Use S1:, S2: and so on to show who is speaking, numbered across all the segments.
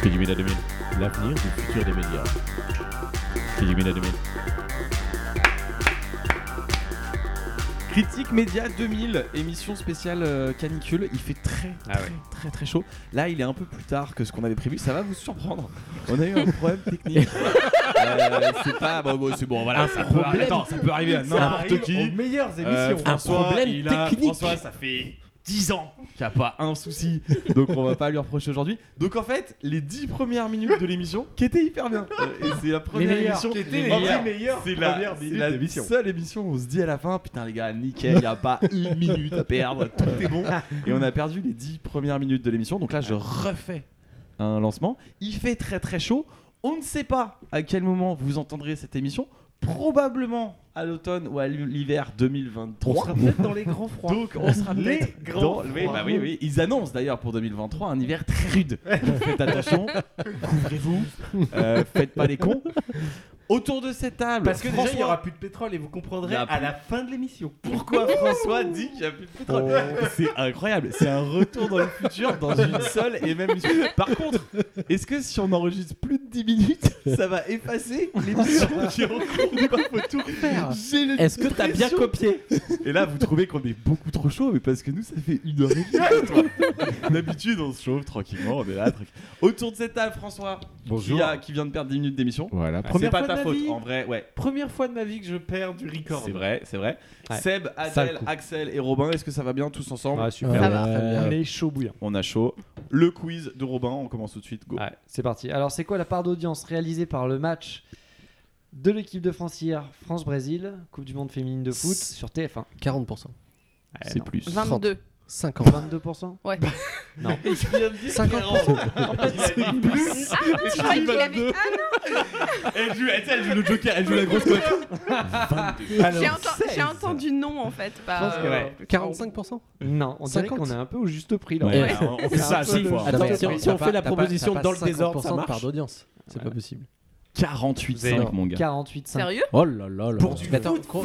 S1: Crimina 2000, l'avenir du futur des médias. Crimina 2000.
S2: Critique Média 2000, émission spéciale euh, canicule. Il fait très,
S3: Ah
S2: très,
S3: ouais.
S2: très, très chaud. Là, il est un peu plus tard que ce qu'on avait prévu. Ça va vous surprendre. On a eu un problème technique. Euh, c'est pas. Bon, bon, c'est bon, voilà.
S3: ça peut,
S2: problème.
S3: attends, ça peut arriver à n'importe qui.
S2: meilleures
S3: Euh, François,
S2: problème
S3: il a-
S2: technique.
S3: François, ça fait 10 ans qu'il n'y a pas
S2: un souci, donc on va pas lui reprocher aujourd'hui. Donc en fait, les 10 premières minutes de l'émission, qui étaient hyper bien, euh, et c'est la première
S3: meilleures,
S2: émission,
S3: qui étaient les
S2: en vrai,
S3: meilleures.
S2: c'est la, c'est la seule émission où on se dit à la fin, putain les gars, nickel, il n'y a pas une minute à perdre, tout est bon. Et on a perdu les 10 premières minutes de l'émission, donc là je refais un lancement. Il fait très très chaud, on ne sait pas à quel moment vous entendrez cette émission, probablement à l'automne ou à l'hiver 2023.
S4: On sera peut-être dans les grands froids.
S2: Donc on sera
S4: Les
S2: peut-être
S4: grands
S2: dans- oui,
S4: froids.
S2: bah oui, oui. Ils annoncent d'ailleurs pour 2023 un hiver très rude. Donc faites attention, couvrez-vous, euh, faites pas les cons. Autour de cette table,
S4: Parce que déjà, il n'y
S2: François-
S4: aura plus de pétrole et vous comprendrez
S2: La
S4: à la fin de l'émission.
S2: pourquoi François dit qu'il n'y a plus de pétrole C'est incroyable, c'est un retour dans le
S4: Oh.
S2: futur dans une seule et même émission. Par contre, est-ce que si on enregistre plus de 10 minutes, ça va effacer l'émission qui est en cours ou pas Faut tout refaire. J'ai le
S5: Est-ce que t'as bien
S2: pression.
S5: copié
S2: Et là, vous trouvez qu'on est beaucoup trop chaud, mais parce que nous, ça fait une heure et demie. toi. D'habitude, on se chauffe tranquillement, on est là. tranquille. Autour de cette table, François, qui, a- qui vient de perdre 10 minutes d'émission. Ah,
S1: Voilà.
S2: C'est
S4: Première
S2: pas
S4: fois de
S2: ta
S4: ma
S2: faute,
S4: vie.
S2: en vrai, ouais.
S4: Première fois de ma vie que je perds du record.
S2: C'est vrai, c'est vrai.
S5: Ouais.
S2: Seb,
S5: Sale
S2: Adèle,
S5: coup.
S2: Axel et Robin, est-ce que ça va bien tous ensemble
S3: Ah, super.
S5: Ça va.
S3: On est chaud bouillant.
S2: On a chaud. Le quiz de Robin, on commence tout de suite. Go.
S5: Ouais, c'est parti. Alors, c'est quoi la part d'audience réalisée par le match de l'équipe de France hier, France-Brésil, Coupe du Monde féminine de foot sur TF1
S6: 40%.
S2: c'est plus.
S7: 22.
S6: 50.
S5: 22%.
S7: Ouais.
S4: Et je viens de dire
S6: 50%.
S4: plus.
S6: Ah,
S7: Je croyais qu'il avait. Ah
S2: Elle joue, elle, elle joue le Joker, elle joue la grosse cote.
S7: non, j'ai entendu- j'ai entendu non en fait. euh, Par,
S5: pense que ouais.
S6: Euh, 45%
S5: Non, on dirait
S6: 50.
S5: qu'on est un peu au juste prix là.
S1: Ouais.
S5: Ouais.
S2: on fait ça à chaque fois.
S6: Attends,
S5: mais
S6: si on,
S5: t'as
S6: si on
S5: pas-
S6: fait la
S5: t'as pas-
S6: proposition
S5: t'as pas
S6: dans le désordre, ça
S5: 50%
S6: marche.
S5: par
S6: d'audience. C'est
S5: Ouais.
S6: pas possible.
S2: 48,5 mon gars.
S5: 48 5.
S7: Sérieux
S6: Oh là là là.
S2: Pour
S6: là.
S2: du
S6: Mais attends, co-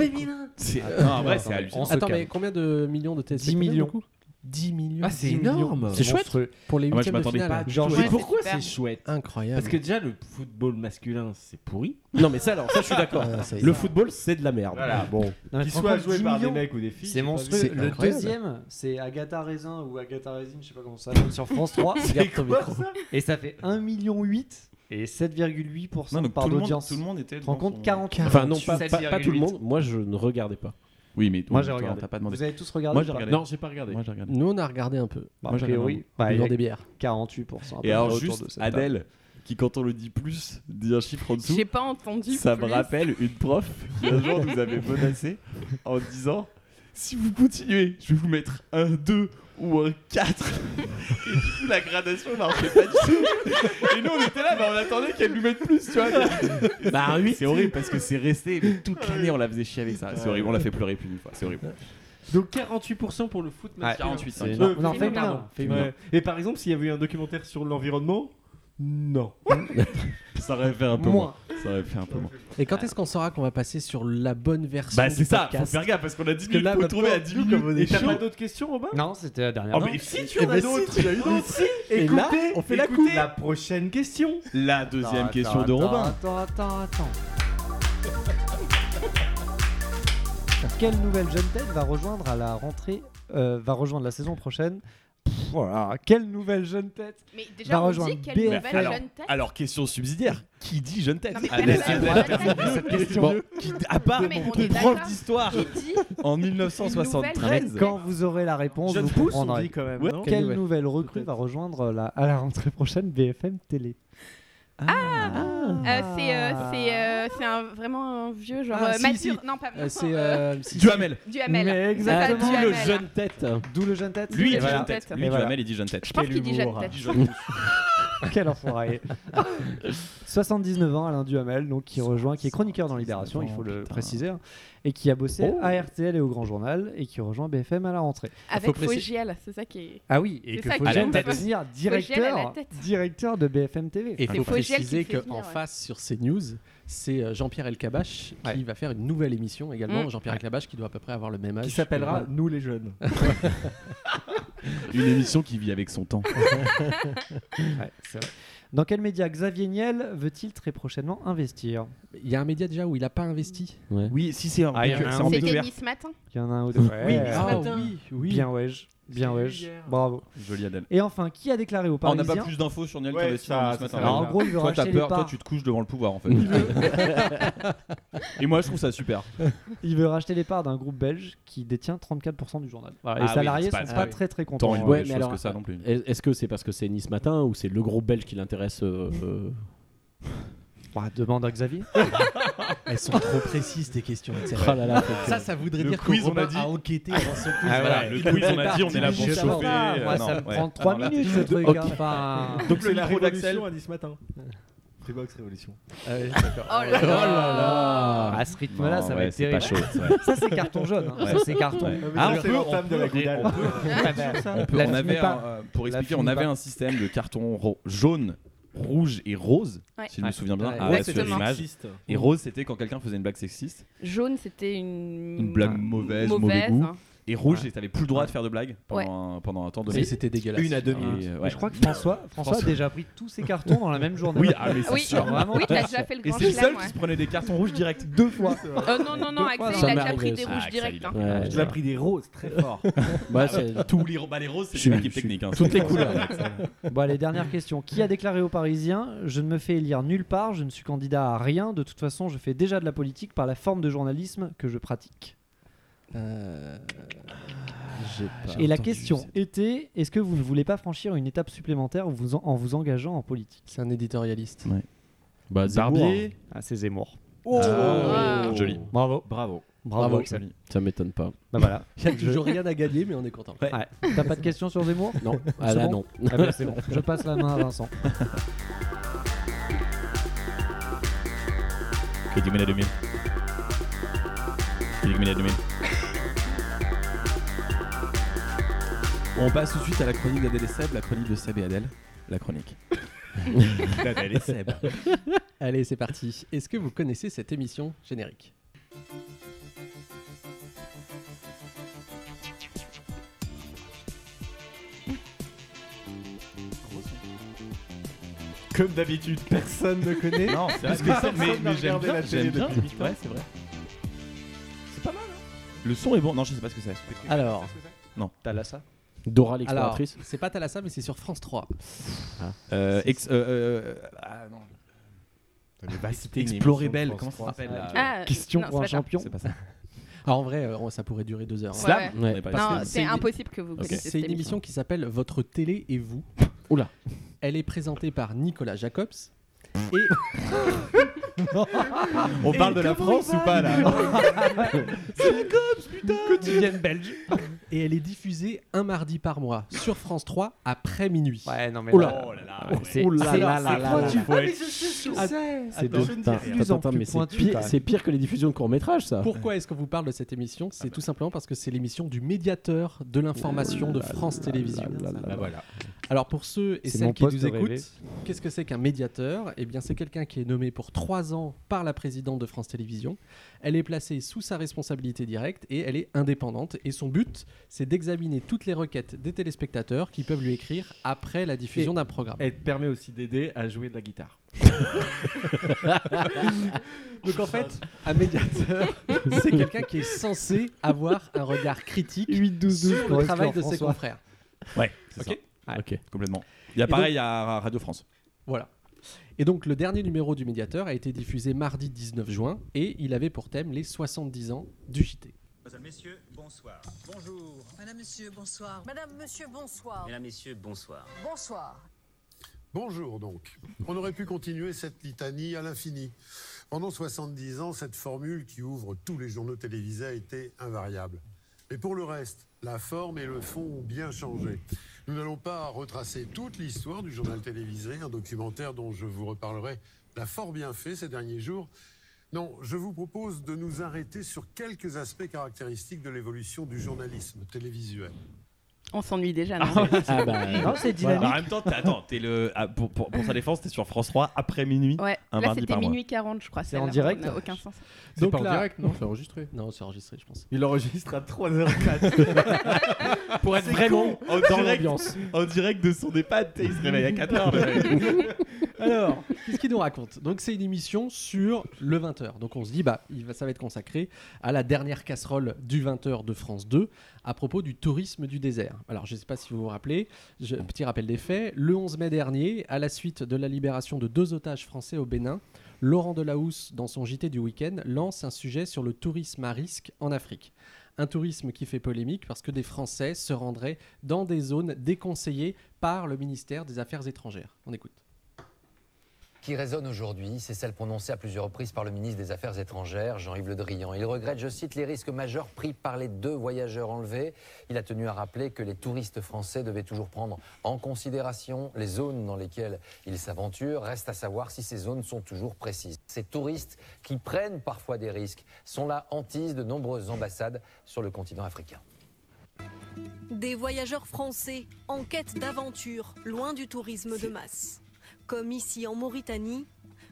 S2: C'est- Non, en vrai,
S6: Ah,
S2: c'est hallucinant.
S5: On se
S6: attends,
S5: calme.
S6: mais combien de millions de téléspectateurs
S5: millions.
S6: du coup 10 millions.
S4: Ah, c'est
S5: 10 millions.
S4: énorme.
S6: C'est chouette.
S5: monstrueux.
S6: Pour les
S2: Ah, moi, je
S6: huitièmes de
S2: m'attendais
S6: finale.
S2: pas
S6: du
S5: Genre,
S6: tout.
S5: j'ai
S4: Mais
S5: Ouais,
S4: pourquoi
S7: c'est
S4: c'est
S7: super.
S4: chouette
S6: Incroyable.
S4: Parce que déjà, le football masculin, c'est pourri.
S6: Non, mais ça, alors, ça, je suis d'accord.
S8: Euh,
S5: Ah, ça y est.
S6: le football, c'est de la merde.
S4: Voilà,
S6: bon.
S5: Non, mais
S4: Qu'il
S5: franchement,
S4: soit joué
S5: 10
S4: par des
S5: millions,
S4: mecs ou des filles.
S5: C'est monstrueux.
S6: C'est
S5: Le
S6: incroyable.
S5: deuxième, c'est Agatha Raisin ou Agatha Raisin, je sais pas comment ça s'appelle, sur France 3.
S6: Regarde ton
S4: quoi,
S6: micro.
S5: Et ça fait 1,8 million et
S2: Non,
S5: 7,8%
S2: donc
S5: par
S2: tout le, monde,
S5: d'audience.
S2: tout le monde était.
S5: Tu te rends
S2: dans son-
S5: compte 40
S6: Enfin, non, pas,
S5: 7,8.
S6: pas- pas tout le monde. Moi, je ne regardais pas.
S2: Oui, mais toi,
S5: Moi j'ai
S2: toi,
S5: regardé.
S2: T'as pas demandé.
S5: Vous avez tous regardé
S2: Moi, j'ai
S5: ou pas
S2: regardé.
S3: Non, j'ai pas regardé.
S2: Moi, j'ai regardé.
S6: Nous, on a regardé un peu.
S5: Bah,
S2: Moi,
S5: a
S2: j'ai
S5: priori, bah, il y
S6: Buvant
S5: a
S6: des bières.
S5: 48%.
S2: Et alors,
S5: autour de
S2: juste
S5: cette table.
S2: Adèle, qui quand on le dit plus, dit un chiffre en dessous.
S7: J'ai pas entendu.
S2: Ça me
S7: plus.
S2: rappelle une prof qui un jour nous avait menacé en disant si vous continuez, je vais vous mettre un 2 ou un 4. Et du coup, la gradation marchait pas du tout. Et nous, on était là, bah, on attendait qu'elle nous mette plus, tu vois.
S6: Bah, oui.
S2: C'est horrible parce que c'est resté, mais toute l'année, on la faisait chier avec ça. C'est horrible, on l'a fait pleurer plus d'une fois, c'est horrible.
S4: Donc 48% pour le foot masculin.
S2: 48,
S6: c'est-
S5: Non, non,
S4: Euh,
S5: fais
S7: féminin.
S5: bien. fais
S4: Ouais.
S5: bien.
S4: Et par exemple, s'il y avait eu un documentaire sur l'environnement, non.
S2: Ça aurait fait un
S5: peu Moins.
S2: Ça aurait fait un peu moins.
S6: Et quand est-ce qu'on saura qu'on va passer sur la bonne version
S2: Bah, c'est
S6: du
S2: ça, faut
S6: podcast
S2: faire gaffe parce qu'on a 10
S6: que
S2: minutes,
S6: là,
S2: faut
S6: maintenant,
S2: trouver à 10
S6: nous,
S2: minutes.
S6: comme on est
S2: Et
S4: Et t'as
S2: chaud.
S4: pas d'autres questions, Robin
S5: Non, c'était la dernière.
S2: Oh,
S5: Non.
S2: mais si, tu
S6: Eh
S2: en as
S6: ben,
S2: d'autres,
S6: si.
S2: il y en a eu d'autres.
S6: Et
S4: Écoutez,
S6: là, on fait la
S4: écoutez
S6: coupe.
S4: la prochaine question.
S2: La deuxième
S5: Attends,
S2: question de
S5: attends,
S2: Robin.
S5: Attends, attends, attends. Quelle nouvelle jeune tête va rejoindre à la rentrée, euh, va rejoindre la saison prochaine Pff, Voilà. Quelle nouvelle jeune tête
S7: Mais
S5: Va
S7: déjà, on
S5: rejoindre
S7: dit quelle nouvelle
S5: BFM.
S2: Alors-
S7: jeune tête.
S2: Alors, question subsidiaire qui dit jeune tête
S7: Non, mais
S2: Adèle,
S7: personne-
S2: Adèle,
S7: personne-
S2: personne dit cette question.
S6: Bon.
S2: Qui, à part
S7: Non, mais on
S2: ton
S7: est
S2: prof
S7: d'accord.
S2: d'histoire
S7: Qui dit
S2: en
S7: Une nouvelle
S2: 1973.
S7: jeune
S5: Quand vous aurez la réponse,
S4: Je
S5: vous
S4: pousse, on
S5: comprendrez.
S4: dit quand même.
S2: Ouais.
S4: non
S5: Quelle
S6: nouvelle
S5: nouvelle, recrue
S6: peut-être.
S5: va rejoindre la, à la rentrée prochaine BFM Télé
S7: ah,
S6: Ah.
S7: Euh, c'est euh, c'est euh, c'est un- vraiment un vieux genre
S6: Ah,
S7: euh,
S6: si,
S7: mature. Non, pas
S6: Euh, C'est.
S7: euh,
S6: euh, si-
S2: Duhamel.
S7: Duhamel.
S5: Mais
S6: Ah,
S5: exactement.
S6: dis le
S7: Duhamel.
S6: jeune tête.
S5: D'où le jeune tête
S2: Lui, il
S7: Et
S2: dit
S7: voilà.
S2: jeune tête. Lui,
S5: Et voilà.
S2: Duhamel, il dit jeune tête.
S7: Je pense qu'il dit
S4: Oh,
S7: jeune tête.
S5: Quel enfoiré 79 ans, Alain Duhamel, donc, qui rejoint, qui est chroniqueur dans Libération, il faut le préciser, hein, et qui a bossé
S7: Oh.
S5: à RTL et au Grand Journal, et qui rejoint BFM à la rentrée.
S7: Avec
S6: préciser-
S7: Ah, Fogiel, c'est ça qui est.
S5: Ah oui, et
S7: C'est
S5: que
S7: ça
S5: faut
S7: qui
S2: est ouf.
S5: devenir
S7: Fogiel à la
S5: directeur,
S7: tête.
S5: directeur de BFM TV.
S4: Ah
S6: Et il faut
S7: Fogel qui
S6: préciser
S7: fait
S6: qu'en
S7: venir, ouais.
S6: face, sur CNews, c'est euh, Jean-Pierre Elkabach qui
S5: Ouais.
S6: va faire une nouvelle émission également.
S7: Mm.
S6: Jean-Pierre Elkabach qui doit à peu près avoir le même âge.
S4: Qui s'appellera
S6: que moi.
S4: Nous les jeunes.
S1: Une émission qui vit avec son temps.
S5: Ouais, c'est vrai. Dans quel média Xavier Niel veut-il très prochainement investir
S6: Il y a un média déjà où il n'a pas investi.
S2: Oui, si c'est en
S5: Ah, il y en a
S2: c'est
S5: un
S2: en
S5: qui-
S2: PQR.
S7: C'était Nice Matin.
S5: Il y en a un ou deux. Ouais.
S6: Ah oui, oui.
S5: Bien ouais, je- bien
S4: C'est
S5: ouais,
S4: eu
S5: je-
S4: hier.
S5: bravo.
S2: Jolie Adèle.
S5: Et enfin, qui a déclaré aux
S2: Ah, on n'a pas
S5: Parisiens
S2: plus d'infos sur Niel
S4: Ouais,
S2: qu'investir
S4: ça-
S2: dans ce
S4: ça
S2: matin.
S4: s'arrête
S5: Alors en
S4: là.
S5: gros, il veut
S2: Toi, t'as
S5: racheter les
S2: peur, toi,
S5: parts.
S2: tu te couches devant le pouvoir en fait. Et moi, je trouve ça super.
S5: Il veut racheter les parts d'un groupe belge qui détient 34% du journal. Voilà,
S2: Ah
S5: les
S2: oui,
S5: salariés
S2: c'est pas-
S5: sont
S6: ah
S5: pas
S6: oui.
S5: très très
S2: Tant
S5: contents.
S6: Ouais,
S2: une
S5: hein.
S2: mauvaise
S6: mais
S2: chose
S6: alors,
S2: que ça non plus.
S6: Est- Est-ce que c'est parce que c'est Nice Matin ou c'est le gros belge qui l'intéresse euh, euh,
S5: Bah, demande à Xavier.
S9: Elles sont trop précises tes questions. etc.
S2: Oh
S6: ah là là, faut que-
S9: Ça, ça voudrait
S4: Le
S9: dire que
S4: quiz, on
S9: Robin
S4: a dit.
S9: a enquêté avant son quiz.
S2: Ah, voilà, le quiz, on a dit, on est là pour
S5: Je sais
S2: chauffer.
S5: pas,
S2: euh,
S5: Moi,
S2: non,
S5: ça me
S2: ouais.
S5: prend
S2: Ah
S5: 3
S2: non, là,
S5: minutes ce truc. hein. Enfin,
S4: Donc c'est
S2: le
S4: la
S2: micro d'Axel.
S4: révolution à Nice matin. Freebox Révolution.
S7: Oh là
S6: Oh là
S7: là.
S6: là
S5: Ah, à ce
S2: Non,
S5: rythme-là, ça va
S2: ouais,
S5: être
S2: c'est pas
S5: terrible.
S2: chaud. ouais.
S5: Ça, c'est carton jaune. hein.
S2: Ouais.
S5: Ça, c'est carton.
S2: Ouais.
S4: Ah, mais c'est l'entame de la
S2: ré-
S4: Goudale.
S2: on peut-
S5: Ah bah,
S2: on peut-
S5: la
S2: on
S5: finit
S2: avait
S5: pas.
S2: un, euh, pour
S5: La
S2: expliquer, on
S5: finit
S2: avait
S5: pas.
S2: un système de carton ro- jaune, rouge et rose,
S7: Ouais.
S2: si je me souviens bien,
S6: Ouais,
S2: ah,
S7: ouais,
S2: sur
S7: exactement.
S2: l'image. Et rose, c'était quand quelqu'un faisait une blague sexiste.
S7: Jaune, c'était une.
S2: Une blague mauvaise, mauvais goût.
S7: Mmh. hein.
S2: Et rouge, et t'avais plus le droit de faire de blagues pendant, un, pendant un temps donné.
S6: Et c'était dégueulasse.
S2: à demi.
S5: Ah euh, Mais Je crois que François, François a déjà pris tous ses cartons dans la même journée.
S2: Oui, ah, mais c'est
S7: Oui,
S2: sûr.
S5: Vraiment.
S7: oui t'as déjà fait le
S2: Et
S7: grand
S2: c'est le
S7: chelem.
S2: seul
S7: ouais.
S2: qui se prenait des cartons rouges direct deux fois.
S7: Euh, Non, non, non,
S5: Deux fois,
S7: Axel,
S5: ça
S7: il a
S6: m'est
S7: déjà pris
S6: arrivé,
S7: des
S6: ça.
S7: rouges
S2: Ah,
S7: directs.
S2: Axel,
S7: hein.
S2: il
S6: Ouais,
S4: Tu l'as pris des roses très fort.
S6: bah, c'est-
S2: Tous les, ro- Ah, bah, les roses, c'est
S6: Je-
S2: une équipe
S6: je-
S2: technique. hein.
S6: toutes les couleurs.
S5: Bon, allez, dernière question. Qui a déclaré aux Parisiens Je ne me fais élire nulle part, je ne suis candidat à rien, de toute façon, je fais déjà de la politique par la forme de journalisme que je pratique.
S6: Euh, Ah, j'ai pas
S5: Et la
S6: entendu
S5: question
S6: cette-
S5: était Est-ce que vous ne voulez pas franchir une étape supplémentaire en vous, en, en vous engageant en politique
S6: C'est un éditorialiste.
S1: Bah, Zemmour, hein.
S2: Barbier.
S5: Ah, c'est Zemmour.
S7: Ah.
S2: Oh. Joli.
S5: Bravo.
S2: Bravo.
S5: Bravo,
S6: Bravo,
S5: Axel.
S6: Ça m'étonne pas.
S5: Bah voilà.
S6: Il y a toujours rien à gagner, mais on est content.
S5: Ouais. T'as pas de questions sur Zemmour
S6: Non, ah là
S5: bon
S6: non.
S5: Ah bah, c'est bon. Je passe la main à Vincent.
S1: Critique Média 2000. Critique Média 2000.
S2: On passe tout de suite à la chronique d'Adèle et Seb, la chronique de Seb et Adèle. La chronique.
S5: Bah,
S2: D'Adèle et Seb.
S6: Allez, c'est parti. Est-ce que vous connaissez cette émission générique
S4: Comme d'habitude, personne ne connaît.
S2: Non, c'est vrai
S4: Parce que personne
S2: mais,
S4: n'a
S2: mais j'aime
S4: regardé
S2: bien,
S4: la télé
S2: j'aime bien.
S4: depuis
S2: Ouais, c'est vrai. C'est pas mal. Le son est bon. Non, je sais pas ce que c'est.
S6: Alors,
S2: Non. T'as là ça
S6: Dora alors l'exploratrice.
S9: C'est pas Thalassa, mais c'est sur France 3.
S2: euh, ex- euh, euh, Ah non.
S4: c'était
S2: Explorer Belle. Comment ça s'appelle là
S9: euh,
S7: Ah,
S5: Question
S7: non,
S5: pour un
S7: c'est pas
S5: champion.
S2: C'est pas ça.
S6: Ah, en vrai, euh, ça pourrait durer deux heures.
S7: Ouais. Slam
S2: On n'est pas ici.
S7: ça.
S6: Parce
S7: Non,
S6: que
S7: c'est
S6: c'est une-
S7: impossible que vous connaissiez
S6: C'est
S7: cette
S6: une émission qui s'appelle Votre télé et vous. Oula.
S9: Elle est présentée par Nicolas Jacobs.
S2: On parle de la France ou pas là
S5: Quotidienne belge.
S9: Et elle est diffusée un mardi par mois sur France 3 après minuit.
S5: Ouais, non mais. là-
S2: là là.
S5: C'est
S6: Oh là
S5: c'est-
S6: là
S5: c'est
S6: là là
S5: pointu.
S6: là.
S5: Ah, mais je sais ce que c'est.
S6: C'est
S5: Attends,
S6: de-
S5: je ne dis
S6: putain,
S5: rien.
S6: attends, attends,
S5: Plus
S6: mais
S5: en
S6: c'est
S5: plus pointu,
S6: pire,
S5: quand même.
S6: c'est pire que les diffusions de courts-métrages, ça.
S9: Pourquoi est-ce qu'on vous parle de cette émission C'est tout simplement parce que c'est l'émission du médiateur de l'information de France Télévisions. Bah
S6: Là, là, là, là.
S9: Alors pour ceux et
S5: C'est
S9: celles
S5: mon
S9: qui
S5: poste
S9: nous
S5: rêvé.
S9: écoutent, qu'est-ce que c'est qu'un médiateur Eh bien c'est quelqu'un qui est nommé pour trois ans par la présidente de France Télévisions. Elle est placée sous sa responsabilité directe et elle est indépendante. Et son but, c'est d'examiner toutes les requêtes des téléspectateurs qui peuvent lui écrire après la diffusion d'un programme.
S4: Elle te permet aussi d'aider à jouer de la guitare.
S9: Donc en fait, un médiateur, c'est quelqu'un qui est censé avoir un regard critique
S5: 8 12 12
S9: sur le travail de ses confrères.
S2: C'est
S9: Ok.
S2: ça.
S6: Ok.
S2: Complètement. Il y a
S9: donc-
S2: pareil à Radio France.
S9: Voilà. Et donc le dernier numéro du médiateur a été diffusé mardi 19 juin et il avait pour thème les 70 ans du JT.
S10: Mesdames, Messieurs, bonsoir. Bonjour.
S11: Madame, monsieur, bonsoir. Madame, monsieur, bonsoir.
S10: Mesdames, Messieurs, bonsoir.
S11: Bonsoir.
S12: Bonjour donc. On aurait pu continuer cette litanie à l'infini. Pendant 70 ans, cette formule qui ouvre tous les journaux télévisés a été invariable. Mais pour le reste, la forme et le fond ont bien changé. Nous n'allons pas retracer toute l'histoire du journal télévisé, un documentaire dont je vous reparlerai, l'a fort bien fait ces derniers jours. Non, je vous propose de nous arrêter sur quelques aspects caractéristiques de l'évolution du journalisme télévisuel.
S7: On s'ennuie déjà. non
S2: Ah bah,
S7: Non, c'est dynamique.
S2: En même temps, t'es- attends, t'es le, ah, pour, pour- pour sa défense, t'es sur France 3 après minuit.
S7: Ouais,
S2: un
S7: là
S2: mardi
S7: c'était
S2: par mois.
S7: minuit 40, je crois.
S2: C'est
S7: celle-là,
S2: en direct
S7: ça n'a aucun sens.
S9: C'est pas en direct, non C'est enregistré Non, c'est enregistré, je pense.
S4: Il enregistre à 3h04.
S9: Pour être
S2: C'est
S9: vraiment
S2: con,
S9: dans
S2: en direct,
S9: l'ambiance.
S2: en direct de son EHPAD, tu sais, il se réveille à 4h le mec.
S9: Alors, qu'est-ce qu'il nous raconte Donc, c'est une émission sur le 20h. Donc, on se dit, bah, il va, ça va être consacré à la dernière casserole du 20h de France 2 à propos du tourisme du désert. Alors, je ne sais pas si vous vous rappelez, je- petit rappel des faits. Le 11 mai dernier, à la suite de la libération de deux otages français au Bénin, Laurent Delahousse, dans son JT du week-end, lance un sujet sur le tourisme à risque en Afrique. Un tourisme qui fait polémique parce que des Français se rendraient dans des zones déconseillées par le ministère des Affaires étrangères. On écoute.
S13: qui résonne aujourd'hui, c'est celle prononcée à plusieurs reprises par le ministre des Affaires étrangères, Jean-Yves Le Drian. Il regrette, je cite, les risques majeurs pris par les deux voyageurs enlevés. Il a tenu à rappeler que les touristes français devaient toujours prendre en considération les zones dans lesquelles ils s'aventurent. Reste à savoir si ces zones sont toujours précises. Ces touristes qui prennent parfois des risques sont la hantise de nombreuses ambassades sur le continent africain.
S11: Des voyageurs français en quête d'aventure, loin du tourisme de masse. Comme ici en Mauritanie,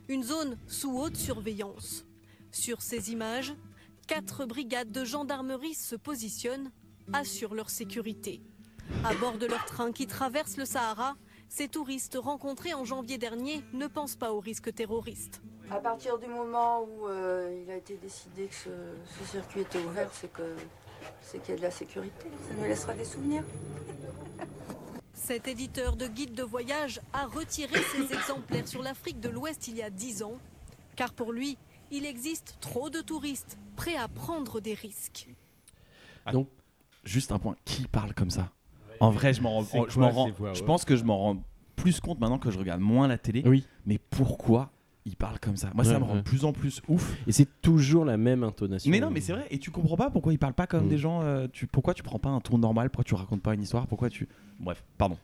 S11: une zone sous haute surveillance. Sur ces images, quatre brigades de gendarmerie se positionnent, assurent leur sécurité. À bord de leur train qui traverse le Sahara, ces touristes rencontrés en janvier dernier ne pensent pas aux risques terroristes.
S14: À partir du moment où euh, il a été décidé que ce, ce circuit était ouvert, c'est que c'est qu'il y a de la sécurité. Ça nous laissera des souvenirs.
S11: Cet éditeur de guide de voyage a retiré ses exemplaires sur l'Afrique de l'Ouest il y a 10 ans, car pour lui, il existe trop de touristes prêts à prendre des risques.
S2: Donc, juste un point, qui parle comme ça En vrai, je m'en rends,
S4: C'est
S2: je
S4: quoi
S2: m'en rends-
S4: ces voix,
S2: je
S4: ouais.
S2: pense que je m'en rends plus compte maintenant que je regarde moins la télé.
S8: Oui.
S2: Mais pourquoi il parle comme ça Moi, ça
S8: Ouais,
S2: me rend
S8: ouais.
S2: de plus en plus ouf.
S8: Et c'est toujours la même intonation.
S2: Mais non, mais c'est vrai. Et tu comprends pas pourquoi il parle pas comme des gens. euh, tu, pourquoi tu prends pas un ton normal Pourquoi tu racontes pas une histoire Pourquoi tu. Bref, pardon.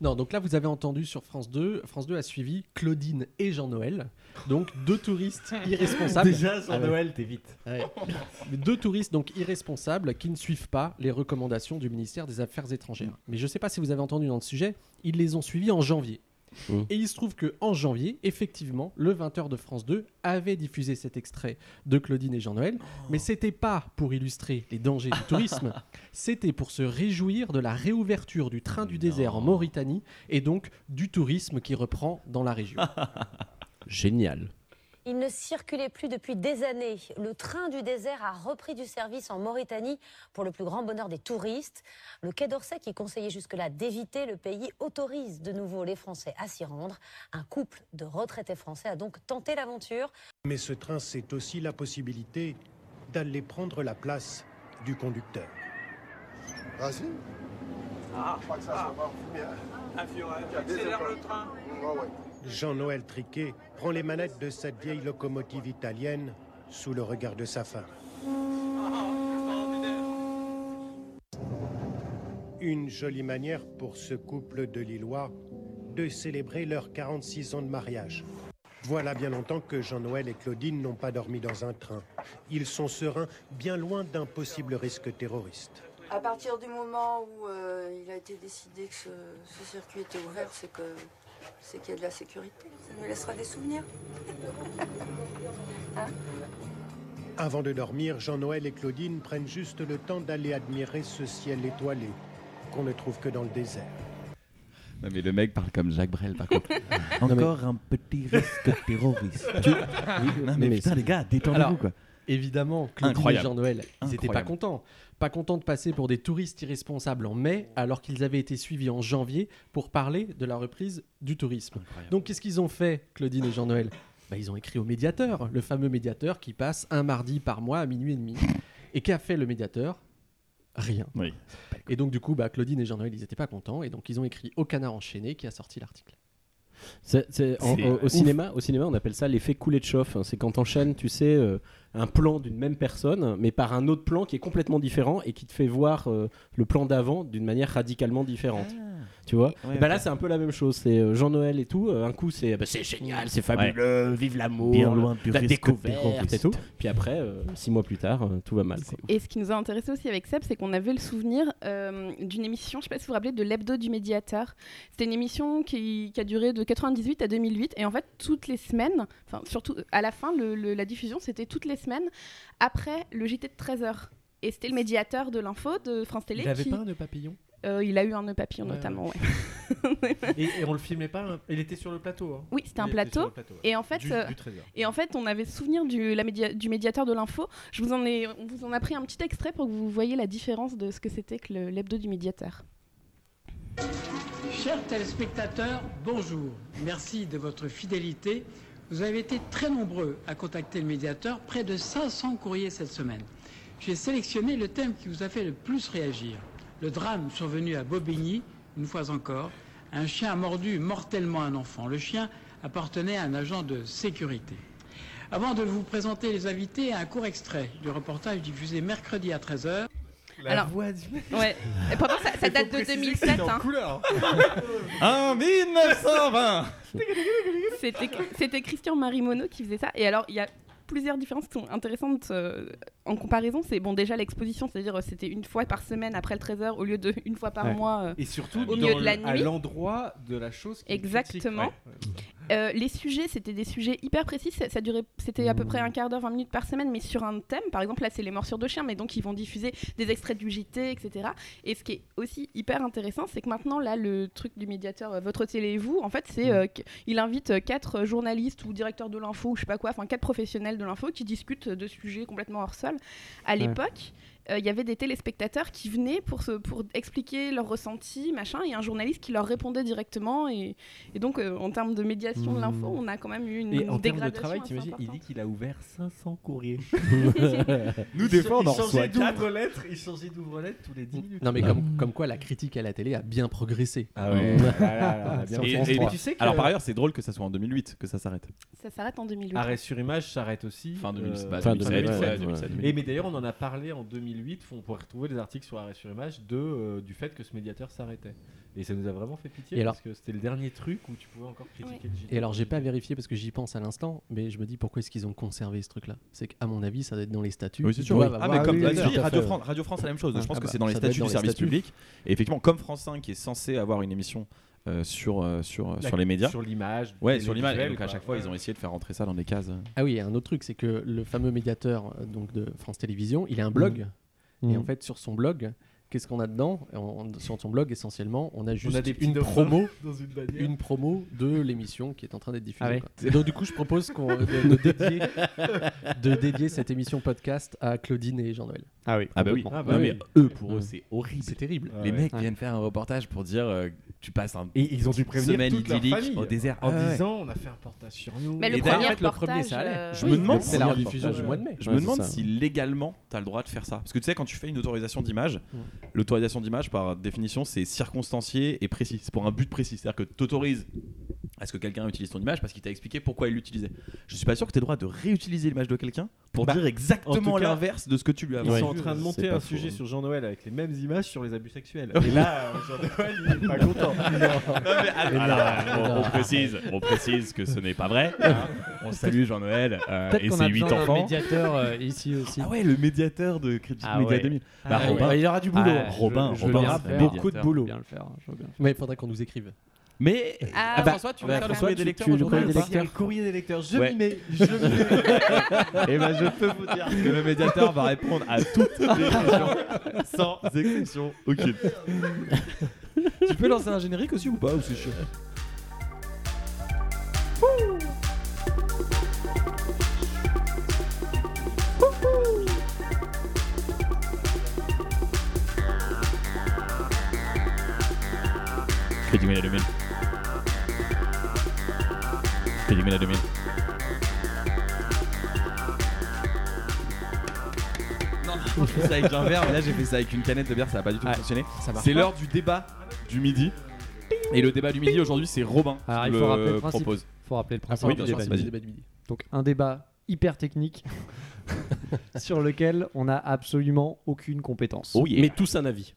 S9: Non, donc là, vous avez entendu sur France 2. France 2 a suivi Claudine et Jean-Noël. Donc, deux touristes irresponsables. Ah
S4: Déjà, Jean-Noël,
S9: Ouais.
S4: t'es vite.
S9: Ouais. Deux touristes donc irresponsables qui ne suivent pas les recommandations du ministère des Affaires étrangères.
S4: Mm.
S9: Mais je ne sais pas si vous avez entendu dans le sujet, ils les ont suivis en janvier.
S8: Mm.
S9: Et il se trouve que en janvier, effectivement, le 20h de France 2 avait diffusé cet extrait de Claudine et
S4: Oh.
S9: Jean-Noël, mais c'était pas pour illustrer les dangers du tourisme, c'était pour se réjouir de la réouverture du train du désert en Mauritanie et donc du tourisme qui reprend dans la région.
S8: Génial.
S15: Il ne circulait plus depuis des années. Le train du désert a repris du service en Mauritanie pour le plus grand bonheur des touristes. Le Quai d'Orsay, qui conseillait jusque-là d'éviter le pays, autorise de nouveau les Français à s'y rendre. Un couple de retraités français a donc tenté l'aventure.
S16: Mais ce train, c'est aussi la possibilité d'aller prendre la place du conducteur.
S12: Vas-y.
S16: Ah,
S12: Je crois que ça se voit. euh,
S16: accélère le train. Jean-Noël Triquet prend les manettes de cette vieille locomotive italienne sous le regard de sa femme. Une jolie manière pour ce couple de Lillois de célébrer leurs 46 ans de mariage. Voilà bien longtemps que Jean-Noël et Claudine n'ont pas dormi dans un train. Ils sont sereins, bien loin d'un possible risque terroriste.
S14: À partir du moment où euh, il a été décidé que ce, ce circuit était ouvert, c'est que c'est qu'il y a de la sécurité. Ça nous laissera des souvenirs. Hein
S16: Avant de dormir, Jean-Noël et Claudine prennent juste le temps d'aller admirer ce ciel étoilé qu'on ne trouve que dans le désert.
S2: Non, mais le mec parle comme Jacques Brel, par contre. Encore un petit risque terroriste.
S9: Tu-
S2: non, mais, putain, les gars, détendez-vous,
S9: Alors,
S2: quoi.
S9: Évidemment, Claudine et
S2: Incroyable.
S9: Jean-Noël, ils n'étaient pas
S2: Incroyable.
S9: contents. Pas contents de passer pour des touristes irresponsables en mai, alors qu'ils avaient été suivis en janvier pour parler de la reprise du tourisme. Donc, qu'est-ce qu'ils ont fait, Claudine et Jean-Noël Bah, Ils ont écrit au médiateur, le fameux médiateur qui passe un mardi par mois à minuit et demi. Et qu'a fait le médiateur Rien. Et donc, du coup, bah, Claudine et Jean-Noël, ils n'étaient pas contents. Et donc, ils ont écrit Au Canard Enchaîné qui a sorti l'article.
S8: C'est- c'est- en-
S9: C'est
S8: au, au
S9: ouf.
S8: cinéma, au cinéma, on appelle ça l'effet coulée de chauffe. hein. C'est quand t'enchaînes, tu sais, euh, un plan d'une même personne, mais par un autre plan qui est complètement différent et qui te fait voir euh, le plan d'avant d'une manière radicalement différente. Tu vois
S6: Ouais,
S8: Et bah Là, c'est un peu la même chose. C'est euh, Jean-Noël et tout. euh, un coup, c'est bah, c'est génial, c'est fabuleux, vive l'amour,
S6: Bien loin du
S8: la
S6: risque
S8: découverte et
S6: terroriste.
S8: tout. Puis après, euh, six mois plus tard, euh, tout va mal. quoi.
S7: Et ce qui nous a intéressé aussi avec Seb, c'est qu'on avait le souvenir euh, d'une émission, je ne sais pas si vous vous rappelez, de l'hebdo du médiateur. C'était une émission qui, qui a duré de 98 à 2008. Et en fait, toutes les semaines, enfin surtout à la fin, le- le- la diffusion, c'était toutes les semaines après le JT de 13h. Et c'était le médiateur de l'info de France Télé.
S6: Il avait
S7: qui-
S6: pas un nœud papillon
S7: Euh, Il a eu un nœud papillon,
S6: Ouais,
S7: notamment,
S6: ouais.
S7: ouais.
S4: Et, et on le filmait pas, hein. il était sur le plateau. hein.
S7: Oui, c'était un
S4: Il était sur
S7: plateau.
S4: le ouais.
S7: Et en fait,
S4: Du-
S7: euh,
S4: du trésor.
S7: et en fait, on avait souvenir du, la média- du médiateur de l'info. Je vous en ai, on vous en a pris un petit extrait pour que vous voyez la différence de ce que c'était que le- l'hebdo du médiateur.
S17: Chers téléspectateurs, bonjour. Merci de votre fidélité. Vous avez été très nombreux à contacter le médiateur, près de 500 courriers cette semaine. J'ai sélectionné le thème qui vous a fait le plus réagir. Le drame survenu à Bobigny, une fois encore, un chien a mordu mortellement un enfant. Le chien appartenait à un agent de sécurité. Avant de vous présenter les invités, un court extrait du reportage diffusé mercredi à 13h.
S7: Ouais. Et pourtant, ça, ça
S17: Il faut
S7: date de
S17: préciser
S7: 2007.
S17: qu'il est en
S7: hein.
S17: couleur.
S2: En 1920
S7: C'était- C'était Christian-Marie Monod qui faisait ça. Et alors, il y a plusieurs différences qui sont intéressantes euh, en comparaison. C'est bon, déjà l'exposition, c'est-à-dire euh, c'était une fois par semaine après le 13h au lieu de une fois par
S4: Ouais.
S7: mois euh,
S4: Et surtout
S7: au
S4: dans
S7: milieu de la
S4: le- à
S7: nuit.
S4: l'endroit de la chose qui
S7: Exactement. Euh, les sujets, c'était des sujets hyper précis. Ça, ça durait, c'était à peu près un quart d'heure, 20 minutes par semaine, mais sur un thème. Par exemple, là, c'est les morsures de chiens, mais donc ils vont diffuser des extraits du JT, etc. Et ce qui est aussi hyper intéressant, c'est que maintenant, là, le truc du médiateur, euh, votre télé et vous, en fait, c'est euh, qu'il invite euh, quatre euh, journalistes ou directeurs de l'info, ou je sais pas quoi, enfin quatre professionnels de l'info qui discutent de sujets complètement hors sol. À
S18: Ouais.
S7: l'époque, euh, il y avait des téléspectateurs qui venaient pour, se, pour expliquer leurs ressentis, machin, et un journaliste qui leur répondait directement. Et, et donc, euh, en termes de médiation de
S4: Mmh.
S7: l'info, on a quand même eu une,
S4: Et en termes de
S7: dégradation.
S4: travail,
S7: assez
S4: t'imagines, il
S7: importante.
S4: dit qu'il a ouvert 500 courriers.
S6: Nous,
S8: des fois, on en
S4: reçoit
S8: reçoit quatre.
S4: lettres Il changeait d'ouvre-lettres tous les 10 minutes.
S6: Non, mais
S2: Ah.
S8: Ouais.
S6: comme, comme quoi la critique à la télé a bien progressé.
S8: Ah ouais.
S6: Mm.
S2: Bah
S8: Ah là là, on a bien
S2: Et-
S8: France
S2: et-
S8: trois.
S2: tu sais que- Alors par ailleurs, c'est drôle que ça soit en 2008 que ça s'arrête.
S7: Ça s'arrête en 2008.
S4: Arrêt sur image s'arrête aussi.
S2: Fin 2007,
S4: euh,
S2: bah,
S4: fin
S2: 2007,
S4: 2007,
S2: ouais,
S4: ouais.
S2: 2007,
S4: Et mais d'ailleurs, on en a parlé en 2008. On pourrait retrouver des articles sur Arrêt sur image de, euh, du fait que ce médiateur s'arrêtait. Et ça nous a vraiment fait pitié
S6: Et
S4: parce
S6: alors-
S4: que c'était le dernier truc où tu pouvais encore critiquer le JT.
S6: Et alors, j'ai pas vérifié parce que j'y pense à l'instant, mais je me dis pourquoi est-ce qu'ils ont conservé ce truc-là C'est qu'à mon avis, ça doit être dans les statuts.
S2: Oui, c'est
S6: Ils
S2: sûr.
S6: doivent
S2: Ah,
S6: avoir-
S2: mais comme
S6: oui,
S2: la
S6: oui,
S2: série,
S6: tout à
S2: Radio
S6: fait.
S2: France, Radio France, c'est la même chose. Je pense
S6: Ah
S2: que
S6: bah,
S2: c'est dans les
S6: ça doit être
S2: statuts du
S6: les
S2: service
S6: statuts.
S2: public. Et effectivement, comme France 5 est censé avoir une émission euh, sur, euh, sur,
S6: La-
S2: sur les médias.
S6: sur l'image,
S2: Ouais,
S6: du
S2: sur l'image. Et
S6: télévisuel,
S2: Donc à
S6: quoi.
S2: chaque fois, ils ont essayé de faire rentrer ça dans des cases.
S6: Ah oui, et un autre truc, c'est que le fameux médiateur euh, donc de France Télévisions, il a un blog.
S8: Mhm.
S6: Et en fait, sur son blog, qu'est-ce qu'on a dedans On- Sur son blog, essentiellement, on a juste
S4: des petits
S6: une
S4: dauphins
S6: promo,
S4: dans une bannière.
S6: une promo de l'émission qui est en train d'être diffusée.
S4: Ah ouais.
S6: quoi. Donc du coup, je propose qu'on de, de dédier, de dédier cette émission podcast à Claudine et Jean-Noël. Mmh.
S5: Ah oui.
S2: Ah bah oui.
S6: Complètement.
S2: Non, mais eux, pour eux, c'est horrible.
S6: C'est terrible. Ah
S2: Les mecs
S6: Ouais.
S2: viennent faire un reportage pour dire euh, tu passes un
S6: Et ils ont dû prévenir
S2: semaine
S6: toute leur
S2: idyllique
S6: famille
S2: au désert
S4: en
S2: Ah ouais.
S4: disant on a fait un portage sur nous.
S7: Mais le
S4: Et
S7: premier
S4: d'ailleurs,
S7: reportage, euh,
S2: Je
S7: oui,
S2: me
S7: le
S2: demande
S7: premier
S2: si-
S6: C'est la rediffusion du mois de mai.
S2: Je
S6: Ouais,
S2: me
S6: c'est
S2: demande
S6: ça.
S2: si légalement tu as le droit de faire ça. Parce que tu sais, quand tu fais une autorisation d'image,
S6: Mm.
S2: l'autorisation d'image, par définition, c'est circonstancié et précis. C'est pour un but précis. C'est-à-dire que tu autorises à ce que quelqu'un utilise ton image parce qu'il t'a expliqué pourquoi il l'utilisait. Je suis pas sûr que tu le droit de réutiliser l'image de quelqu'un pour
S4: Bah,
S2: dire
S4: en
S2: exactement
S4: tout cas,
S2: l'inverse de ce que tu lui as
S4: Ils
S2: vendu.
S4: sont en train de
S2: C'est
S4: monter
S2: pas
S4: un
S2: faux,
S4: sujet
S2: hein.
S4: sur Jean-Noël avec les mêmes images sur les abus sexuels.
S2: Oui.
S4: Et là, euh, Jean-Noël, il est pas content.
S2: Alors, on, on précise, on précise que ce n'est pas vrai. hein. On salue Jean-Noël euh,
S5: Peut-être
S2: et
S5: qu'on
S2: ses
S5: a
S2: 8
S5: besoin d'un
S2: enfants.
S5: médiateur, euh, ici aussi.
S2: Ah ouais, le médiateur de
S6: hein.
S2: Critique
S5: Ah
S2: Média
S5: ouais.
S2: 2000.
S5: Ah
S2: Bah,
S5: ouais.
S2: Robin,
S5: Il aura du boulot.
S2: Ah, Robin,
S5: Je- je
S2: Robin,
S5: veux bien
S2: a
S5: le faire.
S2: beaucoup de
S5: Je veux
S2: boulot.
S5: bien le faire, je veux bien le faire.
S6: Mais il faudrait qu'on nous écrive.
S2: Mais
S7: Ah,
S2: bah,
S7: François, tu
S2: on
S7: vas
S2: va
S7: faire
S2: faire
S7: le
S2: courrier
S7: tu-
S2: des lecteurs
S7: tu- le
S2: aujourd'hui
S7: courrier
S2: ou
S7: des
S2: pas
S7: lecteurs.
S4: Il y a le courrier des lecteurs, je
S2: Ouais.
S4: m'y mets, je m'y mets.
S2: Eh ben, je peux vous dire que le médiateur va répondre à toutes les questions, sans exception aucune. tu peux lancer un générique aussi ou pas ou c'est chiant Critique Média 2000. Critique Média 2000. Non, non, j'ai fait ça avec un verre, mais là j'ai fait ça avec une canette de bière, ça n'a pas du tout fonctionné.
S6: ça marche
S2: C'est
S6: pas.
S2: l'heure du débat du midi. Et le débat du midi aujourd'hui, c'est Robin
S5: Alors,
S2: qui
S5: Ah, il
S2: le
S5: faut rappeler le principe.
S2: propose.
S5: faut rappeler le
S2: Ah,
S5: principe
S2: oui,
S5: du
S2: bien sûr,
S5: débat
S2: c'est
S5: du
S2: le
S5: midi.
S2: débat du midi.
S5: Donc un débat hyper technique sur lequel on n'a absolument aucune compétence.
S6: Oh
S8: Mais tous un avis.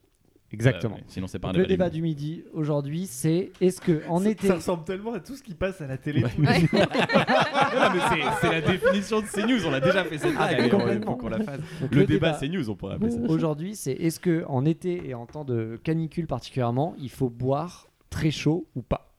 S5: Exactement.
S2: Oh, Ouais, ouais. Sinon, c'est pas un
S5: Donc,
S2: débat
S5: Le
S2: du
S5: débat du midi aujourd'hui, c'est est-ce que en
S3: ça,
S5: été.
S3: ça ressemble tellement à tout ce qui passe à la télé.
S5: Ouais.
S3: tous les jours.
S5: Ouais.
S2: Non, mais c'est- c'est la définition de CNews, on l'a déjà fait cette
S5: Ah,
S2: année, mais
S5: complètement.
S2: faut qu'on la fasse.
S5: Donc,
S2: Le débat CNews, on pourrait appeler ça.
S5: Aujourd'hui, c'est est-ce que en été et en temps de canicule particulièrement, il faut boire très chaud ou pas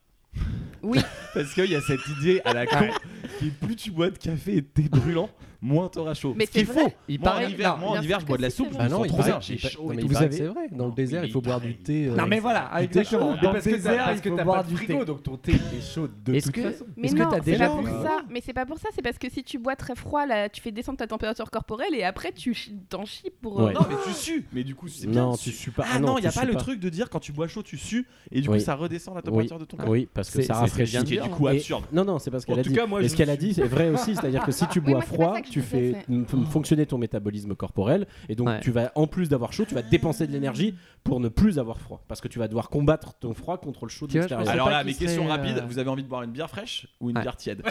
S7: Oui.
S2: Parce qu'il y a cette idée à la con qui plus tu bois de café et de thé brûlant, moins t'auras chaud.
S5: Mais
S2: Ce qui est
S5: c'est vrai.
S2: faux.
S5: Il
S2: moi,
S5: paraît-
S2: en hiver,
S5: non,
S2: moi, en
S5: bien
S2: hiver,
S5: sûr
S2: je bois de
S5: que
S2: la
S5: si,
S2: soupe,
S5: c'est
S2: je
S5: vrai.
S2: me
S5: Ah non,
S2: sens
S5: il
S2: trop
S5: paraît-
S2: bien, j'ai
S5: il pa-
S2: chaud
S5: non,
S2: et
S5: mais
S2: tout.
S5: il
S2: Vous
S5: paraît
S2: avez-
S5: que c'est
S8: vrai. Dans le désert, il faut boire du thé.
S5: Non, mais voilà,
S8: du
S5: avec
S8: thé
S5: le
S8: chaud.
S5: charbon. Dans le désert,
S8: parce
S5: il
S8: que
S5: faut
S8: t'as
S5: boire
S8: pas
S5: du
S8: de frigo,
S5: thé.
S8: donc ton thé est chaud de
S5: Est-ce
S8: toute
S5: que-
S8: façon.
S7: Mais non, c'est pas pour ça.
S4: euh,
S7: Mais c'est pas pour ça. C'est parce que si tu bois très froid, là, tu fais descendre ta température corporelle et après tu ch- t'en chies pour. euh,
S2: Non, mais tu sues. Mais du coup, c'est bien.
S8: Non,
S2: de
S8: tu
S2: suer.
S8: sues pas.
S2: Ah
S8: Ah
S2: non,
S8: non,
S2: il n'y a
S8: tu
S2: pas
S8: sues
S2: le
S8: pas.
S2: truc de dire quand tu bois chaud, tu sues et du coup,
S8: Oui.
S2: ça redescend la
S8: Oui.
S2: température
S8: Ah
S2: de ton corps.
S8: Oui, parce que
S2: C'est-
S8: ça
S2: c'est-
S8: rafraîchit.
S2: C'est ce qui est du coup
S8: Et-
S2: absurde.
S8: Non, non, c'est parce qu'elle
S2: En
S8: a
S2: tout
S8: dit.
S2: cas, moi,
S8: mais
S2: je
S8: ce qu'elle a
S2: suis-
S8: dit, c'est vrai aussi. C'est-à-dire que si tu
S2: Oui,
S8: bois
S2: moi, c'est pas
S8: froid,
S2: ça que je
S8: tu
S2: disais,
S8: fais m- f- fonctionner ton métabolisme corporel. Et donc,
S5: Ouais.
S8: tu vas, en plus d'avoir chaud, tu vas dépenser de l'énergie pour ne plus avoir froid. Parce que tu vas devoir combattre ton froid contre le chaud de
S5: Tu vois, je
S8: l'extérieur.
S5: pensais
S2: Alors là, mes questions
S8: euh,
S2: rapides, vous avez envie de boire une bière fraîche ou une bière tiède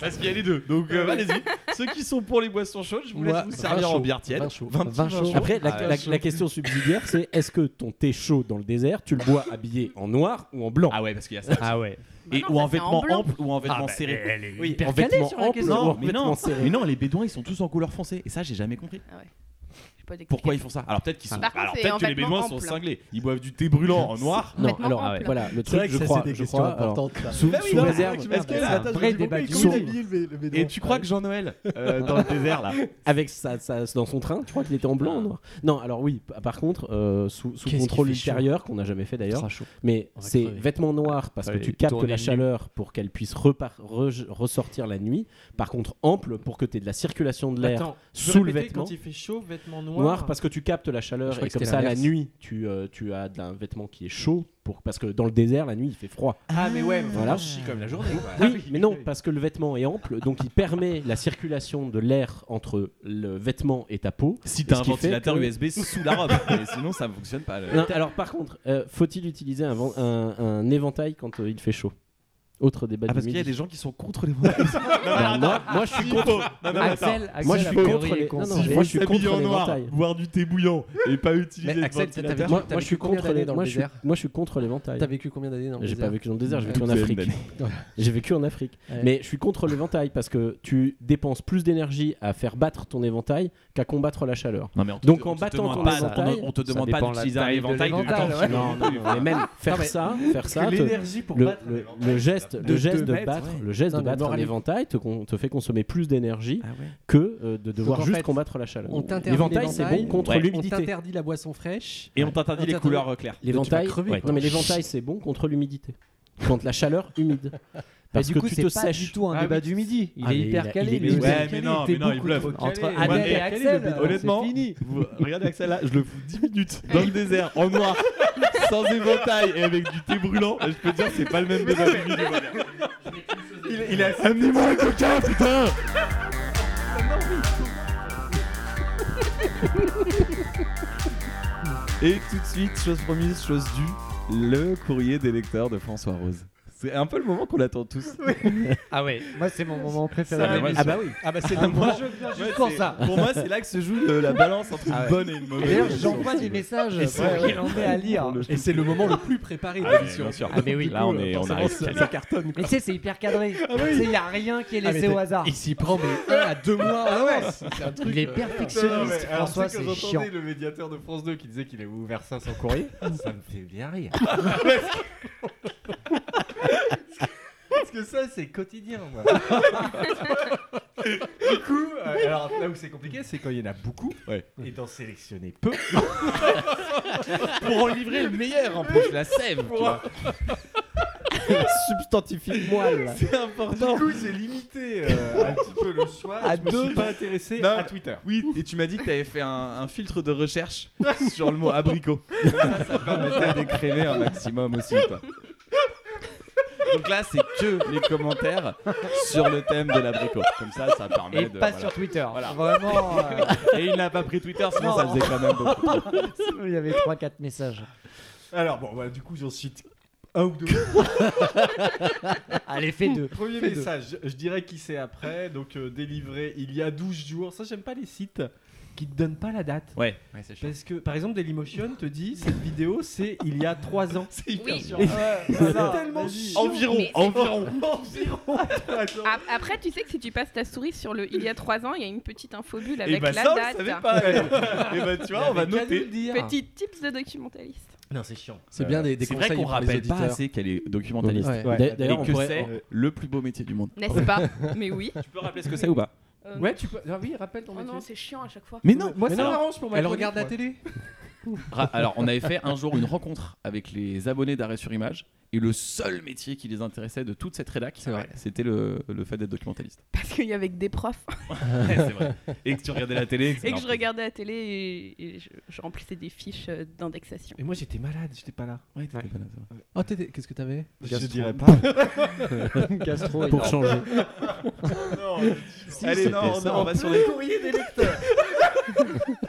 S2: Parce qu'il y a les deux. Donc euh, allez-y. Ceux qui sont pour les boissons chaudes, je vous laisse
S8: Moi,
S2: vous
S8: vin
S2: servir en
S8: chaud,
S2: bière tiède.
S8: vin chaud.
S2: Vingt petits
S8: Vin
S2: vins
S8: chaud.
S2: chauds.
S8: Après, la,
S2: Ah,
S8: la-
S2: vin chaud.
S8: la question subsidiaire, c'est est-ce que ton thé chaud dans le désert, tu le bois habillé en noir ou en blanc
S2: Ah ouais, parce qu'il y a Bah ça.
S8: Ah ouais. Ah bah,
S2: Et ou en vêtements amples ou en vêtements serrés. oui, en vêtements amples ou
S8: mais non.
S2: en vêtements serrés. Mais non, les bédouins ils sont tous en couleur foncée et ça j'ai jamais compris.
S8: Ah
S2: Pourquoi ils font ça Alors peut-être qu'ils sont.
S8: Par contre,
S2: Alors
S8: c'est
S2: peut-être
S8: en
S2: que les
S8: vêtements
S2: bédouins
S8: amples.
S2: sont cinglés. Ils boivent du thé brûlant en noir.
S8: Non, alors ah ouais, voilà, le
S2: C'est
S8: truc,
S2: vrai que
S8: je
S2: ça,
S8: crois,
S2: c'est des
S8: je
S2: questions
S8: crois,
S2: importantes,
S8: alors,
S2: ça.
S8: sous,
S2: Bah oui,
S8: sous
S2: non,
S8: réserve,
S2: parce que-
S8: parce que
S2: attends,
S8: c'est
S2: je
S8: un
S2: me
S8: vrai
S2: dis,
S8: débat
S2: mais
S8: qui
S2: comment
S8: s'ouvre.
S2: il habille le- le Et tu crois que Jean-Noël, euh, dans le désert, là
S8: avec sa, sa- dans son train, tu crois qu'il était en blanc ou en noir Non, alors oui, p- par contre, euh, sous, sous
S6: Qu'est-ce
S8: contrôle
S6: qu'il fait
S8: ultérieur, qu'on n'a jamais fait d'ailleurs,
S6: Très chaud.
S8: mais
S6: On va
S8: c'est
S6: crever.
S8: vêtements noirs parce
S6: Ouais,
S8: que tu captes
S6: tourner
S8: la
S6: le nez.
S8: chaleur pour qu'elle puisse repar- re- ressortir la nuit, par contre ample pour que tu aies de la circulation de l'air
S4: Attends, tu peux
S8: sous le
S4: répéter,
S8: vêtement.
S4: quand il fait chaud, vêtements noirs.
S8: Noir parce que tu captes la
S4: Je
S8: chaleur
S4: crois
S8: et
S4: que
S8: comme
S4: c'était
S8: ça la
S4: l'inverse.
S8: nuit tu, euh, tu as d'un vêtement qui est chaud pour parce que dans le désert la nuit il fait froid.
S4: Ah, mais ouais, mais on chie comme la journée, quoi. Ah
S8: Oui, mais non parce que le vêtement est ample donc il permet la circulation de l'air entre le vêtement et ta peau.
S2: Si
S8: Et
S2: t'as
S8: ce
S2: un
S8: qui fait
S2: ventilateur
S8: que-
S2: USB sous la robe, mais sinon ça fonctionne pas. le-
S8: Non, alors par contre, euh, faut-il utiliser un, vent- un- un éventail quand euh, il fait chaud Autre débat
S2: Ah,
S8: du
S2: parce qu'il y a
S8: midi.
S2: des gens qui sont contre les vêtements.
S8: Bah, moi, moi, je suis contre. moi, je suis contre les. non, non, moi, je suis contre les éventails.
S2: boire du thé bouillant et pas utiliser
S8: Mais
S2: le
S8: Axel, t'as
S2: ventilateur.
S8: vécu- Moi- t'as moi, je vécu suis combien contre d'années les- dans le moi, je suis- désert moi, je suis contre l'éventail.
S6: T'as vécu combien d'années dans le
S8: J'ai
S6: désert
S8: pas vécu dans le désert, j'ai
S6: Ouais.
S8: vécu en Afrique.
S6: Ouais.
S8: J'ai vécu en Afrique.
S6: Ouais.
S8: Mais je suis contre l'éventail parce que tu dépenses plus d'énergie à faire battre ton éventail qu'à combattre la chaleur.
S2: Non, mais on te-
S8: Donc
S2: on
S8: en
S2: te
S8: battant
S2: demande
S8: ton
S2: pas-
S8: éventail,
S2: on- on te
S8: ça
S2: demande pas
S8: dépend la
S2: d'utiliser un
S8: taille de
S2: éventail de
S8: l'éventail.
S2: 14 kilos.
S8: Non, non, non, mais même faire
S6: Non, mais
S8: ça, faire
S6: que
S8: ça, te-
S6: l'énergie pour
S8: le,
S6: battre un
S8: le-
S6: éventail,
S8: le geste,
S6: de
S8: le geste
S6: deux
S8: de
S6: mètres,
S8: battre,
S6: ouais.
S8: le geste
S6: Non,
S8: de
S6: mais
S8: battre un
S6: moralement-
S8: éventail te, con- te fait consommer plus d'énergie que euh, de devoir
S6: en
S8: juste
S6: fait,
S8: combattre la chaleur.
S6: on t'interdit
S8: L'éventail, c'est
S6: l'éventail,
S8: bon contre
S6: ouais.
S8: l'humidité.
S6: On t'interdit la boisson fraîche.
S2: Et on t'interdit les couleurs euh, claires.
S8: L'éventail,
S2: Mais tu vas crever,
S8: ouais.
S2: quoi.
S8: non mais l'éventail c'est bon contre l'humidité, contre la chaleur humide. Parce
S5: du
S8: que
S5: coup,
S8: tu
S5: c'est
S8: te
S5: pas
S8: sèches.
S5: du tout un Ah débat oui. du midi. Il est
S8: mais
S5: hyper
S8: a- il
S5: calé, il
S8: est
S5: est
S8: hyper
S5: Ouais,
S8: calé,
S5: mais
S8: il
S5: non,
S8: était
S5: mais non, il
S8: beaucoup
S5: bluffe.
S8: trop
S5: Entre
S8: calé.
S5: Adèle
S8: Ouais,
S5: et
S8: mais
S5: Axel, euh,
S8: calé, le bédouin.
S2: Honnêtement, vous- regardez Axel là, je le fous 10 minutes dans le désert, en noir, sans éventail et avec du thé brûlant. Je peux dire, c'est pas le même débat.
S3: Il, il a
S2: Amenez-moi un coca, putain Et tout de suite, chose promise, chose due, le courrier des lecteurs de François Rose. C'est un peu le moment qu'on attend tous.
S5: Ah ouais, moi c'est mon moment préféré.
S2: Ça,
S5: de
S2: moi,
S5: l'émission.
S2: c'est- Ah bah oui. Ah bah c'est le
S5: Ah,
S2: moment-
S5: moi, je viens
S2: moi,
S5: juste pour
S2: c'est-
S5: ça. Ah
S2: pour moi, c'est là que se joue le- la balance entre une bonne et une mauvaise
S5: D'ailleurs,
S2: émission,
S5: j'envoie
S2: si
S5: des
S2: vous voulez.
S5: messages.
S2: Et c'est vrai.
S5: Il en est à lire.
S2: Et c'est le moment le plus préparé de l'émission.
S5: Ah mais oui.
S2: Là, on est, on arrive.
S5: ça-
S2: calé.
S5: ça Mais tu sais, c'est hyper cadré.
S6: Ah oui.
S5: Tu sais, il n'y a rien qui est
S6: Ah, mais
S5: laissé
S6: t'es-
S5: au hasard.
S6: il s'y prend, mais un à deux mois en avance. C'est un truc,
S5: Il est
S6: euh,
S4: Ah Non, non, mais
S5: perfectionniste,
S4: alors, tu
S5: François,
S4: sais, quand
S5: c'est chiant.
S4: j'entendais le médiateur de France 2 qui disait qu'il avait ouvert 500 courriers, ça me fait bien rire. Parce que ça, c'est quotidien, moi. du coup, euh, alors là où c'est compliqué, c'est quand il y en a beaucoup et d'en sélectionner peu.
S2: Pour en livrer le meilleur, en plus, la sève, tu vois.
S5: Substantifique moelle.
S2: C'est important.
S4: Du coup, j'ai limité euh, un petit peu le choix.
S2: À
S4: je me
S2: deux.
S4: suis pas intéressé
S2: Non,
S4: à Twitter.
S2: Oui, et tu m'as dit que t'avais fait un, un filtre de recherche sur le mot abricot. ça, ça permettait d'écrémer un maximum aussi, quoi. Donc là, c'est que les commentaires sur le thème de l'abricot. Comme ça, ça permet
S5: Et
S2: de.
S5: pas
S2: voilà.
S5: sur Twitter.
S2: Voilà.
S5: Vraiment. euh,
S2: Et il n'a pas pris Twitter, sinon ça faisait quand même beaucoup.
S5: Il y avait 3-4 messages.
S4: Alors, bon, bah, du coup, j'en cite un ou deux.
S5: Allez, fais deux.
S4: Premier
S5: Fais deux.
S4: message, je dirais qui c'est après. Donc, euh, délivré il y a 12 jours. Ça, j'aime pas les sites qui te donne pas la date.
S2: Ouais.
S4: Parce que, par exemple, Dailymotion te dit cette vidéo, c'est il y a 3 ans. c'est
S7: hyper
S2: chiant.
S4: Et-
S2: Ah Ouais,
S4: c'est
S5: Ah
S2: voilà.
S4: tellement
S2: Vas-y.
S4: chiant.
S2: Environ, Mais- environ.
S7: Ap- Après, tu sais que si tu passes ta souris sur le il y a 3 ans, il y a une petite infobulle
S2: Et
S7: avec
S2: bah
S7: la
S2: ça, on
S7: date.
S2: savait pas. Et bah tu vois, on va
S4: Il avait qu'à
S2: noter.
S4: nous le dire.
S7: Petit tips de documentaliste.
S4: Non, c'est chiant.
S2: Euh, C'est vrai qu'on rappelle pas assez qu'elle est documentaliste.
S4: Ouais. Ouais. D'a-
S2: Et
S4: d'ailleurs, on
S2: que
S4: pourrait-
S2: c'est
S4: on-
S2: le plus beau métier du monde.
S7: N'est-ce pas Mais oui.
S2: Tu peux rappeler ce que c'est ou pas
S7: Euh,
S4: Ouais,
S7: non.
S4: tu peux. Ah oui, rappelle ton
S7: Oh non,
S4: métier.
S7: c'est chiant à chaque fois.
S2: Mais non
S4: Moi,
S2: Mais
S4: ça
S2: non.
S4: m'arrange pour moi.
S2: Elle regarde la
S4: télé.
S2: Ra- Alors, on avait fait un jour une rencontre avec les abonnés d'Arrêt sur Image. Et le seul métier qui les intéressait de toute cette rédac, c'était le, le fait d'être documentaliste.
S7: Parce qu'il y avait que des profs.
S2: Ouais, c'est vrai. Et que tu regardais la télé. c'est
S7: Et que je
S2: marrant.
S7: regardais la télé et, et je, je remplissais des fiches euh, d'indexation.
S4: Et moi, j'étais malade, j'étais pas là.
S2: Ouais, t'étais pas là,
S9: Oh, t'étais- qu'est-ce que t'avais
S4: Je
S9: Gastro.
S4: dirais pas.
S9: Gastro, Pour énorme. changer.
S2: Non,
S9: Si,
S2: Allez,
S9: c'était
S2: non,
S9: ça.
S2: non, on va sur les.
S3: courrier des lecteurs.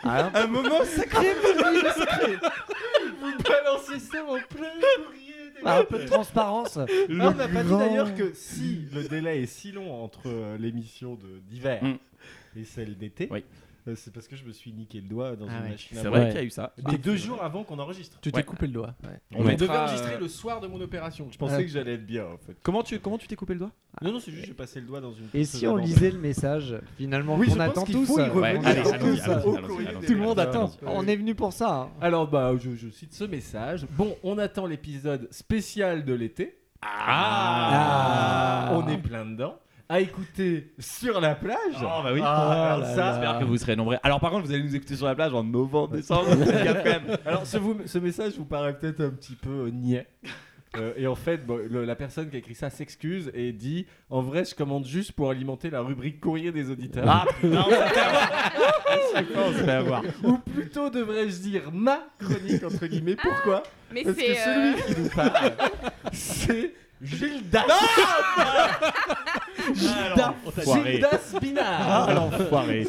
S4: Ah.
S2: Un moment sacré,
S3: courrier sacré. Vous balancez ça en plein courrier des
S4: Bah,
S5: Ah, un peu de transparence.
S4: Ah, on n'a pas dit
S5: grand-
S4: d'ailleurs que si le délai est si long entre euh, l'émission de- d'hiver
S2: Mm.
S4: et celle d'été, euh, c'est parce que je me suis niqué le doigt dans
S2: Ah
S4: une
S2: ouais.
S4: machine à
S2: C'est
S4: voix.
S2: vrai qu'il y a eu ça.
S4: Mais
S2: Ah,
S4: deux
S2: c'est
S4: jours
S2: vrai.
S4: avant qu'on enregistre.
S2: Tu t'es Ouais. coupé le doigt, ouais.
S4: On,
S2: On mettra,
S4: devait enregistrer
S2: euh,
S4: le soir de mon opération. Je
S2: Ah.
S4: pensais que j'allais être bien en fait.
S2: Comment tu comment tu t'es coupé le doigt
S4: Non, non, c'est juste j'ai passé le doigt dans une.
S5: Et
S4: petite
S5: si on
S4: amande.
S5: lisait le message, finalement,
S4: Oui,
S5: qu'on
S4: je pense
S5: attend
S4: qu'il
S5: tous
S4: faut y
S5: euh,
S4: revenir.
S5: on
S4: Allez,
S5: attend
S4: allons-y,
S5: tous,
S4: allons-y,
S5: euh,
S4: allons-y, allons-y,
S5: Tout le monde
S4: allons-y,
S5: attend.
S4: allons-y.
S5: On est venu pour ça. hein.
S4: Alors, bah, je, je cite ce message. Bon, on attend l'épisode spécial de l'été.
S2: Ah.
S4: On est plein dedans. À écouter sur la plage.
S2: Ah bah oui.
S4: Ah, alors ça,
S2: J'espère que vous serez nombreux. Alors par contre, vous allez nous écouter sur la plage en novembre, décembre. c'est bien quand même.
S4: Alors, ce, vous- ce message vous paraît peut-être un petit peu euh, niais. Euh, et en fait, bon, le- la personne qui a écrit ça s'excuse et dit En vrai, je commande juste pour alimenter la rubrique courrier des auditeurs.
S2: Ah, putain, on s'est fait avoir. À chaque fois, on s'est fait avoir.
S4: Ou plutôt devrais-je dire ma chronique, entre guillemets. Pourquoi
S7: Ah, mais
S4: Parce que
S7: c'est, euh,
S4: celui qui nous parle, c'est Gilda. Gilda,
S2: Ah, l'enfoiré.
S4: Gilda Spinard.
S2: Ah, l'enfoiré.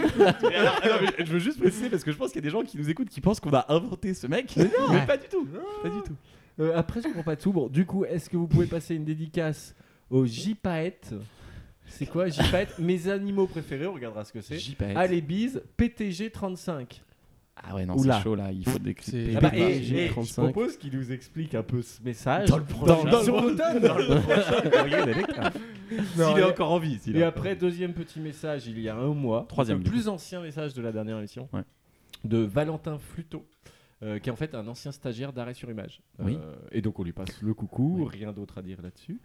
S2: Et alors, non, mais je veux juste préciser parce que je pense qu'il y a des gens qui nous écoutent qui pensent qu'on a inventé ce mec. Mais
S4: non.
S2: pas du tout.
S4: Pas du tout. Euh, après, je comprends pas tout. Bon, du coup, est-ce que vous pouvez passer une dédicace au J-Paète C'est quoi J-Paète Mes animaux préférés, on regardera ce que c'est.
S2: J-Paète.
S4: Allez, bise, PTG35.
S2: Ah ouais, non,
S4: Oula.
S2: c'est chaud là, il faut décrypter.
S4: Ah bah, et- et je propose qu'il nous explique un peu ce message
S2: Dans le prochain-
S4: sur l'automne.
S2: Dans le prochain courrier des lecteurs. S'il est
S4: et-
S2: encore en vie, s'il est
S4: Et
S2: encore en
S4: après deuxième petit message il y a un mois,
S2: Troisième,
S4: le
S2: du coup.
S4: plus ancien message de la dernière émission de Valentin Fluto. euh, qui est en fait un ancien stagiaire d'arrêt sur image.
S2: Oui.
S4: Euh, et donc on lui passe le coucou, rien d'autre à dire là-dessus.